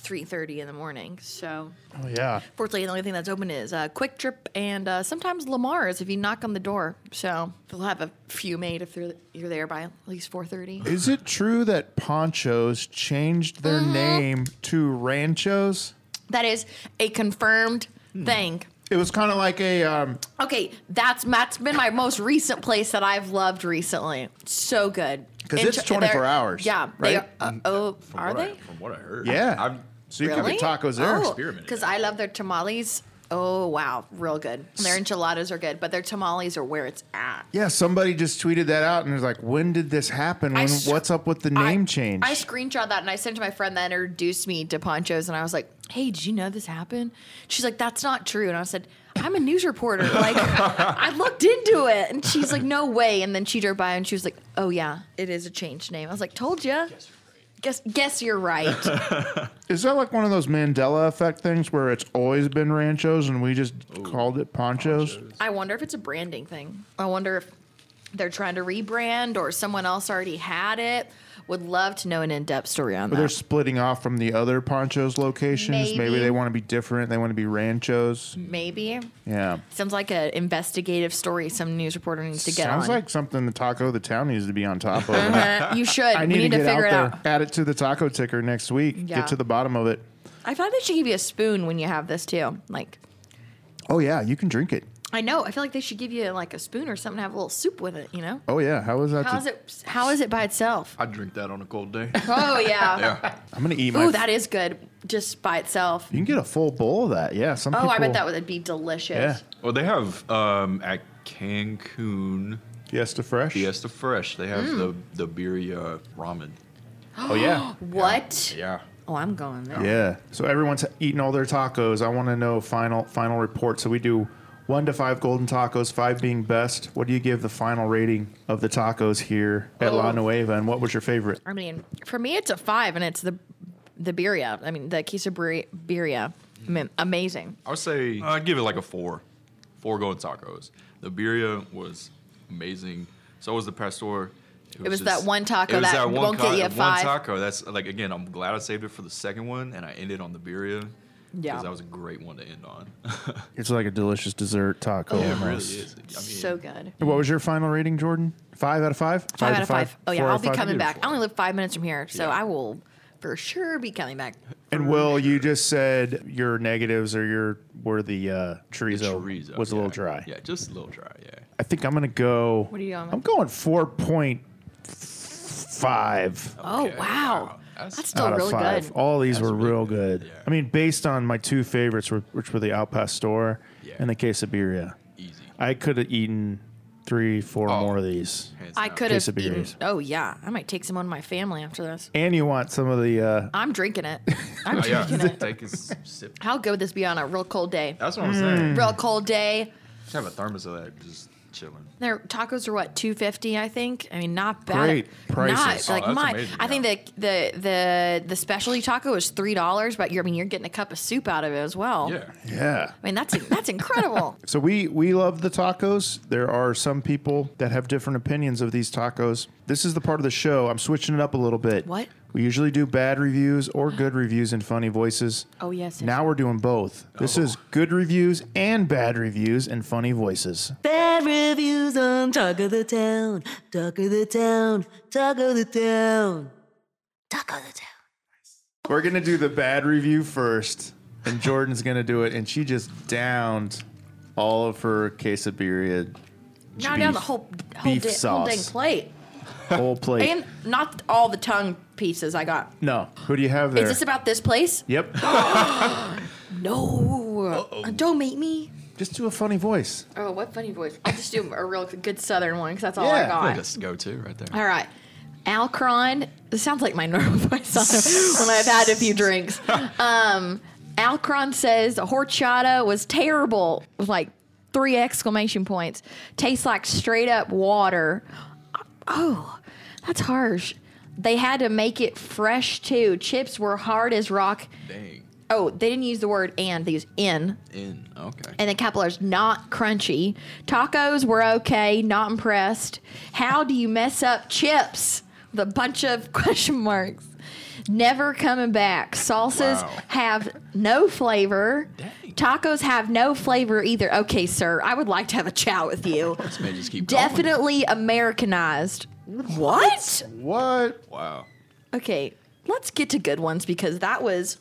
[SPEAKER 3] 3:30 in the morning. So
[SPEAKER 1] Oh yeah.
[SPEAKER 3] Fortunately, the only thing that's open is uh, Quick Trip and uh, sometimes Lamar's if you knock on the door. So they'll have a few made if they're, you're there by at least 4.30.
[SPEAKER 1] Is it true that Ponchos changed their
[SPEAKER 3] Mm-hmm.
[SPEAKER 1] name to Ranchos?
[SPEAKER 3] That is a confirmed
[SPEAKER 1] Hmm.
[SPEAKER 3] thing.
[SPEAKER 1] It was kind of like a um,
[SPEAKER 3] Okay, that's that's been my most recent place that I've loved recently. So good.
[SPEAKER 1] 'Cause
[SPEAKER 3] And
[SPEAKER 1] it's
[SPEAKER 3] tr-
[SPEAKER 1] 24
[SPEAKER 3] they're-
[SPEAKER 1] hours,
[SPEAKER 3] Yeah. They
[SPEAKER 1] right?
[SPEAKER 3] are, uh, oh, are
[SPEAKER 5] What I-
[SPEAKER 3] they?
[SPEAKER 5] from what I heard.
[SPEAKER 1] yeah.
[SPEAKER 5] I'm,
[SPEAKER 1] so you could
[SPEAKER 3] really? Oh,
[SPEAKER 1] get tacos there.
[SPEAKER 5] experimenting.
[SPEAKER 3] Because I love their tamales. Oh, wow. Real good. And their enchiladas are good, but their tamales are where it's at.
[SPEAKER 1] Yeah, somebody just tweeted that out and was like, "When did this happen?
[SPEAKER 3] I
[SPEAKER 1] When,
[SPEAKER 3] sc-
[SPEAKER 1] what's up with the
[SPEAKER 3] I-
[SPEAKER 1] name change?"
[SPEAKER 3] I screenshot that and I sent it to my friend that introduced me to ponchos, and I was like, "Hey, did you know this happened?" She's like, "That's not true," and I said, "I'm a news reporter. Like, I looked into it." And she's like, "No way!" And then she drove by and she was like, "Oh yeah, it is a changed name." I was like, "Told ya." Guess, guess you're right.
[SPEAKER 1] Is that like one of those Mandela effect things where it's always been ranchos and we just called it ponchos?
[SPEAKER 3] I wonder if it's a branding thing. I wonder if they're trying to rebrand or someone else already had it. Would love to know an in-depth story on
[SPEAKER 1] Or They're
[SPEAKER 3] that.
[SPEAKER 1] splitting off from the other ponchos locations. Maybe,
[SPEAKER 3] Maybe.
[SPEAKER 1] they want to be different. They want to be ranchos.
[SPEAKER 3] Maybe
[SPEAKER 1] Yeah.
[SPEAKER 3] sounds like an investigative story. Some news reporter needs to get
[SPEAKER 1] Sounds
[SPEAKER 3] on.
[SPEAKER 1] like something the taco of the town needs to be on top of.
[SPEAKER 3] Uh, you should.
[SPEAKER 1] I
[SPEAKER 3] we
[SPEAKER 1] need,
[SPEAKER 3] need
[SPEAKER 1] to
[SPEAKER 3] to,
[SPEAKER 1] get
[SPEAKER 3] figure it
[SPEAKER 1] out
[SPEAKER 3] out.
[SPEAKER 1] there. Add it to the taco ticker next week.
[SPEAKER 3] Yeah.
[SPEAKER 1] Get to the bottom of it.
[SPEAKER 3] I thought they should give you a spoon when you have this too. Like,
[SPEAKER 1] Oh yeah, you can drink it.
[SPEAKER 3] I know. I feel like they should give you like a spoon or something to have a little soup with it. You know?
[SPEAKER 1] Oh yeah, how is that?
[SPEAKER 3] How
[SPEAKER 1] to-
[SPEAKER 3] is it? How is it by itself?
[SPEAKER 5] I'd drink that on a cold day.
[SPEAKER 3] Oh yeah.
[SPEAKER 1] I'm gonna eat my.
[SPEAKER 3] Ooh, that is good just by itself.
[SPEAKER 1] you can get a full bowl of that. Yeah. Some
[SPEAKER 3] Oh, I bet
[SPEAKER 1] people-
[SPEAKER 3] that would be delicious.
[SPEAKER 1] Yeah.
[SPEAKER 5] well, they have um, at Cancun
[SPEAKER 1] Fiesta fresh.
[SPEAKER 5] Fiesta Fresh. They have
[SPEAKER 3] Mm.
[SPEAKER 5] the the birria ramen.
[SPEAKER 1] Oh yeah.
[SPEAKER 3] What?
[SPEAKER 5] Yeah.
[SPEAKER 3] Oh, I'm going there.
[SPEAKER 1] Yeah. So everyone's eating all their tacos. I want to know final final report. So we do one to five golden tacos, five being best. What do you give the final rating of the tacos here at La
[SPEAKER 3] Oh.
[SPEAKER 1] Nueva? And what was your favorite?
[SPEAKER 3] I mean, for me, it's a five, and it's the the birria. I mean, the quesadilla. I mean, amazing.
[SPEAKER 5] I would say I'd give it like a four. Four golden tacos. The birria was amazing. So was the pastor.
[SPEAKER 3] It was that one taco that won't get you a
[SPEAKER 5] One
[SPEAKER 3] five.
[SPEAKER 5] taco. That's like again. I'm glad I saved it for the second one, and I ended on the birria.
[SPEAKER 3] Yeah.
[SPEAKER 5] Because that was a great one to end on.
[SPEAKER 1] It's like a delicious dessert taco.
[SPEAKER 5] it really is. I mean,
[SPEAKER 3] so good.
[SPEAKER 1] What was your final rating, Jordan? Five out of five.
[SPEAKER 3] Five out of five. Oh yeah,
[SPEAKER 1] Four out
[SPEAKER 3] I'll
[SPEAKER 1] of
[SPEAKER 3] be
[SPEAKER 1] five?
[SPEAKER 3] coming back. I only live five minutes from here, so I will for sure be coming back.
[SPEAKER 1] And Will, you just said your negatives or your were the uh, chorizo,
[SPEAKER 5] chorizo,
[SPEAKER 1] was a little
[SPEAKER 5] yeah.
[SPEAKER 1] dry.
[SPEAKER 5] Yeah, just a little dry. Yeah.
[SPEAKER 1] I think I'm gonna go.
[SPEAKER 3] What are you going with?
[SPEAKER 1] I'm going four point five.
[SPEAKER 3] Oh
[SPEAKER 5] Okay,
[SPEAKER 3] wow,
[SPEAKER 5] wow.
[SPEAKER 3] that's,
[SPEAKER 5] That's-
[SPEAKER 3] still really good.
[SPEAKER 1] All these were real good. I mean, based on my two favorites, were- which were the Al Pastor
[SPEAKER 5] Yeah.
[SPEAKER 1] and the Quesadilla,
[SPEAKER 5] Easy.
[SPEAKER 1] I could have eaten three, four
[SPEAKER 5] Oh.
[SPEAKER 1] more of these.
[SPEAKER 5] Hands
[SPEAKER 3] I
[SPEAKER 5] down.
[SPEAKER 3] could have
[SPEAKER 1] Quesadillas.
[SPEAKER 3] eaten. Oh yeah, I might take some on my family after this.
[SPEAKER 1] And you want some of the? Uh,
[SPEAKER 3] I'm drinking it. I'm
[SPEAKER 5] Oh, yeah.
[SPEAKER 3] drinking it.
[SPEAKER 5] Take a s- sip.
[SPEAKER 3] How good would this be on a real cold day?
[SPEAKER 5] That's what I'm saying.
[SPEAKER 3] Real cold day.
[SPEAKER 5] Just have a thermos of that, just chilling.
[SPEAKER 3] Their tacos are what two fifty, I think. I mean, not bad.
[SPEAKER 1] Great prices.
[SPEAKER 3] Not, like
[SPEAKER 5] Oh, that's
[SPEAKER 3] my,
[SPEAKER 5] amazing,
[SPEAKER 3] I think the the the the specialty taco is three dollars, but you're I mean you're getting a cup of soup out of it as well.
[SPEAKER 5] Yeah.
[SPEAKER 1] yeah.
[SPEAKER 3] I mean that's that's incredible.
[SPEAKER 1] So we we love the tacos. There are some people that have different opinions of these tacos. This is the part of the show. I'm switching it up a little bit.
[SPEAKER 3] What?
[SPEAKER 1] We usually do bad reviews or good reviews and funny voices.
[SPEAKER 3] Oh, yes, yes.
[SPEAKER 1] Now we're doing both. This is good reviews and bad reviews and funny voices.
[SPEAKER 9] Bad reviews on Talk of the Town, Talk of the Town, Talk of the Town, Talk of the Town.
[SPEAKER 1] We're gonna do the bad review first, and Jordan's gonna do it, and she just downed all of her quesadilla
[SPEAKER 3] Now down the
[SPEAKER 1] Beef.
[SPEAKER 3] whole whole,
[SPEAKER 1] Beef
[SPEAKER 3] da- whole dang
[SPEAKER 1] sauce.
[SPEAKER 3] plate,
[SPEAKER 1] Whole plate.
[SPEAKER 3] and not all the tongue pieces I got.
[SPEAKER 1] no. Who do you have
[SPEAKER 3] Is
[SPEAKER 1] there?
[SPEAKER 3] this about this place?
[SPEAKER 1] yep.
[SPEAKER 3] No, Uh, don't make me.
[SPEAKER 1] Just do a funny voice.
[SPEAKER 3] Oh, what funny voice! I'll just do a real good Southern one because that's all
[SPEAKER 1] Yeah.
[SPEAKER 3] I got.
[SPEAKER 4] That's the go-to right there.
[SPEAKER 3] All right. Alcron. This sounds like my normal voice also when I've had a few drinks. Um, Alcron says horchata was terrible with like three exclamation points. Tastes like straight up water. Oh, that's harsh. They had to make it fresh too. Chips were hard as rock.
[SPEAKER 4] Dang.
[SPEAKER 3] Oh, they didn't use the word and, they used in
[SPEAKER 4] In. Okay.
[SPEAKER 3] and then capillaries not crunchy. Tacos were okay, not impressed. How do you mess up chips? With a bunch of question marks. Never coming back. Salsas
[SPEAKER 4] Wow.
[SPEAKER 3] have no flavor. Tacos have no flavor either. Okay, sir, I would like to have a chat with you.
[SPEAKER 4] This may just keep going.
[SPEAKER 3] Definitely Americanized. What?
[SPEAKER 1] What?
[SPEAKER 4] Wow.
[SPEAKER 3] Okay, let's get to good ones because that was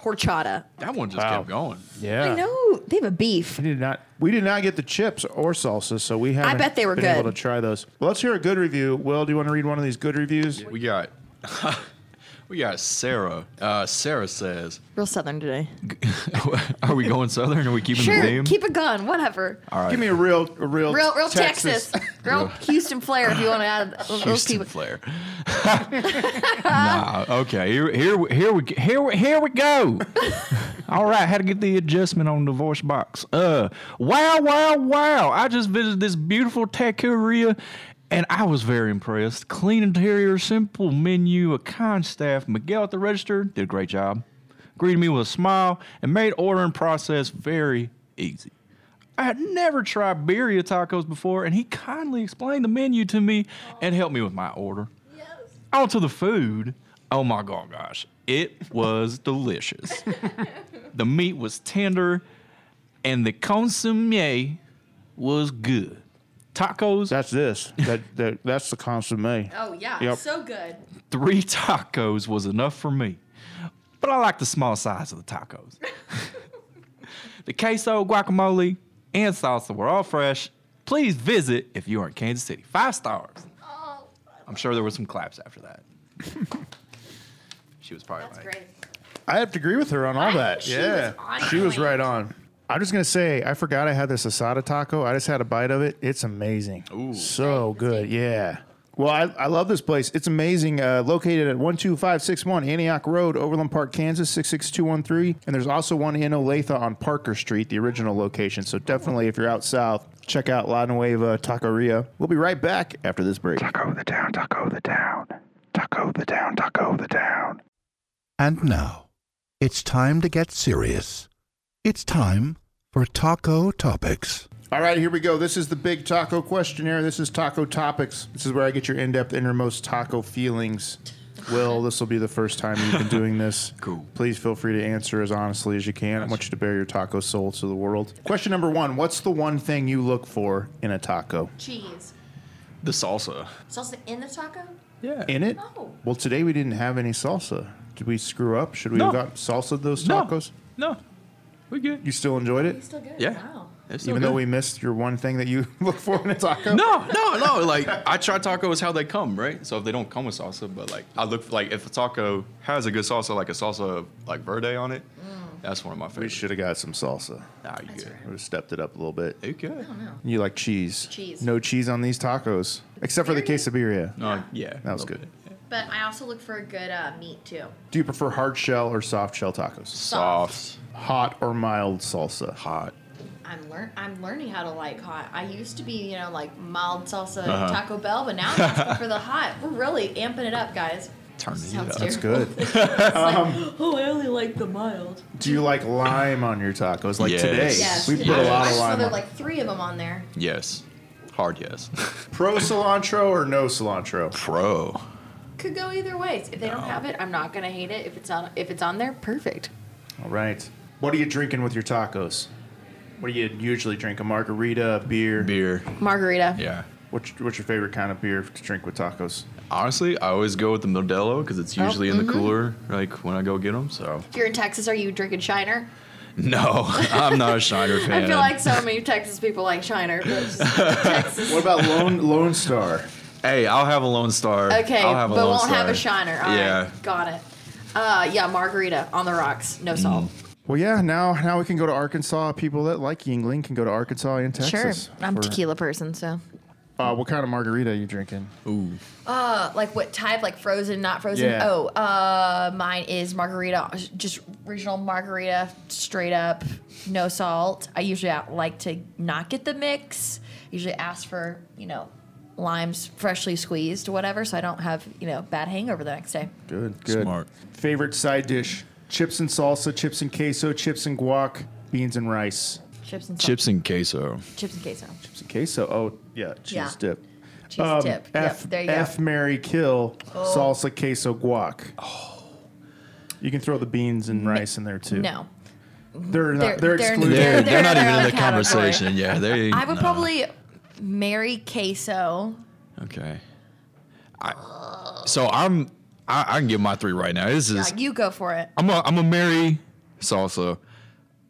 [SPEAKER 3] horchata.
[SPEAKER 4] That one just
[SPEAKER 1] Wow.
[SPEAKER 4] kept going.
[SPEAKER 1] Yeah.
[SPEAKER 3] I know they have a beef.
[SPEAKER 1] We did not. We did not get the chips or salsas, so we haven't.
[SPEAKER 3] bet they were
[SPEAKER 1] been
[SPEAKER 3] good.
[SPEAKER 1] Able to try those. Well, let's hear a good review. Will, do you want to read one of these good reviews?
[SPEAKER 4] We got. we got Sarah. Uh, Sarah says,
[SPEAKER 3] Real Southern today.
[SPEAKER 4] "Are we going southern? Are we keeping the
[SPEAKER 3] Sure,
[SPEAKER 4] theme?"
[SPEAKER 3] keep it going. Whatever.
[SPEAKER 1] Give me a real, a real,
[SPEAKER 3] Real, real Texas. Real Houston flair if you want to add those
[SPEAKER 4] Houston
[SPEAKER 3] people.
[SPEAKER 4] Flair. nah, okay. Here, here, we- here we here we- here we go. All right, how to get the adjustment on the voice box? Uh, wow, wow, wow! I just visited this beautiful taqueria, and I was very impressed. Clean interior, simple menu, a kind staff. Miguel at the register did a great job. Greeted me with a smile and made ordering process very easy. I had never tried birria tacos before, and he kindly explained the menu to me and helped me with my order. On to the food. Oh my god, gosh, it was delicious. the meat was tender, and the consomme was good. Tacos,
[SPEAKER 1] That's this. That, that that's the consomme.
[SPEAKER 3] Oh, yeah.
[SPEAKER 1] Yep.
[SPEAKER 3] So good.
[SPEAKER 4] three tacos was enough for me. But I like the small size of the tacos. the queso, guacamole, and salsa were all fresh. Please visit if you are in Kansas City. Five stars.
[SPEAKER 3] Oh.
[SPEAKER 4] I'm sure there were some claps after that. she was probably
[SPEAKER 3] That's
[SPEAKER 4] like,
[SPEAKER 3] great.
[SPEAKER 1] I have to agree with her on all that.
[SPEAKER 3] she
[SPEAKER 1] yeah,
[SPEAKER 3] was on
[SPEAKER 1] she was
[SPEAKER 3] point.
[SPEAKER 1] right on. I'm just gonna say, I forgot I had this asada taco. I just had a bite of it. It's amazing. Ooh, so good. Yeah. Well, I, I love this place. It's amazing. Uh, located at 12561 Antioch Road, Overland Park, Kansas, 66213. And there's also one in Olathe on Parker Street, the original location. So definitely, if you're out south, check out La Nueva Taqueria. We'll be right back after this break.
[SPEAKER 2] Taco the town, taco the town, taco the town, taco the town.
[SPEAKER 10] And now, it's time to get serious. It's time for Taco Topics.
[SPEAKER 1] All right, here we go. This is the big taco questionnaire. This is Taco Topics. This is where I get your in depth, innermost taco feelings. Will, this will be the first time you've been doing this. Cool. Please feel free to answer as honestly as you can. I want you to bear your taco soul to the world. Question number one What's the one thing you look for in a taco?
[SPEAKER 3] Cheese.
[SPEAKER 4] the salsa.
[SPEAKER 3] Salsa in the taco?
[SPEAKER 1] In it?
[SPEAKER 4] Oh.
[SPEAKER 3] No.
[SPEAKER 1] Well, today we didn't have any salsa. Did we screw up? Should we
[SPEAKER 4] No.
[SPEAKER 1] have got salsa those
[SPEAKER 4] No.
[SPEAKER 1] tacos?
[SPEAKER 4] No, we good.
[SPEAKER 1] You still enjoyed it?
[SPEAKER 3] Still good.
[SPEAKER 4] Yeah. It's still
[SPEAKER 1] Even though
[SPEAKER 4] good.
[SPEAKER 1] we missed your one thing that you look for in a taco?
[SPEAKER 4] No, no, no. Like I try tacos how they come, right? So if they don't come with salsa, but like I look like if a taco has a good salsa, like a salsa like verde on it,
[SPEAKER 3] Mm.
[SPEAKER 4] that's one of my
[SPEAKER 1] We
[SPEAKER 4] favorites.
[SPEAKER 1] should have got some salsa.
[SPEAKER 4] Nah, you good.
[SPEAKER 1] Would have stepped it up a little bit.
[SPEAKER 4] You good?
[SPEAKER 1] You like cheese?
[SPEAKER 3] Cheese.
[SPEAKER 1] No cheese on these tacos, except for the quesadilla.
[SPEAKER 4] No, yeah.
[SPEAKER 1] That was good.
[SPEAKER 3] But I also look for a good uh, meat, too.
[SPEAKER 1] Do you prefer hard shell or soft shell tacos?
[SPEAKER 4] Soft,
[SPEAKER 1] Hot or mild salsa?
[SPEAKER 4] hot.
[SPEAKER 3] I'm learn I'm learning how to like hot. I used to be, you know, like mild salsa
[SPEAKER 1] Uh-huh.
[SPEAKER 3] Taco Bell, but now I'm asking for the hot. We're really amping it up, guys.
[SPEAKER 4] Turn
[SPEAKER 3] This
[SPEAKER 4] it up.
[SPEAKER 3] sounds
[SPEAKER 1] That's
[SPEAKER 3] terrible.
[SPEAKER 1] good.
[SPEAKER 3] Oh, I only like the mild.
[SPEAKER 1] Do you like lime on your tacos? Like
[SPEAKER 4] Yes.
[SPEAKER 1] today,
[SPEAKER 3] Yes.
[SPEAKER 1] we put a
[SPEAKER 4] Yes.
[SPEAKER 1] lot
[SPEAKER 3] I
[SPEAKER 1] of
[SPEAKER 3] saw
[SPEAKER 1] lime.
[SPEAKER 3] there were
[SPEAKER 1] on.
[SPEAKER 3] like three of them on there.
[SPEAKER 4] Yes, hard yes.
[SPEAKER 1] Pro cilantro or no cilantro?
[SPEAKER 4] Pro.
[SPEAKER 3] Could go either way. If they don't have it, I'm not gonna hate it. If it's on, if it's on there, perfect.
[SPEAKER 1] All right. What are you drinking with your tacos? What do you usually drink? A margarita, a beer?
[SPEAKER 4] Beer.
[SPEAKER 3] Margarita.
[SPEAKER 4] Yeah.
[SPEAKER 1] What's, what's your favorite kind of beer to drink with tacos?
[SPEAKER 4] Honestly, I always go with the
[SPEAKER 3] Oh, mm-hmm.
[SPEAKER 4] Modelo because it's usually in the cooler, like when I go get them. So
[SPEAKER 3] If you're in Texas, are you drinking Shiner?
[SPEAKER 4] No, I'm not a Shiner fan.
[SPEAKER 3] I feel like so many Texas people like Shiner. But it's just Texas.
[SPEAKER 1] What about Lone Lone Star?
[SPEAKER 4] Hey, I'll have a Lone Star.
[SPEAKER 3] Okay,
[SPEAKER 4] I'll have a
[SPEAKER 3] but
[SPEAKER 4] Lone
[SPEAKER 3] won't have a
[SPEAKER 4] Star.
[SPEAKER 3] Shiner. All right,
[SPEAKER 4] yeah.
[SPEAKER 3] got it. Uh, yeah, margarita on the rocks,
[SPEAKER 4] Mm,
[SPEAKER 3] no salt.
[SPEAKER 1] Well, yeah. Now, now we can go to Arkansas. People that like Yingling can go to Arkansas and Texas.
[SPEAKER 3] Sure, I'm a
[SPEAKER 1] for-
[SPEAKER 3] tequila person, so.
[SPEAKER 1] Uh, what kind of margarita are you drinking?
[SPEAKER 3] Uh, like what type? Like frozen, not frozen?
[SPEAKER 1] Yeah.
[SPEAKER 3] Oh, uh, mine is margarita, just regional margarita, straight up, no salt. I usually out- like to not get the mix. Usually ask for you know limes freshly squeezed, whatever, so I don't have you know bad hangover the next day.
[SPEAKER 1] Good, good.
[SPEAKER 4] Smart.
[SPEAKER 1] Favorite side dish: chips and salsa, chips and queso, chips and guac, beans and rice.
[SPEAKER 3] Chips and salt.
[SPEAKER 4] Chips and queso.
[SPEAKER 3] chips and queso,
[SPEAKER 1] Chips and queso. Oh, yeah, cheese
[SPEAKER 3] Yeah.
[SPEAKER 1] dip.
[SPEAKER 3] cheese tip.
[SPEAKER 1] Um, F,
[SPEAKER 3] yep, there you
[SPEAKER 1] F
[SPEAKER 3] go. Oh.
[SPEAKER 1] Mary Kill salsa queso guac. Oh. You can throw the beans and rice in there too.
[SPEAKER 3] No,
[SPEAKER 1] They're not. They're,
[SPEAKER 3] They're- they're-
[SPEAKER 1] excluded.
[SPEAKER 3] they're
[SPEAKER 4] They're, they're not
[SPEAKER 3] in
[SPEAKER 4] even
[SPEAKER 3] their
[SPEAKER 4] in
[SPEAKER 3] own
[SPEAKER 4] the
[SPEAKER 3] category.
[SPEAKER 4] conversation. Yeah, they.
[SPEAKER 3] I would
[SPEAKER 4] no.
[SPEAKER 3] probably marry queso. Uh,
[SPEAKER 4] Okay. I, so I'm. I, I can give my three right now. This is.
[SPEAKER 3] Yeah, you go for it.
[SPEAKER 4] I'm a. I'm a marry salsa.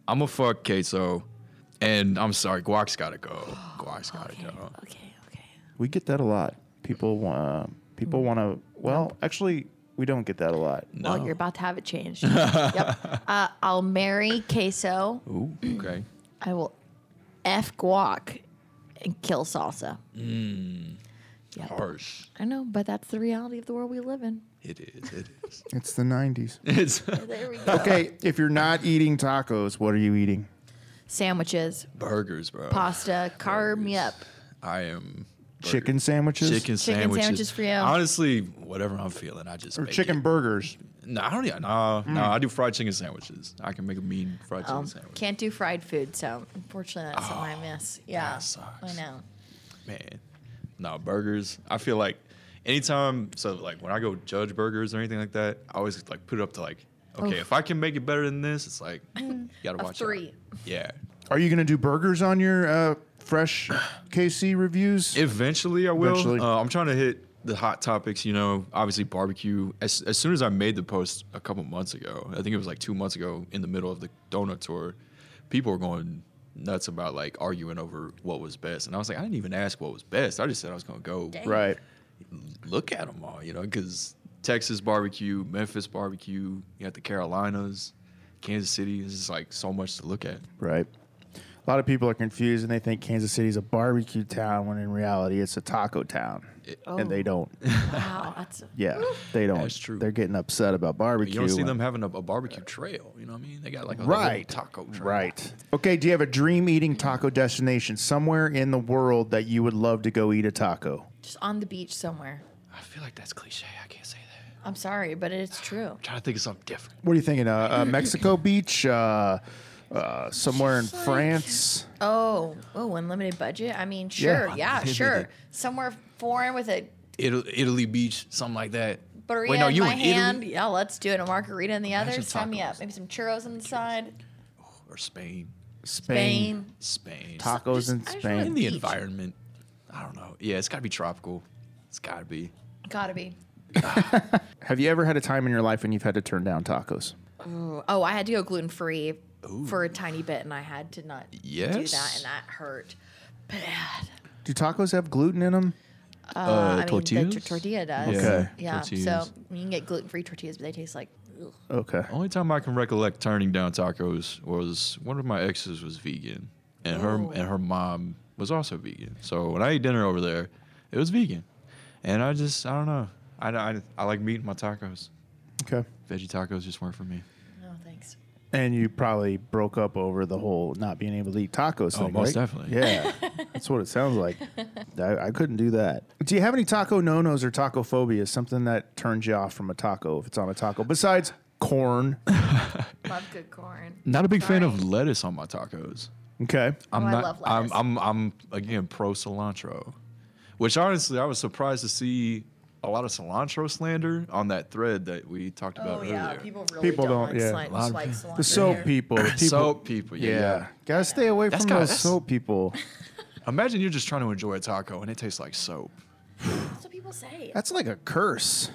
[SPEAKER 4] I'm a fuck queso, and I'm sorry, guac's gotta go. Guac's gotta go.
[SPEAKER 3] Okay, okay.
[SPEAKER 1] We get that a lot. People want. People
[SPEAKER 3] Hmm.
[SPEAKER 1] want to. Well, actually, we don't get that a lot.
[SPEAKER 3] Well, Oh, you're about to have it changed. yep. Uh, I'll marry queso.
[SPEAKER 4] Ooh, okay.
[SPEAKER 3] I will F guac and kill salsa.
[SPEAKER 4] Harsh.
[SPEAKER 3] I know, but that's the reality of the world we live in.
[SPEAKER 4] It is. It is.
[SPEAKER 1] It's the '90s.
[SPEAKER 4] It's
[SPEAKER 3] There we go.
[SPEAKER 1] okay, if you're not eating tacos, what are you eating?
[SPEAKER 3] Sandwiches,
[SPEAKER 4] burgers, bro.
[SPEAKER 3] pasta, carb me up.
[SPEAKER 4] I am
[SPEAKER 1] Chicken sandwiches.
[SPEAKER 4] chicken sandwiches.
[SPEAKER 3] sandwiches for you.
[SPEAKER 4] Honestly, whatever I'm feeling, I just
[SPEAKER 1] or
[SPEAKER 4] make
[SPEAKER 1] chicken
[SPEAKER 4] it.
[SPEAKER 1] burgers.
[SPEAKER 4] No, I don't. even- Nah, nah. I do fried chicken sandwiches. I can make a mean fried chicken
[SPEAKER 3] Hmm. Um,
[SPEAKER 4] sandwich. Ah,
[SPEAKER 3] can't do fried food, so unfortunately that's something I miss. Yeah, I
[SPEAKER 4] sucks.
[SPEAKER 3] know.
[SPEAKER 4] Man, no burgers. I feel like anytime. So like when I go judge burgers or anything like that, I always like put it up to like, okay, if I can make it better than this, it's like you gotta
[SPEAKER 3] Mm. A
[SPEAKER 4] watch out.
[SPEAKER 3] three.
[SPEAKER 4] Yeah.
[SPEAKER 1] Are you gonna do burgers on your uh, fresh KC reviews?
[SPEAKER 4] Eventually, I will.
[SPEAKER 1] Eventually.
[SPEAKER 4] Uh, I'm trying to hit the hot topics. You know, obviously barbecue. As, as soon as I made the post a couple months ago, I think it was like two months ago, in the middle of the donut tour, people were going nuts about like arguing over what was best, and I was like, I didn't even ask what was best. I just said I was going to go
[SPEAKER 1] right.
[SPEAKER 4] look at them all. You know, because Texas barbecue, Memphis barbecue, you got the Carolinas, Kansas City. This is like so much to look at.
[SPEAKER 1] Right. A lot of people are confused and they think Kansas City is a barbecue town when in reality it's a taco town. And they don't.
[SPEAKER 3] Wow, that's
[SPEAKER 1] Yeah, they don't.
[SPEAKER 4] Oh. That's true.
[SPEAKER 1] They're getting upset about barbecue.
[SPEAKER 4] You don't see
[SPEAKER 1] and-
[SPEAKER 4] them having a, a barbecue trail. You know what I mean? They got like a little
[SPEAKER 1] Right.
[SPEAKER 4] taco trail.
[SPEAKER 1] Right. Okay, do you have a dream eating taco destination somewhere in the world that you would love to go eat a taco?
[SPEAKER 3] just on the beach somewhere.
[SPEAKER 4] I feel like that's cliche. I can't say that.
[SPEAKER 3] I'm sorry, but it's true.
[SPEAKER 4] I'm trying to think of something different.
[SPEAKER 1] What are you thinking? Uh, uh, Mexico Beach? Uh, uh, somewhere in France?
[SPEAKER 3] Oh, oh, unlimited budget. I mean, sure, yeah, sure. Somewhere foreign with a
[SPEAKER 4] Italy, Italy beach, something like that.
[SPEAKER 3] burrito
[SPEAKER 4] Wait, no,
[SPEAKER 3] in
[SPEAKER 4] you
[SPEAKER 3] my
[SPEAKER 4] in Italy?
[SPEAKER 3] hand. Yeah, let's do it. A margarita in the other.
[SPEAKER 4] some
[SPEAKER 3] Sign me
[SPEAKER 4] tacos.
[SPEAKER 3] up. Maybe some churros on the side.
[SPEAKER 4] Or Spain.
[SPEAKER 1] Spain.
[SPEAKER 3] Spain.
[SPEAKER 4] Spain.
[SPEAKER 1] Tacos in
[SPEAKER 3] I just
[SPEAKER 1] Spain.
[SPEAKER 4] In the
[SPEAKER 3] Beach.
[SPEAKER 4] environment. I don't know. Yeah, it's got to be tropical. It's got to be.
[SPEAKER 3] Gotta be.
[SPEAKER 1] Have you ever had a time in your life when you've had to turn down tacos?
[SPEAKER 3] Oh, I had to go gluten free for a tiny bit, and I had to not do that,
[SPEAKER 4] Yes.
[SPEAKER 3] and that hurt.
[SPEAKER 1] Do tacos have gluten in them?
[SPEAKER 4] Uh,
[SPEAKER 3] I mean,
[SPEAKER 4] tortillas?
[SPEAKER 3] the tor- tortilla does.
[SPEAKER 4] Yeah.
[SPEAKER 1] Okay.
[SPEAKER 3] Yeah.
[SPEAKER 4] Tortillas.
[SPEAKER 3] So you can get gluten free tortillas, but they taste like. ugh.
[SPEAKER 1] Okay.
[SPEAKER 4] Only time I can recollect turning down tacos was one of my exes was vegan, and her and her mom was also vegan. So when I ate dinner over there, it was vegan, and I just I don't know. I I, I like meat in my tacos.
[SPEAKER 1] Okay.
[SPEAKER 4] Veggie tacos just weren't for me.
[SPEAKER 3] No thanks.
[SPEAKER 1] And you probably broke up over the whole not being able to eat tacos
[SPEAKER 4] Oh,
[SPEAKER 1] thing,
[SPEAKER 4] most
[SPEAKER 1] right?
[SPEAKER 4] definitely.
[SPEAKER 1] Yeah, that's what it sounds like. I, I couldn't do that. Do you have any taco no-nos or taco phobia? Something that turns you off from a taco if it's on a taco? Besides corn.
[SPEAKER 3] Love good corn.
[SPEAKER 4] Not a big fan of lettuce on my tacos.
[SPEAKER 1] Okay.
[SPEAKER 4] I'm
[SPEAKER 3] Oh, I
[SPEAKER 4] not.
[SPEAKER 3] love lettuce.
[SPEAKER 4] I'm, I'm I'm again pro cilantro, which honestly I was surprised to see a lot of cilantro slander on that thread that we talked about
[SPEAKER 3] Oh
[SPEAKER 4] earlier.
[SPEAKER 3] yeah, people really
[SPEAKER 1] People
[SPEAKER 3] don't,
[SPEAKER 1] don't- yeah.
[SPEAKER 3] like sli-
[SPEAKER 1] A
[SPEAKER 4] lot
[SPEAKER 3] just
[SPEAKER 4] of
[SPEAKER 3] like
[SPEAKER 1] The
[SPEAKER 3] cilantro
[SPEAKER 1] soap
[SPEAKER 3] here.
[SPEAKER 1] people. The people.
[SPEAKER 4] Soap people, yeah.
[SPEAKER 1] Yeah.
[SPEAKER 4] yeah.
[SPEAKER 1] Gotta stay away
[SPEAKER 4] That's
[SPEAKER 1] from
[SPEAKER 4] gotta-
[SPEAKER 1] those
[SPEAKER 4] that's-
[SPEAKER 1] soap people.
[SPEAKER 4] Imagine you're just trying to enjoy a taco and it tastes like soap.
[SPEAKER 3] That's what people say.
[SPEAKER 1] That's like a curse.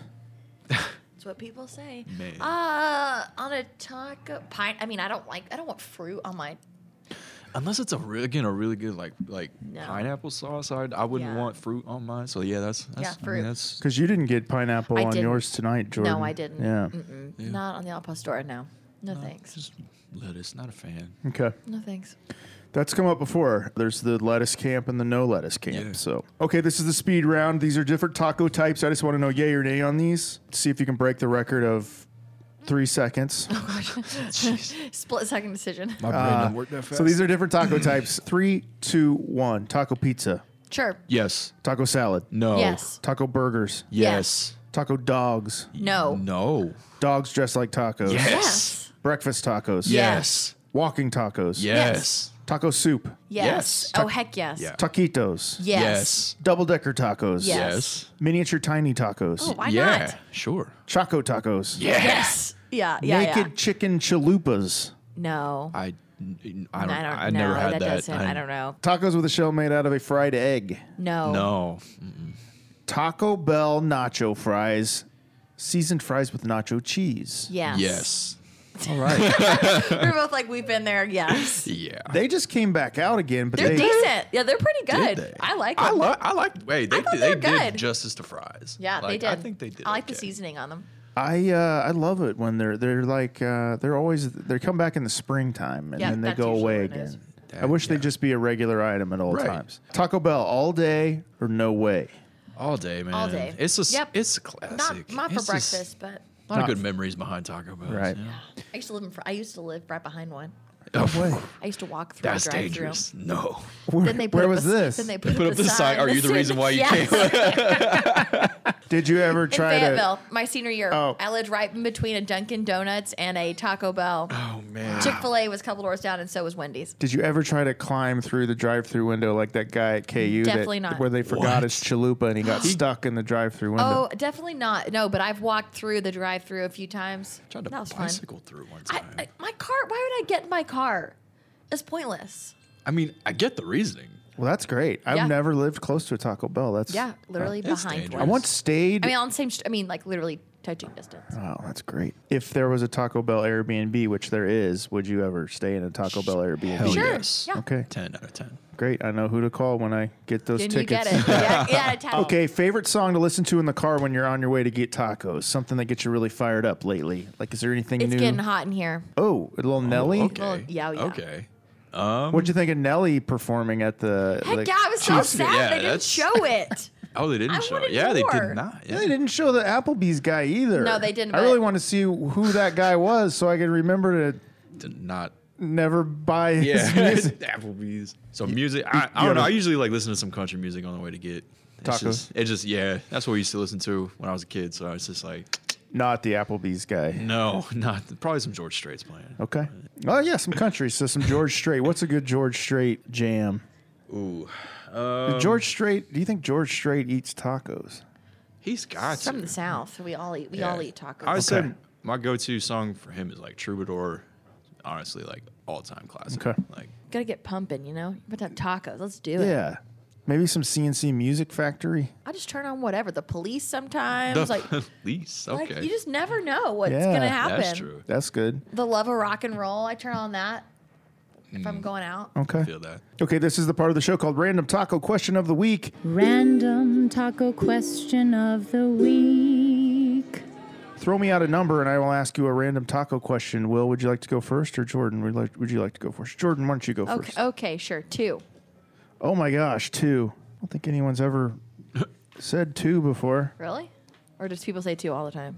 [SPEAKER 3] That's what people say.
[SPEAKER 4] Man.
[SPEAKER 3] Uh, on a taco pine. I mean, I don't like. I don't want fruit on my.
[SPEAKER 4] Unless it's a re- again a really good like like
[SPEAKER 3] No.
[SPEAKER 4] pineapple sauce, I I wouldn't
[SPEAKER 3] Yeah.
[SPEAKER 4] want fruit on mine. So yeah, that's, that's I mean,
[SPEAKER 3] fruit.
[SPEAKER 4] that's
[SPEAKER 1] Because you didn't get pineapple
[SPEAKER 3] I
[SPEAKER 1] on
[SPEAKER 3] didn't.
[SPEAKER 1] yours tonight, Jordan.
[SPEAKER 3] No, I didn't.
[SPEAKER 1] Yeah.
[SPEAKER 3] Mm-mm. Not on the al pastor. No. No thanks.
[SPEAKER 4] just lettuce. Not a fan.
[SPEAKER 1] Okay.
[SPEAKER 3] No thanks.
[SPEAKER 1] That's come up before. There's the lettuce camp and the no lettuce camp.
[SPEAKER 4] Yeah.
[SPEAKER 1] So, okay, this is the speed round. These are different taco types. I just want to know yay or nay on these. See if you can break the record of three seconds.
[SPEAKER 3] Split second decision.
[SPEAKER 4] My brain doesn't work that fast.
[SPEAKER 1] so, these are different taco types. Three, two, one. Taco pizza,
[SPEAKER 3] Sure.
[SPEAKER 4] yes,
[SPEAKER 1] taco salad,
[SPEAKER 4] no,
[SPEAKER 3] Yes.
[SPEAKER 1] taco burgers,
[SPEAKER 4] yes,
[SPEAKER 1] taco dogs,
[SPEAKER 3] No.
[SPEAKER 4] no,
[SPEAKER 1] dogs dressed like tacos,
[SPEAKER 4] yes,
[SPEAKER 1] breakfast tacos,
[SPEAKER 4] yes,
[SPEAKER 1] walking tacos,
[SPEAKER 4] yes,
[SPEAKER 1] taco soup,
[SPEAKER 3] Yes.
[SPEAKER 4] Yes.
[SPEAKER 3] Oh heck yes.
[SPEAKER 4] Yeah.
[SPEAKER 1] taquitos,
[SPEAKER 3] Yes.
[SPEAKER 4] yes,
[SPEAKER 1] double decker tacos,
[SPEAKER 3] Yes.
[SPEAKER 4] yes,
[SPEAKER 1] miniature tiny tacos,
[SPEAKER 3] Oh, why
[SPEAKER 4] yeah,
[SPEAKER 3] not?
[SPEAKER 4] sure,
[SPEAKER 1] choco tacos,
[SPEAKER 4] yeah.
[SPEAKER 3] Yes. Yeah. Yeah.
[SPEAKER 1] naked
[SPEAKER 3] yeah.
[SPEAKER 1] chicken chalupas,
[SPEAKER 3] No.
[SPEAKER 4] I I
[SPEAKER 3] I
[SPEAKER 4] don't,
[SPEAKER 3] don't,
[SPEAKER 4] I
[SPEAKER 3] know.
[SPEAKER 4] never had that.
[SPEAKER 3] doesn't. I, don't know.
[SPEAKER 1] tacos with a shell made out of a fried egg,
[SPEAKER 3] No.
[SPEAKER 4] No,
[SPEAKER 1] Taco Bell nacho fries, seasoned fries with nacho cheese.
[SPEAKER 3] Yes.
[SPEAKER 4] yes,
[SPEAKER 1] All right.
[SPEAKER 3] We're both like we've been there. Yes.
[SPEAKER 4] yeah.
[SPEAKER 1] they just came back out again, but
[SPEAKER 3] They're
[SPEAKER 1] they
[SPEAKER 3] decent. Yeah, they're pretty
[SPEAKER 4] Did
[SPEAKER 3] good.
[SPEAKER 4] they?
[SPEAKER 3] I like them.
[SPEAKER 4] I like. I like. Wait, they,
[SPEAKER 3] thought
[SPEAKER 4] did-
[SPEAKER 3] they
[SPEAKER 4] they
[SPEAKER 3] were
[SPEAKER 4] did
[SPEAKER 3] good.
[SPEAKER 4] justice to fries.
[SPEAKER 3] Yeah,
[SPEAKER 4] Like,
[SPEAKER 3] they did.
[SPEAKER 4] I think they did.
[SPEAKER 3] I like the
[SPEAKER 4] okay.
[SPEAKER 3] seasoning on them.
[SPEAKER 1] I uh, I love it when they're they're like uh, they're always they come back in the springtime and
[SPEAKER 3] Yeah,
[SPEAKER 1] then they
[SPEAKER 3] that's
[SPEAKER 1] go
[SPEAKER 3] usually
[SPEAKER 1] away
[SPEAKER 3] when it is.
[SPEAKER 1] again. I wish they'd just be a regular item at all
[SPEAKER 4] Right.
[SPEAKER 1] times. Taco Bell all day or no way.
[SPEAKER 4] all day, man.
[SPEAKER 3] All day.
[SPEAKER 4] It's a. s-
[SPEAKER 3] Yep.
[SPEAKER 4] It's a
[SPEAKER 3] Not
[SPEAKER 4] classic.
[SPEAKER 3] not for
[SPEAKER 4] It's
[SPEAKER 3] breakfast,
[SPEAKER 4] just
[SPEAKER 3] but
[SPEAKER 4] A
[SPEAKER 1] Not-
[SPEAKER 4] lot of good memories behind Taco Bell.
[SPEAKER 1] Right.
[SPEAKER 3] I used to live in. fr- I used to live right behind one. I used to walk through.
[SPEAKER 4] That's
[SPEAKER 3] a drive-through.
[SPEAKER 4] dangerous. No.
[SPEAKER 1] Where,
[SPEAKER 3] Then they put
[SPEAKER 1] where
[SPEAKER 3] up
[SPEAKER 1] was
[SPEAKER 3] a,
[SPEAKER 1] this?
[SPEAKER 3] Then they put,
[SPEAKER 4] Put
[SPEAKER 3] up,
[SPEAKER 4] up the sign. Are you the
[SPEAKER 3] that
[SPEAKER 4] reason
[SPEAKER 3] said-
[SPEAKER 4] why you
[SPEAKER 3] yes.
[SPEAKER 4] came?
[SPEAKER 1] Did you ever
[SPEAKER 3] In
[SPEAKER 1] try to?
[SPEAKER 3] Fayetteville, my senior year,
[SPEAKER 1] Oh.
[SPEAKER 3] I lived right in between a Dunkin' Donuts and a Taco Bell.
[SPEAKER 4] Oh man.
[SPEAKER 3] Chick Fil A was a couple doors down, and so was Wendy's.
[SPEAKER 1] Did you ever try to climb through the drive-through window like that guy at KU?
[SPEAKER 3] Definitely
[SPEAKER 1] that,
[SPEAKER 3] not.
[SPEAKER 1] Where they forgot his chalupa and he got stuck in the drive-through window.
[SPEAKER 3] Oh, definitely not. No, but I've walked through the drive-through a few times.
[SPEAKER 4] Tried to
[SPEAKER 3] that was
[SPEAKER 4] bicycle through one
[SPEAKER 3] fun.
[SPEAKER 4] time.
[SPEAKER 3] I, I, my car. Why would I get in my car? It's pointless.
[SPEAKER 4] I mean, I get the reasoning.
[SPEAKER 1] Well, that's great. I've
[SPEAKER 3] Yeah.
[SPEAKER 1] never lived close to a Taco Bell. That's
[SPEAKER 3] Yeah, literally
[SPEAKER 4] That's
[SPEAKER 3] behind
[SPEAKER 4] dangerous.
[SPEAKER 1] I
[SPEAKER 3] one.
[SPEAKER 1] once stayed.
[SPEAKER 3] I mean, on the same. St- I mean, like literally touching distance.
[SPEAKER 1] Oh, that's great. If there was a Taco Bell Airbnb, which there is, would you ever stay in a Taco Bell Airbnb?
[SPEAKER 4] Hell
[SPEAKER 3] Sure.
[SPEAKER 4] yes.
[SPEAKER 3] Yeah.
[SPEAKER 1] Okay,
[SPEAKER 4] Ten out of ten.
[SPEAKER 1] great. I know who to call when I get those
[SPEAKER 3] Didn't
[SPEAKER 1] tickets.
[SPEAKER 3] you get it? yeah. Yeah. Tap.
[SPEAKER 1] Okay, favorite song to listen to in the car when you're on your way to get tacos? Something that gets you really fired up lately. Like, is there anything
[SPEAKER 3] It's
[SPEAKER 1] new?
[SPEAKER 3] getting hot in here.
[SPEAKER 1] Oh, a little Nelly.
[SPEAKER 4] Okay.
[SPEAKER 3] Well, yeah, yeah.
[SPEAKER 4] Okay.
[SPEAKER 1] What'd you think of Nelly performing at the?
[SPEAKER 3] Heck
[SPEAKER 1] like-
[SPEAKER 3] yeah, I was so sad
[SPEAKER 4] Yeah,
[SPEAKER 3] they didn't
[SPEAKER 4] that's-
[SPEAKER 3] show it.
[SPEAKER 4] Oh, they didn't
[SPEAKER 3] I
[SPEAKER 4] show. it.
[SPEAKER 3] wanted
[SPEAKER 4] Yeah, they
[SPEAKER 3] more.
[SPEAKER 4] did not.
[SPEAKER 1] They didn't show the Applebee's guy either.
[SPEAKER 3] No, they didn't,
[SPEAKER 1] I really
[SPEAKER 3] but-
[SPEAKER 1] want to see who that guy was so I can remember to
[SPEAKER 4] Did not.
[SPEAKER 1] never buy his
[SPEAKER 4] Yeah.
[SPEAKER 1] music.
[SPEAKER 4] Applebee's. So music. I, I don't know. I usually like listen to some country music on the way to get it's
[SPEAKER 1] Tacos.
[SPEAKER 4] Just, it's just yeah. That's what we used to listen to when I was a kid. So I was just like,
[SPEAKER 1] Not the Applebee's guy.
[SPEAKER 4] no, not probably some George Strait's playing.
[SPEAKER 1] Okay. Oh yeah, some country. So some George Strait. What's a good George Strait jam?
[SPEAKER 4] Ooh, um,
[SPEAKER 1] Did George Strait. Do you think George Strait eats tacos?
[SPEAKER 4] he's got
[SPEAKER 3] It's from
[SPEAKER 4] to.
[SPEAKER 3] the south. We all eat. We
[SPEAKER 4] Yeah.
[SPEAKER 3] all eat tacos.
[SPEAKER 4] I would
[SPEAKER 1] Okay.
[SPEAKER 4] say my go-to song for him is like Troubadour. Honestly, like all-time classic.
[SPEAKER 1] Okay.
[SPEAKER 4] Like
[SPEAKER 3] Gotta get pumping, you know. You're about to have tacos. Let's do it.
[SPEAKER 1] Yeah. Maybe some CNC Music Factory.
[SPEAKER 3] I just turn on whatever. The police sometimes.
[SPEAKER 4] the
[SPEAKER 3] like,
[SPEAKER 4] police. Okay.
[SPEAKER 3] like you just never know what's
[SPEAKER 1] Yeah.
[SPEAKER 3] gonna
[SPEAKER 1] That's
[SPEAKER 3] happen.
[SPEAKER 4] That's true.
[SPEAKER 1] That's good.
[SPEAKER 3] The love of rock and roll. I turn on that if
[SPEAKER 4] Mm.
[SPEAKER 3] I'm going out.
[SPEAKER 1] Okay.
[SPEAKER 4] Feel that.
[SPEAKER 1] Okay, this is the part of the show called Random Taco Question of the Week.
[SPEAKER 6] Random taco question of the week.
[SPEAKER 1] Throw me out a number and I will ask you a random taco question. Will, would you like to go first or Jordan? Would you like, would you like to go first? Jordan, why don't you go
[SPEAKER 3] Okay.
[SPEAKER 1] first?
[SPEAKER 3] Okay. Sure. Two.
[SPEAKER 1] Oh my gosh, two. I don't think anyone's ever said two before.
[SPEAKER 3] Really? Or does people say two all the time?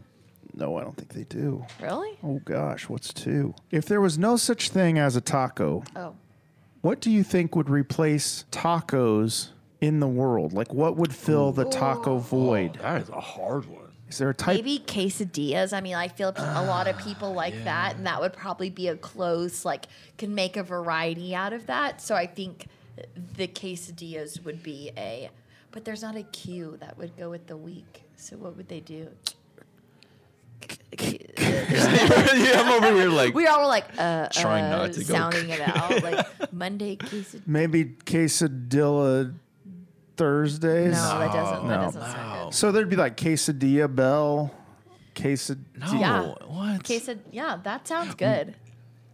[SPEAKER 1] No, I don't think they do.
[SPEAKER 3] Really?
[SPEAKER 1] Oh gosh, what's two? If there was no such thing as a taco,
[SPEAKER 3] Oh.
[SPEAKER 1] what do you think would replace tacos in the world? Like what would fill the taco void?
[SPEAKER 4] That is a hard one.
[SPEAKER 1] Is there a type?
[SPEAKER 3] Maybe quesadillas. I mean, I feel p- a lot of people
[SPEAKER 4] Ah,
[SPEAKER 3] like that, and that would probably be a close, like, can make a variety out of that. So I think the quesadillas would be a, but there's not a Q that would go with the week. So what would they do?
[SPEAKER 4] yeah, I'm over here like
[SPEAKER 3] We all were like, uh,
[SPEAKER 4] Trying
[SPEAKER 3] uh,
[SPEAKER 4] not to go
[SPEAKER 3] sounding it out. Like, Monday quesadilla.
[SPEAKER 1] Maybe quesadilla Thursdays.
[SPEAKER 3] No, that doesn't, that doesn't sound
[SPEAKER 1] So there'd be like quesadilla bell. quesadilla.
[SPEAKER 4] No,
[SPEAKER 3] Yeah.
[SPEAKER 4] what?
[SPEAKER 3] Quesad- yeah, that sounds good.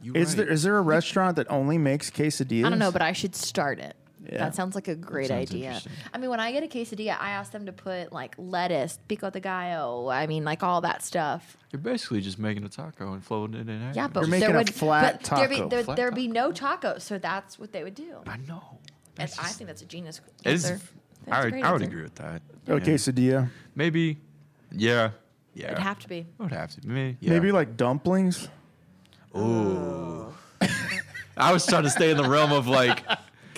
[SPEAKER 4] You
[SPEAKER 1] Is
[SPEAKER 4] right.
[SPEAKER 1] there is there a restaurant that only makes quesadillas?
[SPEAKER 3] I don't know, but I should start it.
[SPEAKER 1] Yeah.
[SPEAKER 3] That sounds like a great
[SPEAKER 4] sounds
[SPEAKER 3] idea.
[SPEAKER 4] interesting.
[SPEAKER 3] I mean, when I get a quesadilla, I ask them to put like lettuce, pico de gallo. I mean, like all that stuff.
[SPEAKER 4] You're basically just making a taco and floating it in.
[SPEAKER 3] Yeah,
[SPEAKER 4] air.
[SPEAKER 3] but
[SPEAKER 1] You're making
[SPEAKER 3] there
[SPEAKER 1] a
[SPEAKER 3] would
[SPEAKER 1] flat
[SPEAKER 3] but There'd be,
[SPEAKER 1] taco.
[SPEAKER 3] there,
[SPEAKER 4] Flat
[SPEAKER 3] there'd be no tacos, so that's what they would do.
[SPEAKER 4] I know.
[SPEAKER 3] And
[SPEAKER 4] That's
[SPEAKER 3] I
[SPEAKER 4] just-
[SPEAKER 3] think that's a genius
[SPEAKER 4] it is.
[SPEAKER 3] answer. That's a
[SPEAKER 4] I,
[SPEAKER 3] great
[SPEAKER 4] I would
[SPEAKER 3] answer.
[SPEAKER 4] agree with that.
[SPEAKER 1] a
[SPEAKER 4] Yeah.
[SPEAKER 1] Oh, quesadilla.
[SPEAKER 4] Maybe. Yeah. Yeah.
[SPEAKER 3] It'd have to be.
[SPEAKER 4] It would have to. Maybe. Yeah.
[SPEAKER 1] Maybe like dumplings.
[SPEAKER 4] I was trying to stay in the realm of like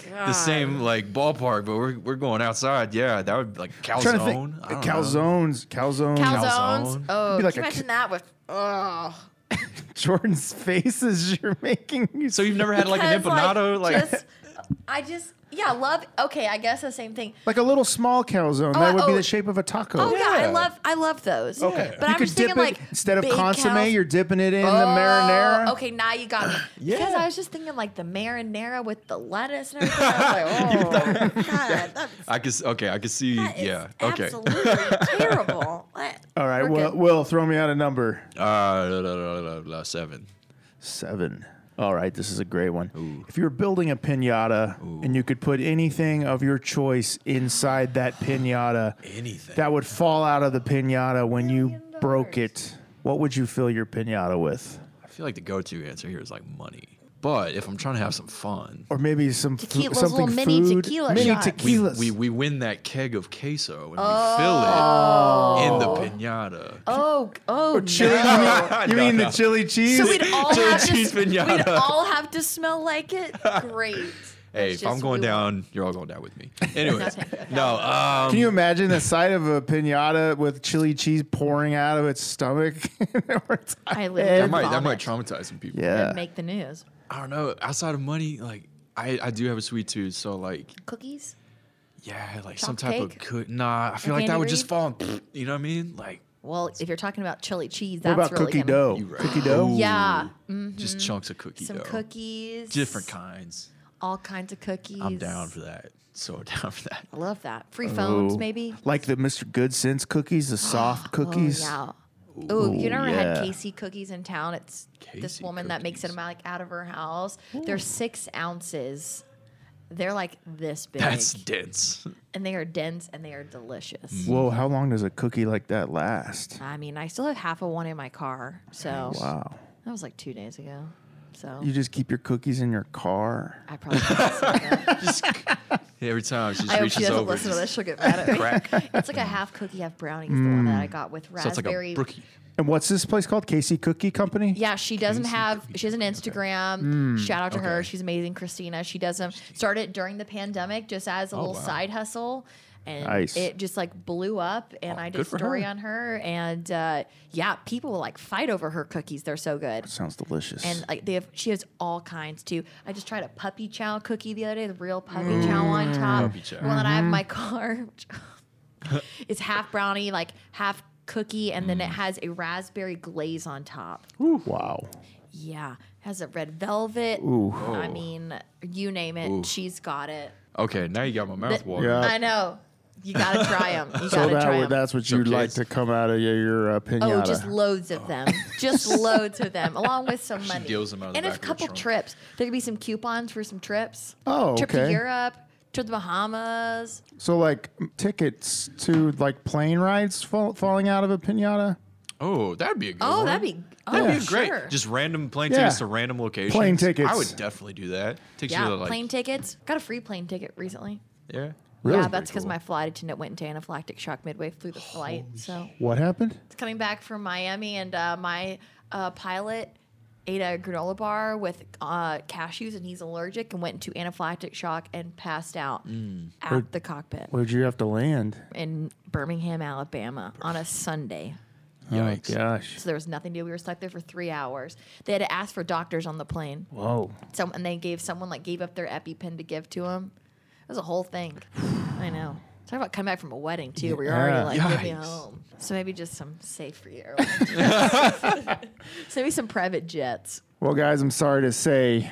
[SPEAKER 4] the same like ballpark, but we're, we're going outside. Yeah, that would be like calzone.
[SPEAKER 1] I'm trying to think.
[SPEAKER 4] I don't know.
[SPEAKER 1] Calzones. Calzones.
[SPEAKER 3] Calzones.
[SPEAKER 4] Calzone.
[SPEAKER 3] Oh,
[SPEAKER 1] Be like
[SPEAKER 3] can
[SPEAKER 1] a
[SPEAKER 3] you imagine that with? Oh,
[SPEAKER 1] Jordan's faces you're making.
[SPEAKER 4] So you've never had like an empanado? Like,
[SPEAKER 3] just, I just yeah love. Okay, I guess the same thing.
[SPEAKER 1] like a little small calzone.
[SPEAKER 3] Oh,
[SPEAKER 1] that would be
[SPEAKER 3] oh.
[SPEAKER 1] the shape of a taco.
[SPEAKER 3] Oh yeah.
[SPEAKER 4] Yeah.
[SPEAKER 3] I love I love those.
[SPEAKER 1] Okay. you
[SPEAKER 3] but I'm
[SPEAKER 1] could
[SPEAKER 3] just
[SPEAKER 1] dip
[SPEAKER 3] thinking
[SPEAKER 1] it
[SPEAKER 3] like
[SPEAKER 1] instead of
[SPEAKER 3] big
[SPEAKER 1] consomme,
[SPEAKER 3] cows-
[SPEAKER 1] you're dipping it in the
[SPEAKER 3] Oh,
[SPEAKER 1] marinara.
[SPEAKER 3] Okay, now you got me. Because
[SPEAKER 4] Yeah.
[SPEAKER 3] I was just thinking like the marinara with the lettuce and everything. I was like, oh, God, that's,
[SPEAKER 4] I could. s- Okay, I could see.
[SPEAKER 3] that is
[SPEAKER 4] yeah. Okay.
[SPEAKER 3] absolutely terrible. What?
[SPEAKER 1] All right.
[SPEAKER 3] We're
[SPEAKER 1] Well,
[SPEAKER 3] good.
[SPEAKER 1] Will, throw me out a number.
[SPEAKER 4] Uh, la, la, la, la, la, seven.
[SPEAKER 1] Seven. All right, this is a great one. If you were building a pinata and you could put anything of your choice inside that pinata,
[SPEAKER 4] Anything.
[SPEAKER 1] that would fall out of the pinata when you broke it, what would you fill your pinata with?
[SPEAKER 4] I feel like the go-to answer here is like money. But if I'm trying to have some fun,
[SPEAKER 1] Or maybe some fu-
[SPEAKER 3] Tequila- those
[SPEAKER 1] something
[SPEAKER 3] little mini
[SPEAKER 1] food.
[SPEAKER 3] tequila
[SPEAKER 1] mini
[SPEAKER 3] shots.
[SPEAKER 4] we,
[SPEAKER 1] tequilas.
[SPEAKER 4] we, we win that keg of queso and we fill it in the pinata.
[SPEAKER 3] Oh, oh,
[SPEAKER 1] chili.
[SPEAKER 3] no.
[SPEAKER 1] you mean, you mean the chili cheese?
[SPEAKER 3] So we'd all, have to,
[SPEAKER 4] cheese
[SPEAKER 3] s- we'd
[SPEAKER 4] pinata.
[SPEAKER 3] all have to smell like it? Great.
[SPEAKER 4] Hey,
[SPEAKER 3] That's
[SPEAKER 4] if I'm
[SPEAKER 3] just-
[SPEAKER 4] going
[SPEAKER 3] we
[SPEAKER 4] down,
[SPEAKER 3] want-
[SPEAKER 4] you're all going down with me. Anyways,
[SPEAKER 3] Nothing.
[SPEAKER 4] no. Um,
[SPEAKER 1] Can you imagine the sight of a pinata with chili cheese pouring out of its stomach?
[SPEAKER 3] I
[SPEAKER 4] that
[SPEAKER 3] literally
[SPEAKER 4] might that might
[SPEAKER 3] vomit
[SPEAKER 4] traumatize some people.
[SPEAKER 3] and
[SPEAKER 1] yeah.
[SPEAKER 3] make the news.
[SPEAKER 4] I don't know. Outside of money, like I, I do have a sweet tooth, so like
[SPEAKER 3] Cookies?
[SPEAKER 4] yeah, like
[SPEAKER 3] Chocolate
[SPEAKER 4] some type of
[SPEAKER 3] cake?
[SPEAKER 4] cook. Nah, I feel like
[SPEAKER 3] Andy
[SPEAKER 4] that would just
[SPEAKER 3] Reid?
[SPEAKER 4] fall. in- You know what I mean? Like
[SPEAKER 3] Well, if you're talking about chili cheese,
[SPEAKER 1] What
[SPEAKER 3] that's
[SPEAKER 1] about
[SPEAKER 3] really
[SPEAKER 1] cookie
[SPEAKER 3] gonna-
[SPEAKER 1] dough?
[SPEAKER 4] you right.
[SPEAKER 1] Cookie dough?
[SPEAKER 3] Yeah. Mm,
[SPEAKER 4] just chunks of cookie
[SPEAKER 3] Mm-hmm. Some
[SPEAKER 4] dough,
[SPEAKER 3] cookies.
[SPEAKER 4] different kinds.
[SPEAKER 3] All kinds of cookies.
[SPEAKER 4] I'm down Oh. for that. So down for that.
[SPEAKER 3] I love that. Free phones,
[SPEAKER 1] Ooh.
[SPEAKER 3] maybe.
[SPEAKER 1] Like the Mr. Good Sense cookies, the soft cookies.
[SPEAKER 3] Oh, yeah. Oh, you never had
[SPEAKER 1] yeah.
[SPEAKER 3] Casey cookies in town? It's this
[SPEAKER 4] Casey
[SPEAKER 3] woman that makes
[SPEAKER 4] cookies.
[SPEAKER 3] them like out of her house. They're six ounces. They're like this big,
[SPEAKER 4] That's Mm. dense.
[SPEAKER 3] and they are dense and they are delicious.
[SPEAKER 1] Whoa, how long does a cookie like that last?
[SPEAKER 3] I mean, I still have half of one in my car, so
[SPEAKER 1] Wow.
[SPEAKER 3] that was like two days ago. So
[SPEAKER 1] You just keep your cookies in your car.
[SPEAKER 3] I probably. can't say that.
[SPEAKER 4] Every time she just
[SPEAKER 3] I hope
[SPEAKER 4] reaches
[SPEAKER 3] she doesn't
[SPEAKER 4] over.
[SPEAKER 3] listen to
[SPEAKER 4] just
[SPEAKER 3] this. She'll get mad at me. It's like a half cookie, half brownie is the one that I got with
[SPEAKER 4] Mm. So it's like
[SPEAKER 3] raspberry
[SPEAKER 4] a brookie.
[SPEAKER 1] And what's this place called? Casey Cookie Company?
[SPEAKER 3] Yeah, she doesn't have. She has an Instagram. Shout out to her. She's amazing, Christina. She does them. Started during the pandemic, just as a
[SPEAKER 4] Oh,
[SPEAKER 3] little side hustle, and
[SPEAKER 1] Nice.
[SPEAKER 3] it just like blew up. And I did a
[SPEAKER 4] good for
[SPEAKER 3] story
[SPEAKER 4] her.
[SPEAKER 3] on her, and uh, yeah, people like fight over her cookies. They're so good.
[SPEAKER 1] Sounds delicious.
[SPEAKER 3] And like they have, she has all kinds too. I just tried a puppy chow cookie the other day, the real puppy chow on top.
[SPEAKER 4] Mm. Puppy chow.
[SPEAKER 3] The One that I have in my car. which- it's half brownie, like half cookie, and
[SPEAKER 4] Mm.
[SPEAKER 3] then it has a raspberry glaze on top.
[SPEAKER 1] wow.
[SPEAKER 3] Yeah, has a red velvet. I mean, you name it, she's got it.
[SPEAKER 4] Okay, now you got my mouth watering.
[SPEAKER 1] Yeah.
[SPEAKER 3] I know. You gotta try them. You
[SPEAKER 1] So
[SPEAKER 3] gotta
[SPEAKER 1] that
[SPEAKER 3] try
[SPEAKER 1] would,
[SPEAKER 3] 'em.
[SPEAKER 1] that's what you'd like
[SPEAKER 4] case.
[SPEAKER 1] to come out of your, your uh,
[SPEAKER 3] Oh,
[SPEAKER 1] pinata.
[SPEAKER 3] just loads of them. Just loads of them, along with some money.
[SPEAKER 4] deals them out of the
[SPEAKER 3] and
[SPEAKER 4] back
[SPEAKER 3] a
[SPEAKER 4] of her
[SPEAKER 3] couple
[SPEAKER 4] trunk.
[SPEAKER 3] trips. There could be some coupons for some trips.
[SPEAKER 1] Oh,
[SPEAKER 3] Trip
[SPEAKER 1] okay.
[SPEAKER 3] to Europe, to the Bahamas.
[SPEAKER 1] so like tickets to like plane rides fall, falling out of a pinata?
[SPEAKER 4] Oh, that'd be a good
[SPEAKER 3] Oh,
[SPEAKER 4] one.
[SPEAKER 3] that'd be oh,
[SPEAKER 4] That'd be
[SPEAKER 3] sure.
[SPEAKER 4] great. Just random plane
[SPEAKER 1] Yeah.
[SPEAKER 4] tickets to random locations.
[SPEAKER 1] Plane tickets.
[SPEAKER 4] I would definitely do that. Takes
[SPEAKER 3] yeah,
[SPEAKER 4] you to like
[SPEAKER 3] plane tickets. Got a free plane ticket recently.
[SPEAKER 4] yeah.
[SPEAKER 3] Yeah, that's because my flight attendant went into anaphylactic shock midway through the flight. So
[SPEAKER 1] What happened?
[SPEAKER 3] it's coming back from Miami, and uh, my uh, pilot ate a granola bar with uh, cashews, and he's allergic, and went into anaphylactic shock and passed out at the cockpit.
[SPEAKER 1] Where'd you have to land?
[SPEAKER 3] in Birmingham, Alabama on a Sunday.
[SPEAKER 4] Yikes.
[SPEAKER 1] Oh, Gosh.
[SPEAKER 3] So there was nothing to do. We were stuck there for three hours. They had to ask for doctors on the plane.
[SPEAKER 1] Whoa.
[SPEAKER 3] So, and they gave someone like gave up their EpiPen to give to him. It was a whole thing. I know. Talk about coming back from a wedding too, where you're
[SPEAKER 1] Yeah.
[SPEAKER 3] already like, get me
[SPEAKER 4] Yikes.
[SPEAKER 3] home. So maybe just some safer year. so maybe some private jets.
[SPEAKER 1] Well, guys, I'm sorry to say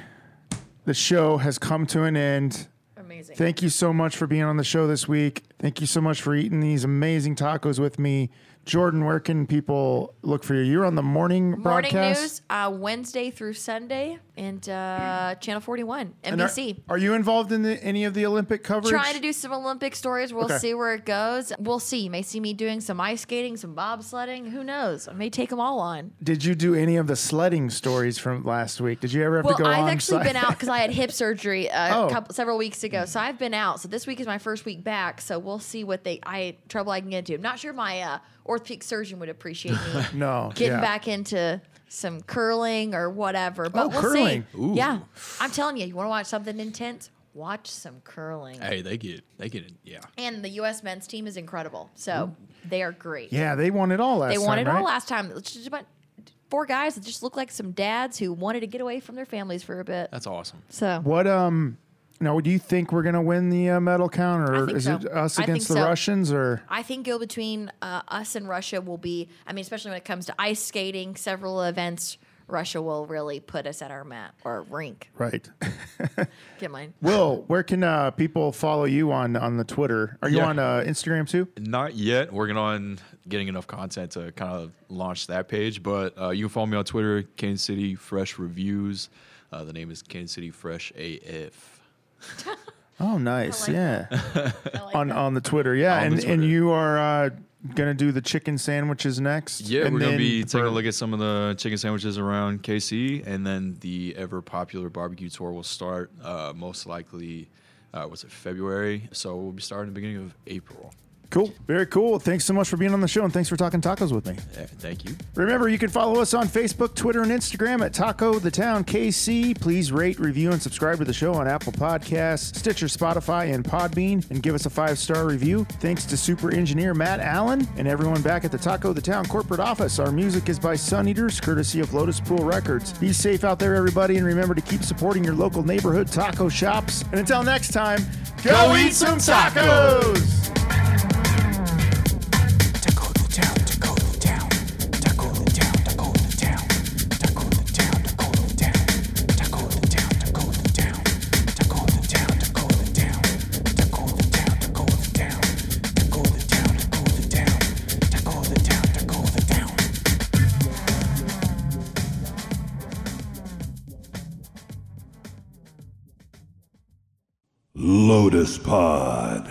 [SPEAKER 1] the show has come to an end.
[SPEAKER 3] Amazing.
[SPEAKER 1] Thank you so much for being on the show this week. Thank you so much for eating these amazing tacos with me. Jordan, where can people look for you? You're on the morning,
[SPEAKER 3] Morning
[SPEAKER 1] broadcast.
[SPEAKER 3] news, uh, Wednesday through Sunday, and uh, Channel 41,
[SPEAKER 1] And are-
[SPEAKER 3] NBC.
[SPEAKER 1] Are, you involved in the, any of the Olympic coverage?
[SPEAKER 3] Trying to do some Olympic stories. We'll
[SPEAKER 1] Okay.
[SPEAKER 3] see where it goes. We'll see. You may see me doing some ice skating, some bobsledding. Who knows? I may take them all on.
[SPEAKER 1] Did you do any of the sledding stories from last week? Did you ever have
[SPEAKER 3] Well,
[SPEAKER 1] to go
[SPEAKER 3] I've
[SPEAKER 1] on
[SPEAKER 3] actually
[SPEAKER 1] site?
[SPEAKER 3] been out because I had hip surgery a
[SPEAKER 1] Oh.
[SPEAKER 3] couple several weeks ago, so I've been out. So this week is my first week back. So we'll see what they I trouble I can get into. I'm not sure my uh, orthopedic surgeon would appreciate me
[SPEAKER 1] no.
[SPEAKER 3] getting
[SPEAKER 1] yeah.
[SPEAKER 3] back into some curling or whatever. But
[SPEAKER 1] Oh,
[SPEAKER 3] we'll
[SPEAKER 1] curling.
[SPEAKER 3] see. Yeah, I'm telling you, you want to watch something intense? Watch some curling.
[SPEAKER 1] Eh.
[SPEAKER 4] Hey, they get they get yeah.
[SPEAKER 3] And the U.S. men's team is incredible. So they are great.
[SPEAKER 1] Yeah, they won it all last
[SPEAKER 3] they
[SPEAKER 1] time.
[SPEAKER 3] won it all
[SPEAKER 1] right?
[SPEAKER 3] last time. It's just about four guys that just look like some dads who wanted to get away from their families for a
[SPEAKER 1] Uh,
[SPEAKER 3] bit.
[SPEAKER 4] That's awesome.
[SPEAKER 3] So.
[SPEAKER 1] What um now do you think we're gonna win the uh, medal count
[SPEAKER 3] I
[SPEAKER 1] or
[SPEAKER 3] think
[SPEAKER 1] is
[SPEAKER 3] so.
[SPEAKER 1] it us
[SPEAKER 3] I think
[SPEAKER 1] against the
[SPEAKER 3] so.
[SPEAKER 1] Russians or
[SPEAKER 3] I think go between uh, us and Russia will be. I mean, especially when it comes to ice skating, several events, Russia will really put us at our mat or rink.
[SPEAKER 1] right?
[SPEAKER 3] Get mine.
[SPEAKER 1] Will, where can uh, people follow you on on the Twitter? Are you
[SPEAKER 4] Yeah.
[SPEAKER 1] on uh, Instagram too?
[SPEAKER 4] Not yet. Working on getting enough content to kind of launch that page. But uh, you can follow me on Twitter, Kansas City Fresh Reviews. Uh, the name is Kansas City Fresh AF.
[SPEAKER 1] Oh, nice,
[SPEAKER 3] like
[SPEAKER 1] yeah. on on the Twitter, yeah,
[SPEAKER 4] On
[SPEAKER 1] and
[SPEAKER 4] the
[SPEAKER 1] and
[SPEAKER 4] Twitter.
[SPEAKER 1] you are uh, gonna do the chicken sandwiches next.
[SPEAKER 4] Yeah,
[SPEAKER 1] and
[SPEAKER 4] we're gonna
[SPEAKER 1] then
[SPEAKER 4] be
[SPEAKER 1] the
[SPEAKER 4] taking a
[SPEAKER 1] bourbon.
[SPEAKER 4] look at some of the chicken sandwiches around KC, and then the ever popular barbecue tour will start uh, most likely. Uh, was it February? So we'll be starting the beginning of April.
[SPEAKER 1] Cool, very cool. Thanks so much for being on the show, and thanks for talking tacos with me.
[SPEAKER 4] Eh, Thank you.
[SPEAKER 1] Remember, you can follow us on Facebook, Twitter, and Instagram at Taco the Town KC. Please rate, review, and subscribe to the show on Apple Podcasts, Stitcher, Spotify, and Podbean, and give us a five star review. Thanks to super engineer Matt Allen and everyone back at the Taco the Town corporate office. Our music is by Sun Eaters, courtesy of Lotus Pool Records. Be safe out there, everybody, and remember to keep supporting your local neighborhood taco shops. And until next time, go, eat some tacos!
[SPEAKER 11] Taco the town, taco the town, taco the town, taco the town, taco the town, taco the town, taco the town, taco the town, taco the town, taco the town, taco the town, taco the town, taco the town, taco the town, taco the town, taco the town.
[SPEAKER 12] Lotus Pod.